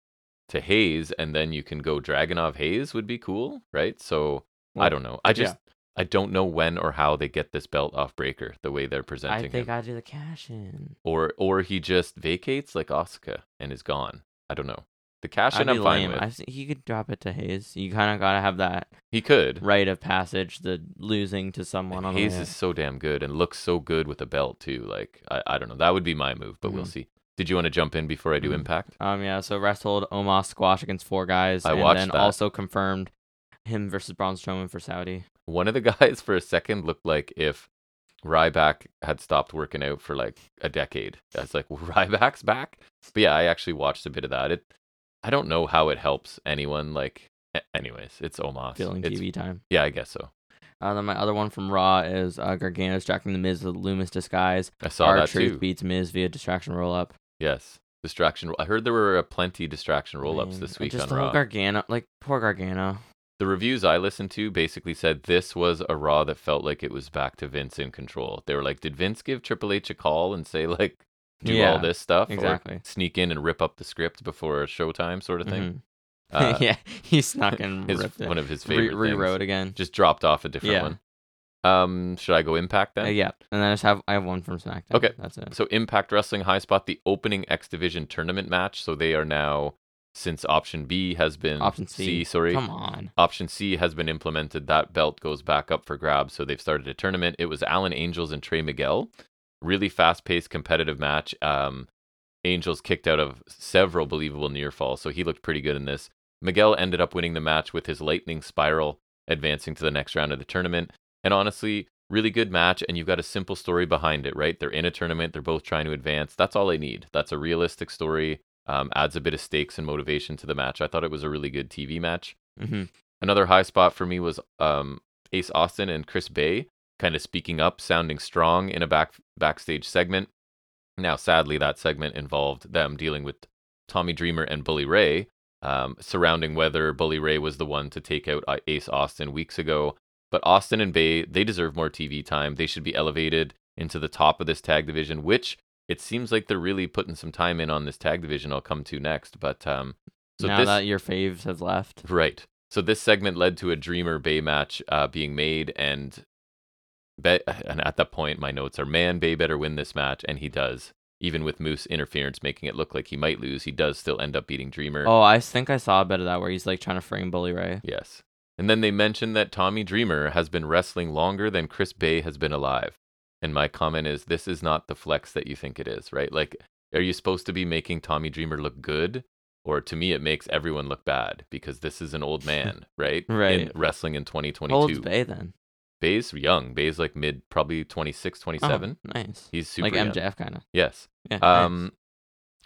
A: to Hayes and then you can go Dragonov Hayes would be cool, right? So I
B: Well,
A: don't know. I
B: yeah.
A: just I don't know when or how they get this belt off Breaker the way they're presenting
B: I think
A: him.
B: I do the cash in.
A: Or or he just vacates like Asuka and is gone. I don't know. The cash
B: I'd
A: in
B: be
A: I'm fine
B: lame.
A: with.
B: I've se- he could drop it to Hayes. You kind of gotta have that
A: He could.
B: rite of passage, the losing to someone on
A: And
B: the
A: Hayes
B: way
A: is
B: out.
A: so damn good and looks so good with a belt too. Like I, I don't know. That would be my move, but we'll
B: Mhm.
A: see. Did you want to jump in before I do
B: Mhm.
A: impact?
B: Um, yeah. So rest hold Omos squash against four guys,
A: I
B: and
A: watched
B: then
A: that.
B: also confirmed him versus Braun Strowman for Saudi.
A: One of the guys for a second looked like if Ryback had stopped working out for like a decade. I was like, well, Ryback's back. But yeah, I actually watched a bit of that. It I don't know how it helps anyone. Like a- anyways, it's Omos.
B: Feeling
A: It's-
B: TV time.
A: Yeah, I guess so.
B: Uh, then my other one from Raw is uh, Gargano distracting the Miz with Loomis disguise.
A: I saw
B: Our
A: that
B: truth
A: too.
B: beats Miz via distraction roll up.
A: yes. Distraction. I heard there were uh, plenty distraction roll ups this week
B: just
A: on
B: the
A: Raw.
B: Whole Gargano, like poor Gargano.
A: The reviews I listened to basically said this was a Raw that felt like it was back to Vince in control. They were like, did Vince give Triple H a call and say, like, do all
B: Yeah,
A: this stuff? or
B: exactly.
A: sneak in and rip up the script before showtime, sort of thing.
B: Mhm.
A: Uh,
B: yeah, he snuck and
A: his-
B: ripped it.
A: one of his
B: Re-
A: favorite
B: rewrote
A: things.
B: again.
A: Just dropped off a different
B: Yeah.
A: one. Um, should I go Impact then?
B: Uh, yeah, and then I just have I have one from SmackDown.
A: Okay.
B: that's it.
A: So Impact Wrestling High Spot, the opening X Division tournament match. So they are now, since Option B has been
B: Option C.
A: sorry,
B: Come on.
A: Option C has been implemented. That belt goes back up for grabs. So they've started a tournament. It was Alan Angels and Trey Miguel. Really fast paced competitive match. Um, Angels kicked out of several believable near falls. So he looked pretty good in this. Miguel ended up winning the match with his lightning spiral, advancing to the next round of the tournament. And honestly, really good match. And you've got a simple story behind it, right? They're in a tournament. They're both trying to advance. That's all they need. That's a realistic story. Um, adds a bit of stakes and motivation to the match. I thought it was a really good TV match.
B: hmm
A: Another high spot for me was um, Ace Austin and Chris Bay kind of speaking up, sounding strong in a back backstage segment. Now, sadly, that segment involved them dealing with Tommy Dreamer and Bully Ray um, surrounding whether Bully Ray was the one to take out uh, Ace Austin weeks ago. But Austin and Bay, they deserve more TV time. They should be elevated into the top of this tag division, which it seems like they're really putting some time in on this tag division. I'll come to next, but um, so
B: now
A: this
B: that your faves have left,
A: Right. So this segment led to a Dreamer Bay match uh, being made, and bet and at that point my notes are man Bay better win this match, and he does. Even with Moose interference making it look like he might lose, he does still end up beating Dreamer.
B: oh, I think I saw a bit of that where he's like trying to frame Bully Ray.
A: Yes. And then they mentioned that Tommy Dreamer has been wrestling longer than Chris Bay has been alive. And my comment is this is not the flex that you think it is, right? Like, are you supposed to be making Tommy Dreamer look good? Or to me, it makes everyone look bad because this is an old man, right? In
B: Right.
A: wrestling in
B: How old's
A: 2022.
B: Bay then?
A: Bay's young. Bay's like mid, probably 26, 27.
B: Oh, nice.
A: He's super
B: like
A: young.
B: MJF kind of.
A: Yes.
B: Yeah. nice.
A: Um,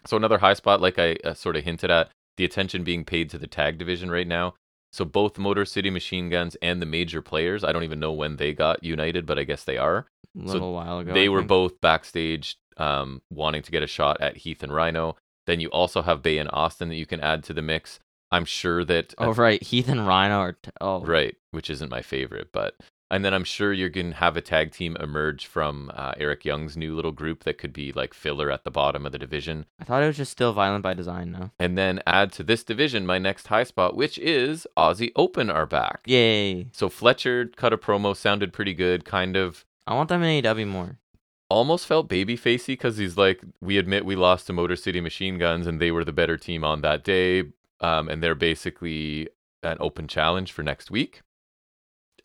A: so another high spot, like I uh, sort of hinted at, the attention being paid to the tag division right now. So both Motor City Machine Guns and the major players, I don't even know when they got united, but I guess they are.
B: a little while ago.
A: they
B: I
A: were
B: think.
A: both backstage um, wanting to get a shot at Heath and Rhino. Then you also have Bay and Austin that you can add to the mix. I'm sure that
B: Oh right, Heath and Rhino are. T- oh
A: Right, which isn't my favorite, but and then I'm sure you're gonna have a tag team emerge from uh, Eric Young's new little group that could be like filler at the bottom of the division,
B: I thought it was just still violent by design now.
A: and then add to this division my next high spot, which is Aussie Open are back.
B: Yay!
A: So Fletcher cut a promo, sounded pretty good, kind of
B: I want them in AEW more.
A: almost felt baby facey because he's like, we admit we lost to Motor City Machine Guns and they were the better team on that day, um, and they're basically an open challenge for next week.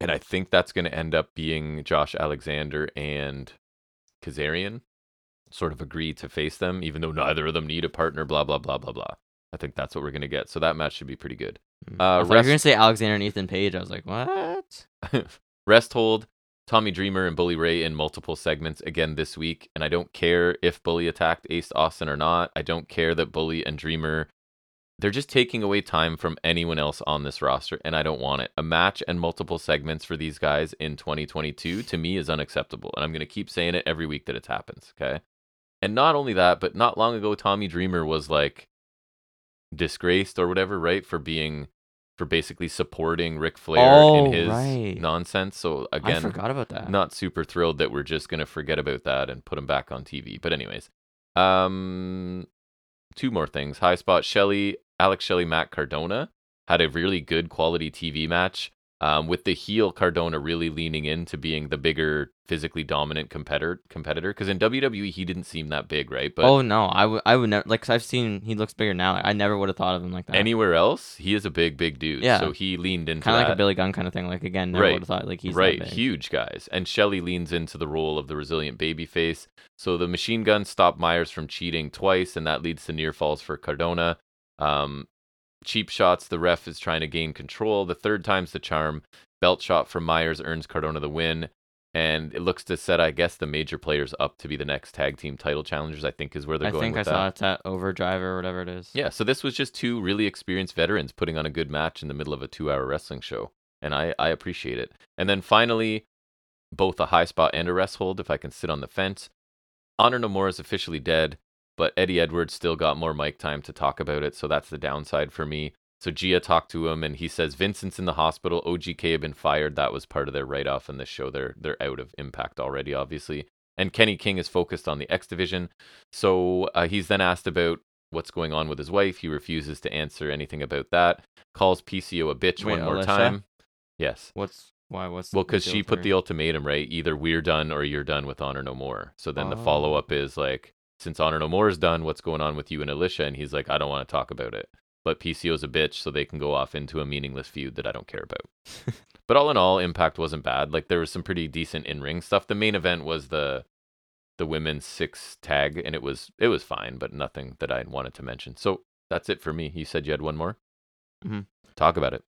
A: And I think that's going to end up being Josh Alexander and Kazarian sort of agree to face them, even though neither of them need a partner, blah, blah, blah, blah, blah. I think that's what we're going to get. So that match should be pretty good.
B: Mm.
A: Uh,
B: I thought you were
A: rest-
B: gonna say Alexander and Ethan Page. I was like, what?
A: Rest hold, Tommy Dreamer and Bully Ray in multiple segments again this week. And I don't care if Bully attacked Ace Austin or not. I don't care that Bully and Dreamer, they're just taking away time from anyone else on this roster. And I don't want it. A match and multiple segments for these guys in 2022 to me is unacceptable. And I'm going to keep saying it every week that it happens. Okay. And not only that, but not long ago, Tommy Dreamer was like disgraced or whatever, right? For being. For basically supporting Ric Flair
B: Oh,
A: in his
B: right.
A: nonsense. So
B: I
A: again,
B: forgot about that.
A: not super thrilled that we're just gonna forget about that and put him back on TV. But anyways, um, two more things. High spot Shelly, Alex Shelley, Matt Cardona had a really good quality TV match. Um, with the heel Cardona really leaning into being the bigger, physically dominant competitor. Competitor, because in WWE he didn't seem that big, right? But
B: oh no, I would I would never like. i I've seen he looks bigger now. I never would have thought of him like that.
A: anywhere else, he is a big, big dude.
B: Yeah.
A: So he leaned into
B: kind of like
A: that.
B: a Billy Gunn kind of thing. Like again, never
A: Right.
B: would have thought like he's that
A: right,
B: big.
A: huge guys. And Shelly leans into the role of the resilient babyface. So the machine gun stopped Myers from cheating twice, and that leads to near falls for Cardona. Um, cheap shots, the ref is trying to gain control. The third time's the charm. Belt shot from Myers earns Cardona the win. And it looks to set, I guess, the major players up to be the next tag team title challengers, I think is where they're
B: I
A: going
B: think I
A: with that.
B: saw it's at Overdrive or whatever it is.
A: Yeah, so this was just two really experienced veterans putting on a good match in the middle of a two hour wrestling show. And I, I appreciate it. And then finally, both a high spot and a rest hold, if I can sit on the fence. Honor No More is officially dead, but Eddie Edwards still got more mic time to talk about it. So that's the downside for me. So Gia talked to him and he says Vincent's in the hospital. OGK have been fired. That was part of their write off in the show. They're they're out of impact already, obviously. And Kenny King is focused on the X division. So uh, he's then asked about what's going on with his wife. He refuses to answer anything about that. Calls PCO a bitch
B: Wait,
A: one more
B: Alyssa?
A: time. Yes.
B: What's why? What's
A: Well,
B: the
A: because
B: deal
A: she
B: with
A: put
B: her?
A: the ultimatum, right? Either we're done or you're done with Honor No More. So then the
B: Oh.
A: follow up is like, since Honor No More is done, what's going on with you and Alicia? And he's like, I don't want to talk about it. But PCO's a bitch, so they can go off into a meaningless feud that I don't care about. but all in all, Impact wasn't bad. Like there was some pretty decent in ring stuff. The main event was the the women's six tag, and it was it was fine, but nothing that I wanted to mention. So that's it for me. You said you had one more.
B: Mhm.
A: Talk about it.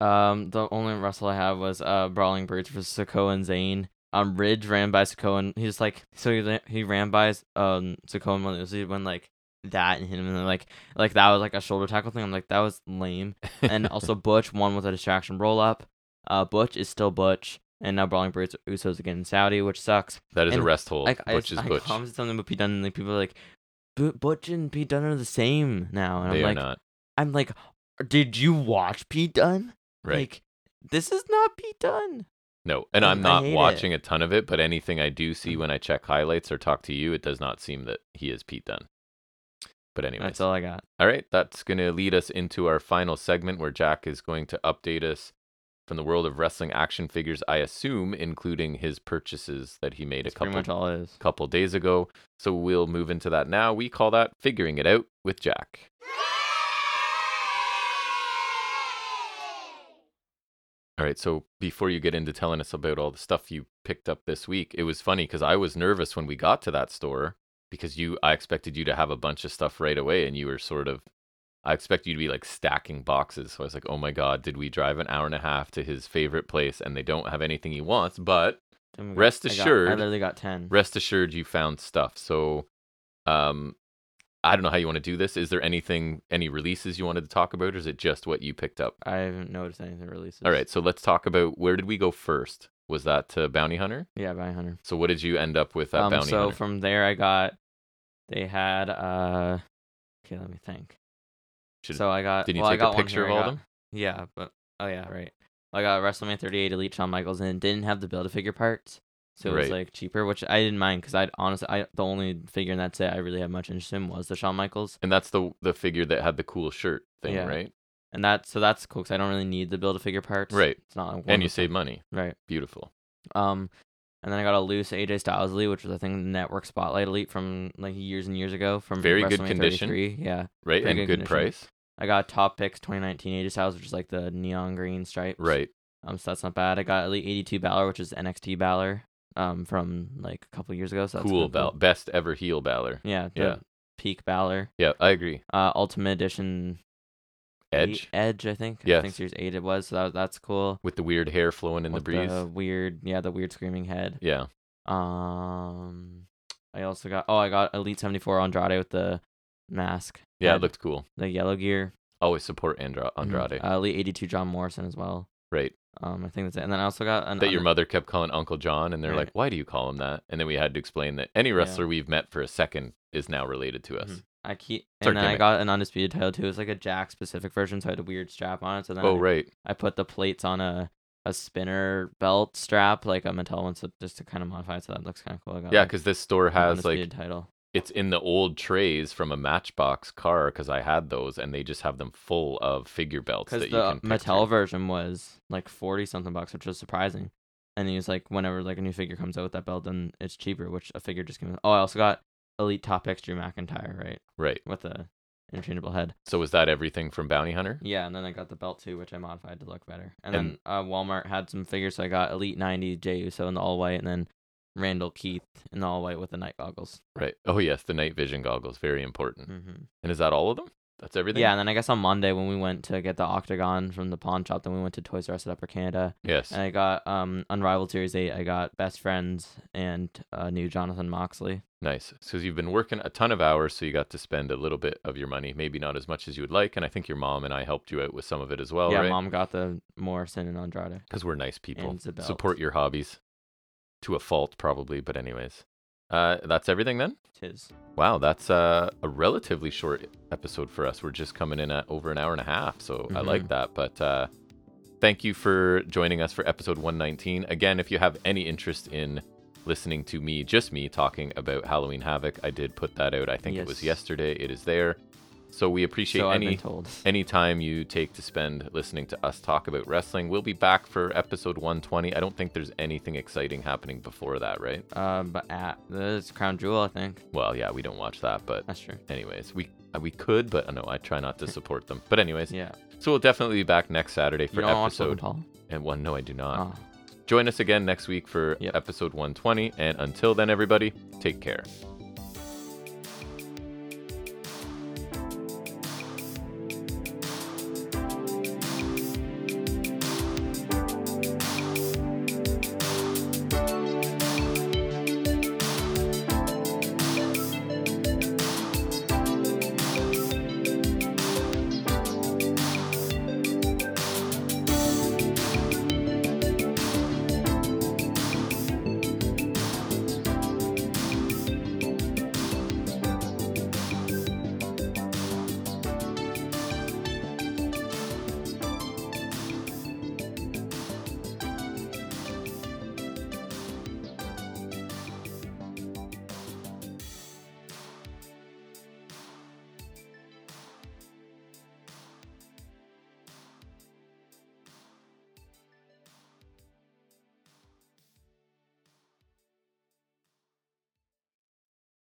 B: Um, the only wrestle I have was uh Brawling Brutes versus Sokoa and Zane. Um, Ridge ran by Sokoa and he just like so he, la- he ran by um Sokoa and when it was when like that and hit him and then like like that was like a shoulder tackle thing. I'm like that was lame. And also Butch won with a distraction roll up. Uh, Butch is still Butch, and now Brawling Brutes Usos again in Saudi, which sucks.
A: that is a
B: and,
A: rest hold.
B: Like I,
A: Butch is
B: I
A: Butch.
B: commented something about Pete Dunne, and like people are like, "Bu- Butch and Pete Dunne are the same now, and
A: They
B: I'm
A: are
B: like,
A: not
B: I'm like, did you watch Pete Dunne?
A: right.
B: Like, this is not Pete Dunne.
A: no, and
B: I-
A: I'm
B: I
A: not
B: hate it. Mm-hmm.
A: watching a ton of it, but anything I do see when I check highlights or talk to you, it does not seem that he is Pete Dunne. But anyway,
B: That's all I got.
A: All right, that's going to lead us into our final segment where Jack is going to update us from the world of wrestling action figures, I assume, including his purchases that he made
B: That's
A: a couple
B: pretty much all it is.
A: couple days ago. So we'll move into that now. We call that figuring it out with Jack. All right, so before you get into telling us about all the stuff you picked up this week, it was funny because I was nervous when we got to that store because you I expected you to have a bunch of stuff right away and you were sort of I expect you to be like stacking boxes. So I was like, "Oh my god, did we drive an hour and a half to his favorite place and they don't have anything he wants?" But
B: Then we
A: Rest
B: I got-
A: assured-
B: I literally got ten.
A: rest assured you found stuff. So um I don't know how you want to do this. Is there anything any releases you wanted to talk about or is it just what you picked up?
B: I haven't noticed anything releases.
A: All right, so let's talk about where did we go first? Was that to Bounty Hunter?
B: Yeah, by Hunter.
A: So what did you end up with at
B: um,
A: Bounty
B: so
A: Hunter?
B: from there, I got. They had. uh Okay, let me think.
A: Should-
B: so I got.
A: Did you
B: well, I
A: take
B: got
A: a
B: one
A: picture of
B: here, I
A: all
B: got-
A: them?
B: Yeah, but oh yeah, right. I got WrestleMania 38 Elite Shawn Michaels and it didn't have the build a figure parts, so it was
A: Right.
B: like cheaper, which I didn't mind because I honestly I the only figure and that's it I really had much interest in was the Shawn Michaels,
A: And that's the the figure that had the cool shirt thing,
B: Yeah.
A: right?
B: and that so that's cool because I don't really need the build a figure parts.
A: Right.
B: It's not like one
A: And you
B: of
A: save money.
B: the- right.
A: Beautiful.
B: Um, and then I got a loose AJ Styles Elite, which was I think Network Spotlight Elite from like years and years ago from
A: Very good
B: WrestleMania
A: condition.
B: 33. Yeah,
A: Right?
B: Pretty
A: and
B: good
A: good price.
B: condition. I got top picks 2019 AJ Styles, which is like the neon green stripes.
A: Right.
B: Um, so that's not bad. I got Elite 82 Balor, which is NXT Balor, um, from like a couple years ago. So that's
A: cool
B: kinda
A: Bal- best ever heel Balor.
B: Yeah, the
A: Yeah.
B: peak Balor.
A: Yeah, I agree.
B: Uh, Ultimate Edition eight-
A: Edge
B: Edge, I think. I
A: Yes.
B: think Series Eight it was. So that, that's cool.
A: with the weird hair flowing in
B: With
A: the breeze.
B: weird, yeah, the weird screaming head.
A: Yeah.
B: Um, I also got oh, I got Elite 74 Andrade with the mask.
A: Yeah,
B: head,
A: it looked cool.
B: the yellow gear.
A: Always support Andra-
B: Mhm.
A: Andrade.
B: Uh, Elite 82 John Morrison as well.
A: right.
B: Um, I think that's it. And then I also got an
A: That your
B: un-
A: mother kept calling Uncle John, and they're
B: Right.
A: like, why do you call him that? And then we had to explain that any wrestler we've met for a second is now related to us.
B: Mhm. I keep
A: It's our
B: and then I
A: gimmick.
B: got an undisputed title too. It was like a Jack specific version, so I had a weird strap on it. So then
A: Oh,
B: I,
A: right.
B: I put the plates on a a spinner belt strap, like a metal one, so just to kind of modify it. So that looks kind of cool. I got,
A: Yeah,
B: like,
A: because this store
B: an
A: has like
B: undisputed title.
A: it's in the old trays from a Matchbox car because I had those, and they just have them full of figure belts
B: Because
A: that you can
B: the
A: pick
B: Mattel
A: through.
B: version was like forty something bucks, which was surprising. And he was like, whenever like a new figure comes out with that belt, then it's cheaper. Which a figure just came. Out. Oh, I also got Elite Top X Drew McIntyre, right,
A: Right.
B: with the interchangeable head.
A: So was that everything from Bounty Hunter?
B: Yeah, and then I got the belt too, which I modified to look better. And,
A: And-
B: then uh, Walmart had some figures, so I got Elite 90 Jey Uso in the all white, and then Randall Keith in the all white with the night goggles.
A: Right. Oh yes, the night vision goggles, very important.
B: hmm
A: And is that all of them? That's everything.
B: Yeah, and then I guess on Monday when we went to get the Octagon from the pawn shop, then we went to Toys R Us at Upper Canada,
A: Yes.
B: and I got um Unrivaled Series 8, I got Best Friends, and uh, new Jonathan Moxley.
A: Nice. Because you've been working a ton of hours, so you got to spend a little bit of your money, maybe not as much as you would like. And I think your mom and I helped you out with some of it as well,
B: yeah,
A: Oh, right?
B: mom got the Morrison and Andrade.
A: Because we're nice people.
B: And the belt.
A: Support your hobbies to a fault, probably. But anyways, uh, that's everything then.
B: Tis.
A: Wow, that's uh, a relatively short episode for us. We're just coming in at over an hour and a half, so I like
B: Mhm.
A: that. But uh, thank you for joining us for episode 119. Again, if you have any interest in listening to me, just me, talking about Halloween Havoc, I did put that out. I think it was
B: Yes.
A: yesterday. It is there. So we appreciate
B: So I've
A: any
B: been told.
A: any time you take to spend listening to us talk about wrestling. We'll be back for episode 120. I don't think there's anything exciting happening before that, right?
B: Uh, but at this Crown Jewel, I think.
A: Well, yeah, we don't watch that, but
B: That's true.
A: anyways we uh, we could but uh, no i try not to support them but anyways
B: Yeah.
A: so we'll definitely be back next saturday
B: You
A: for
B: don't watch Logan
A: episode
B: Paul?
A: and one no i do not
B: Oh.
A: join us again next week for
B: Yep.
A: episode 120 and until then everybody take care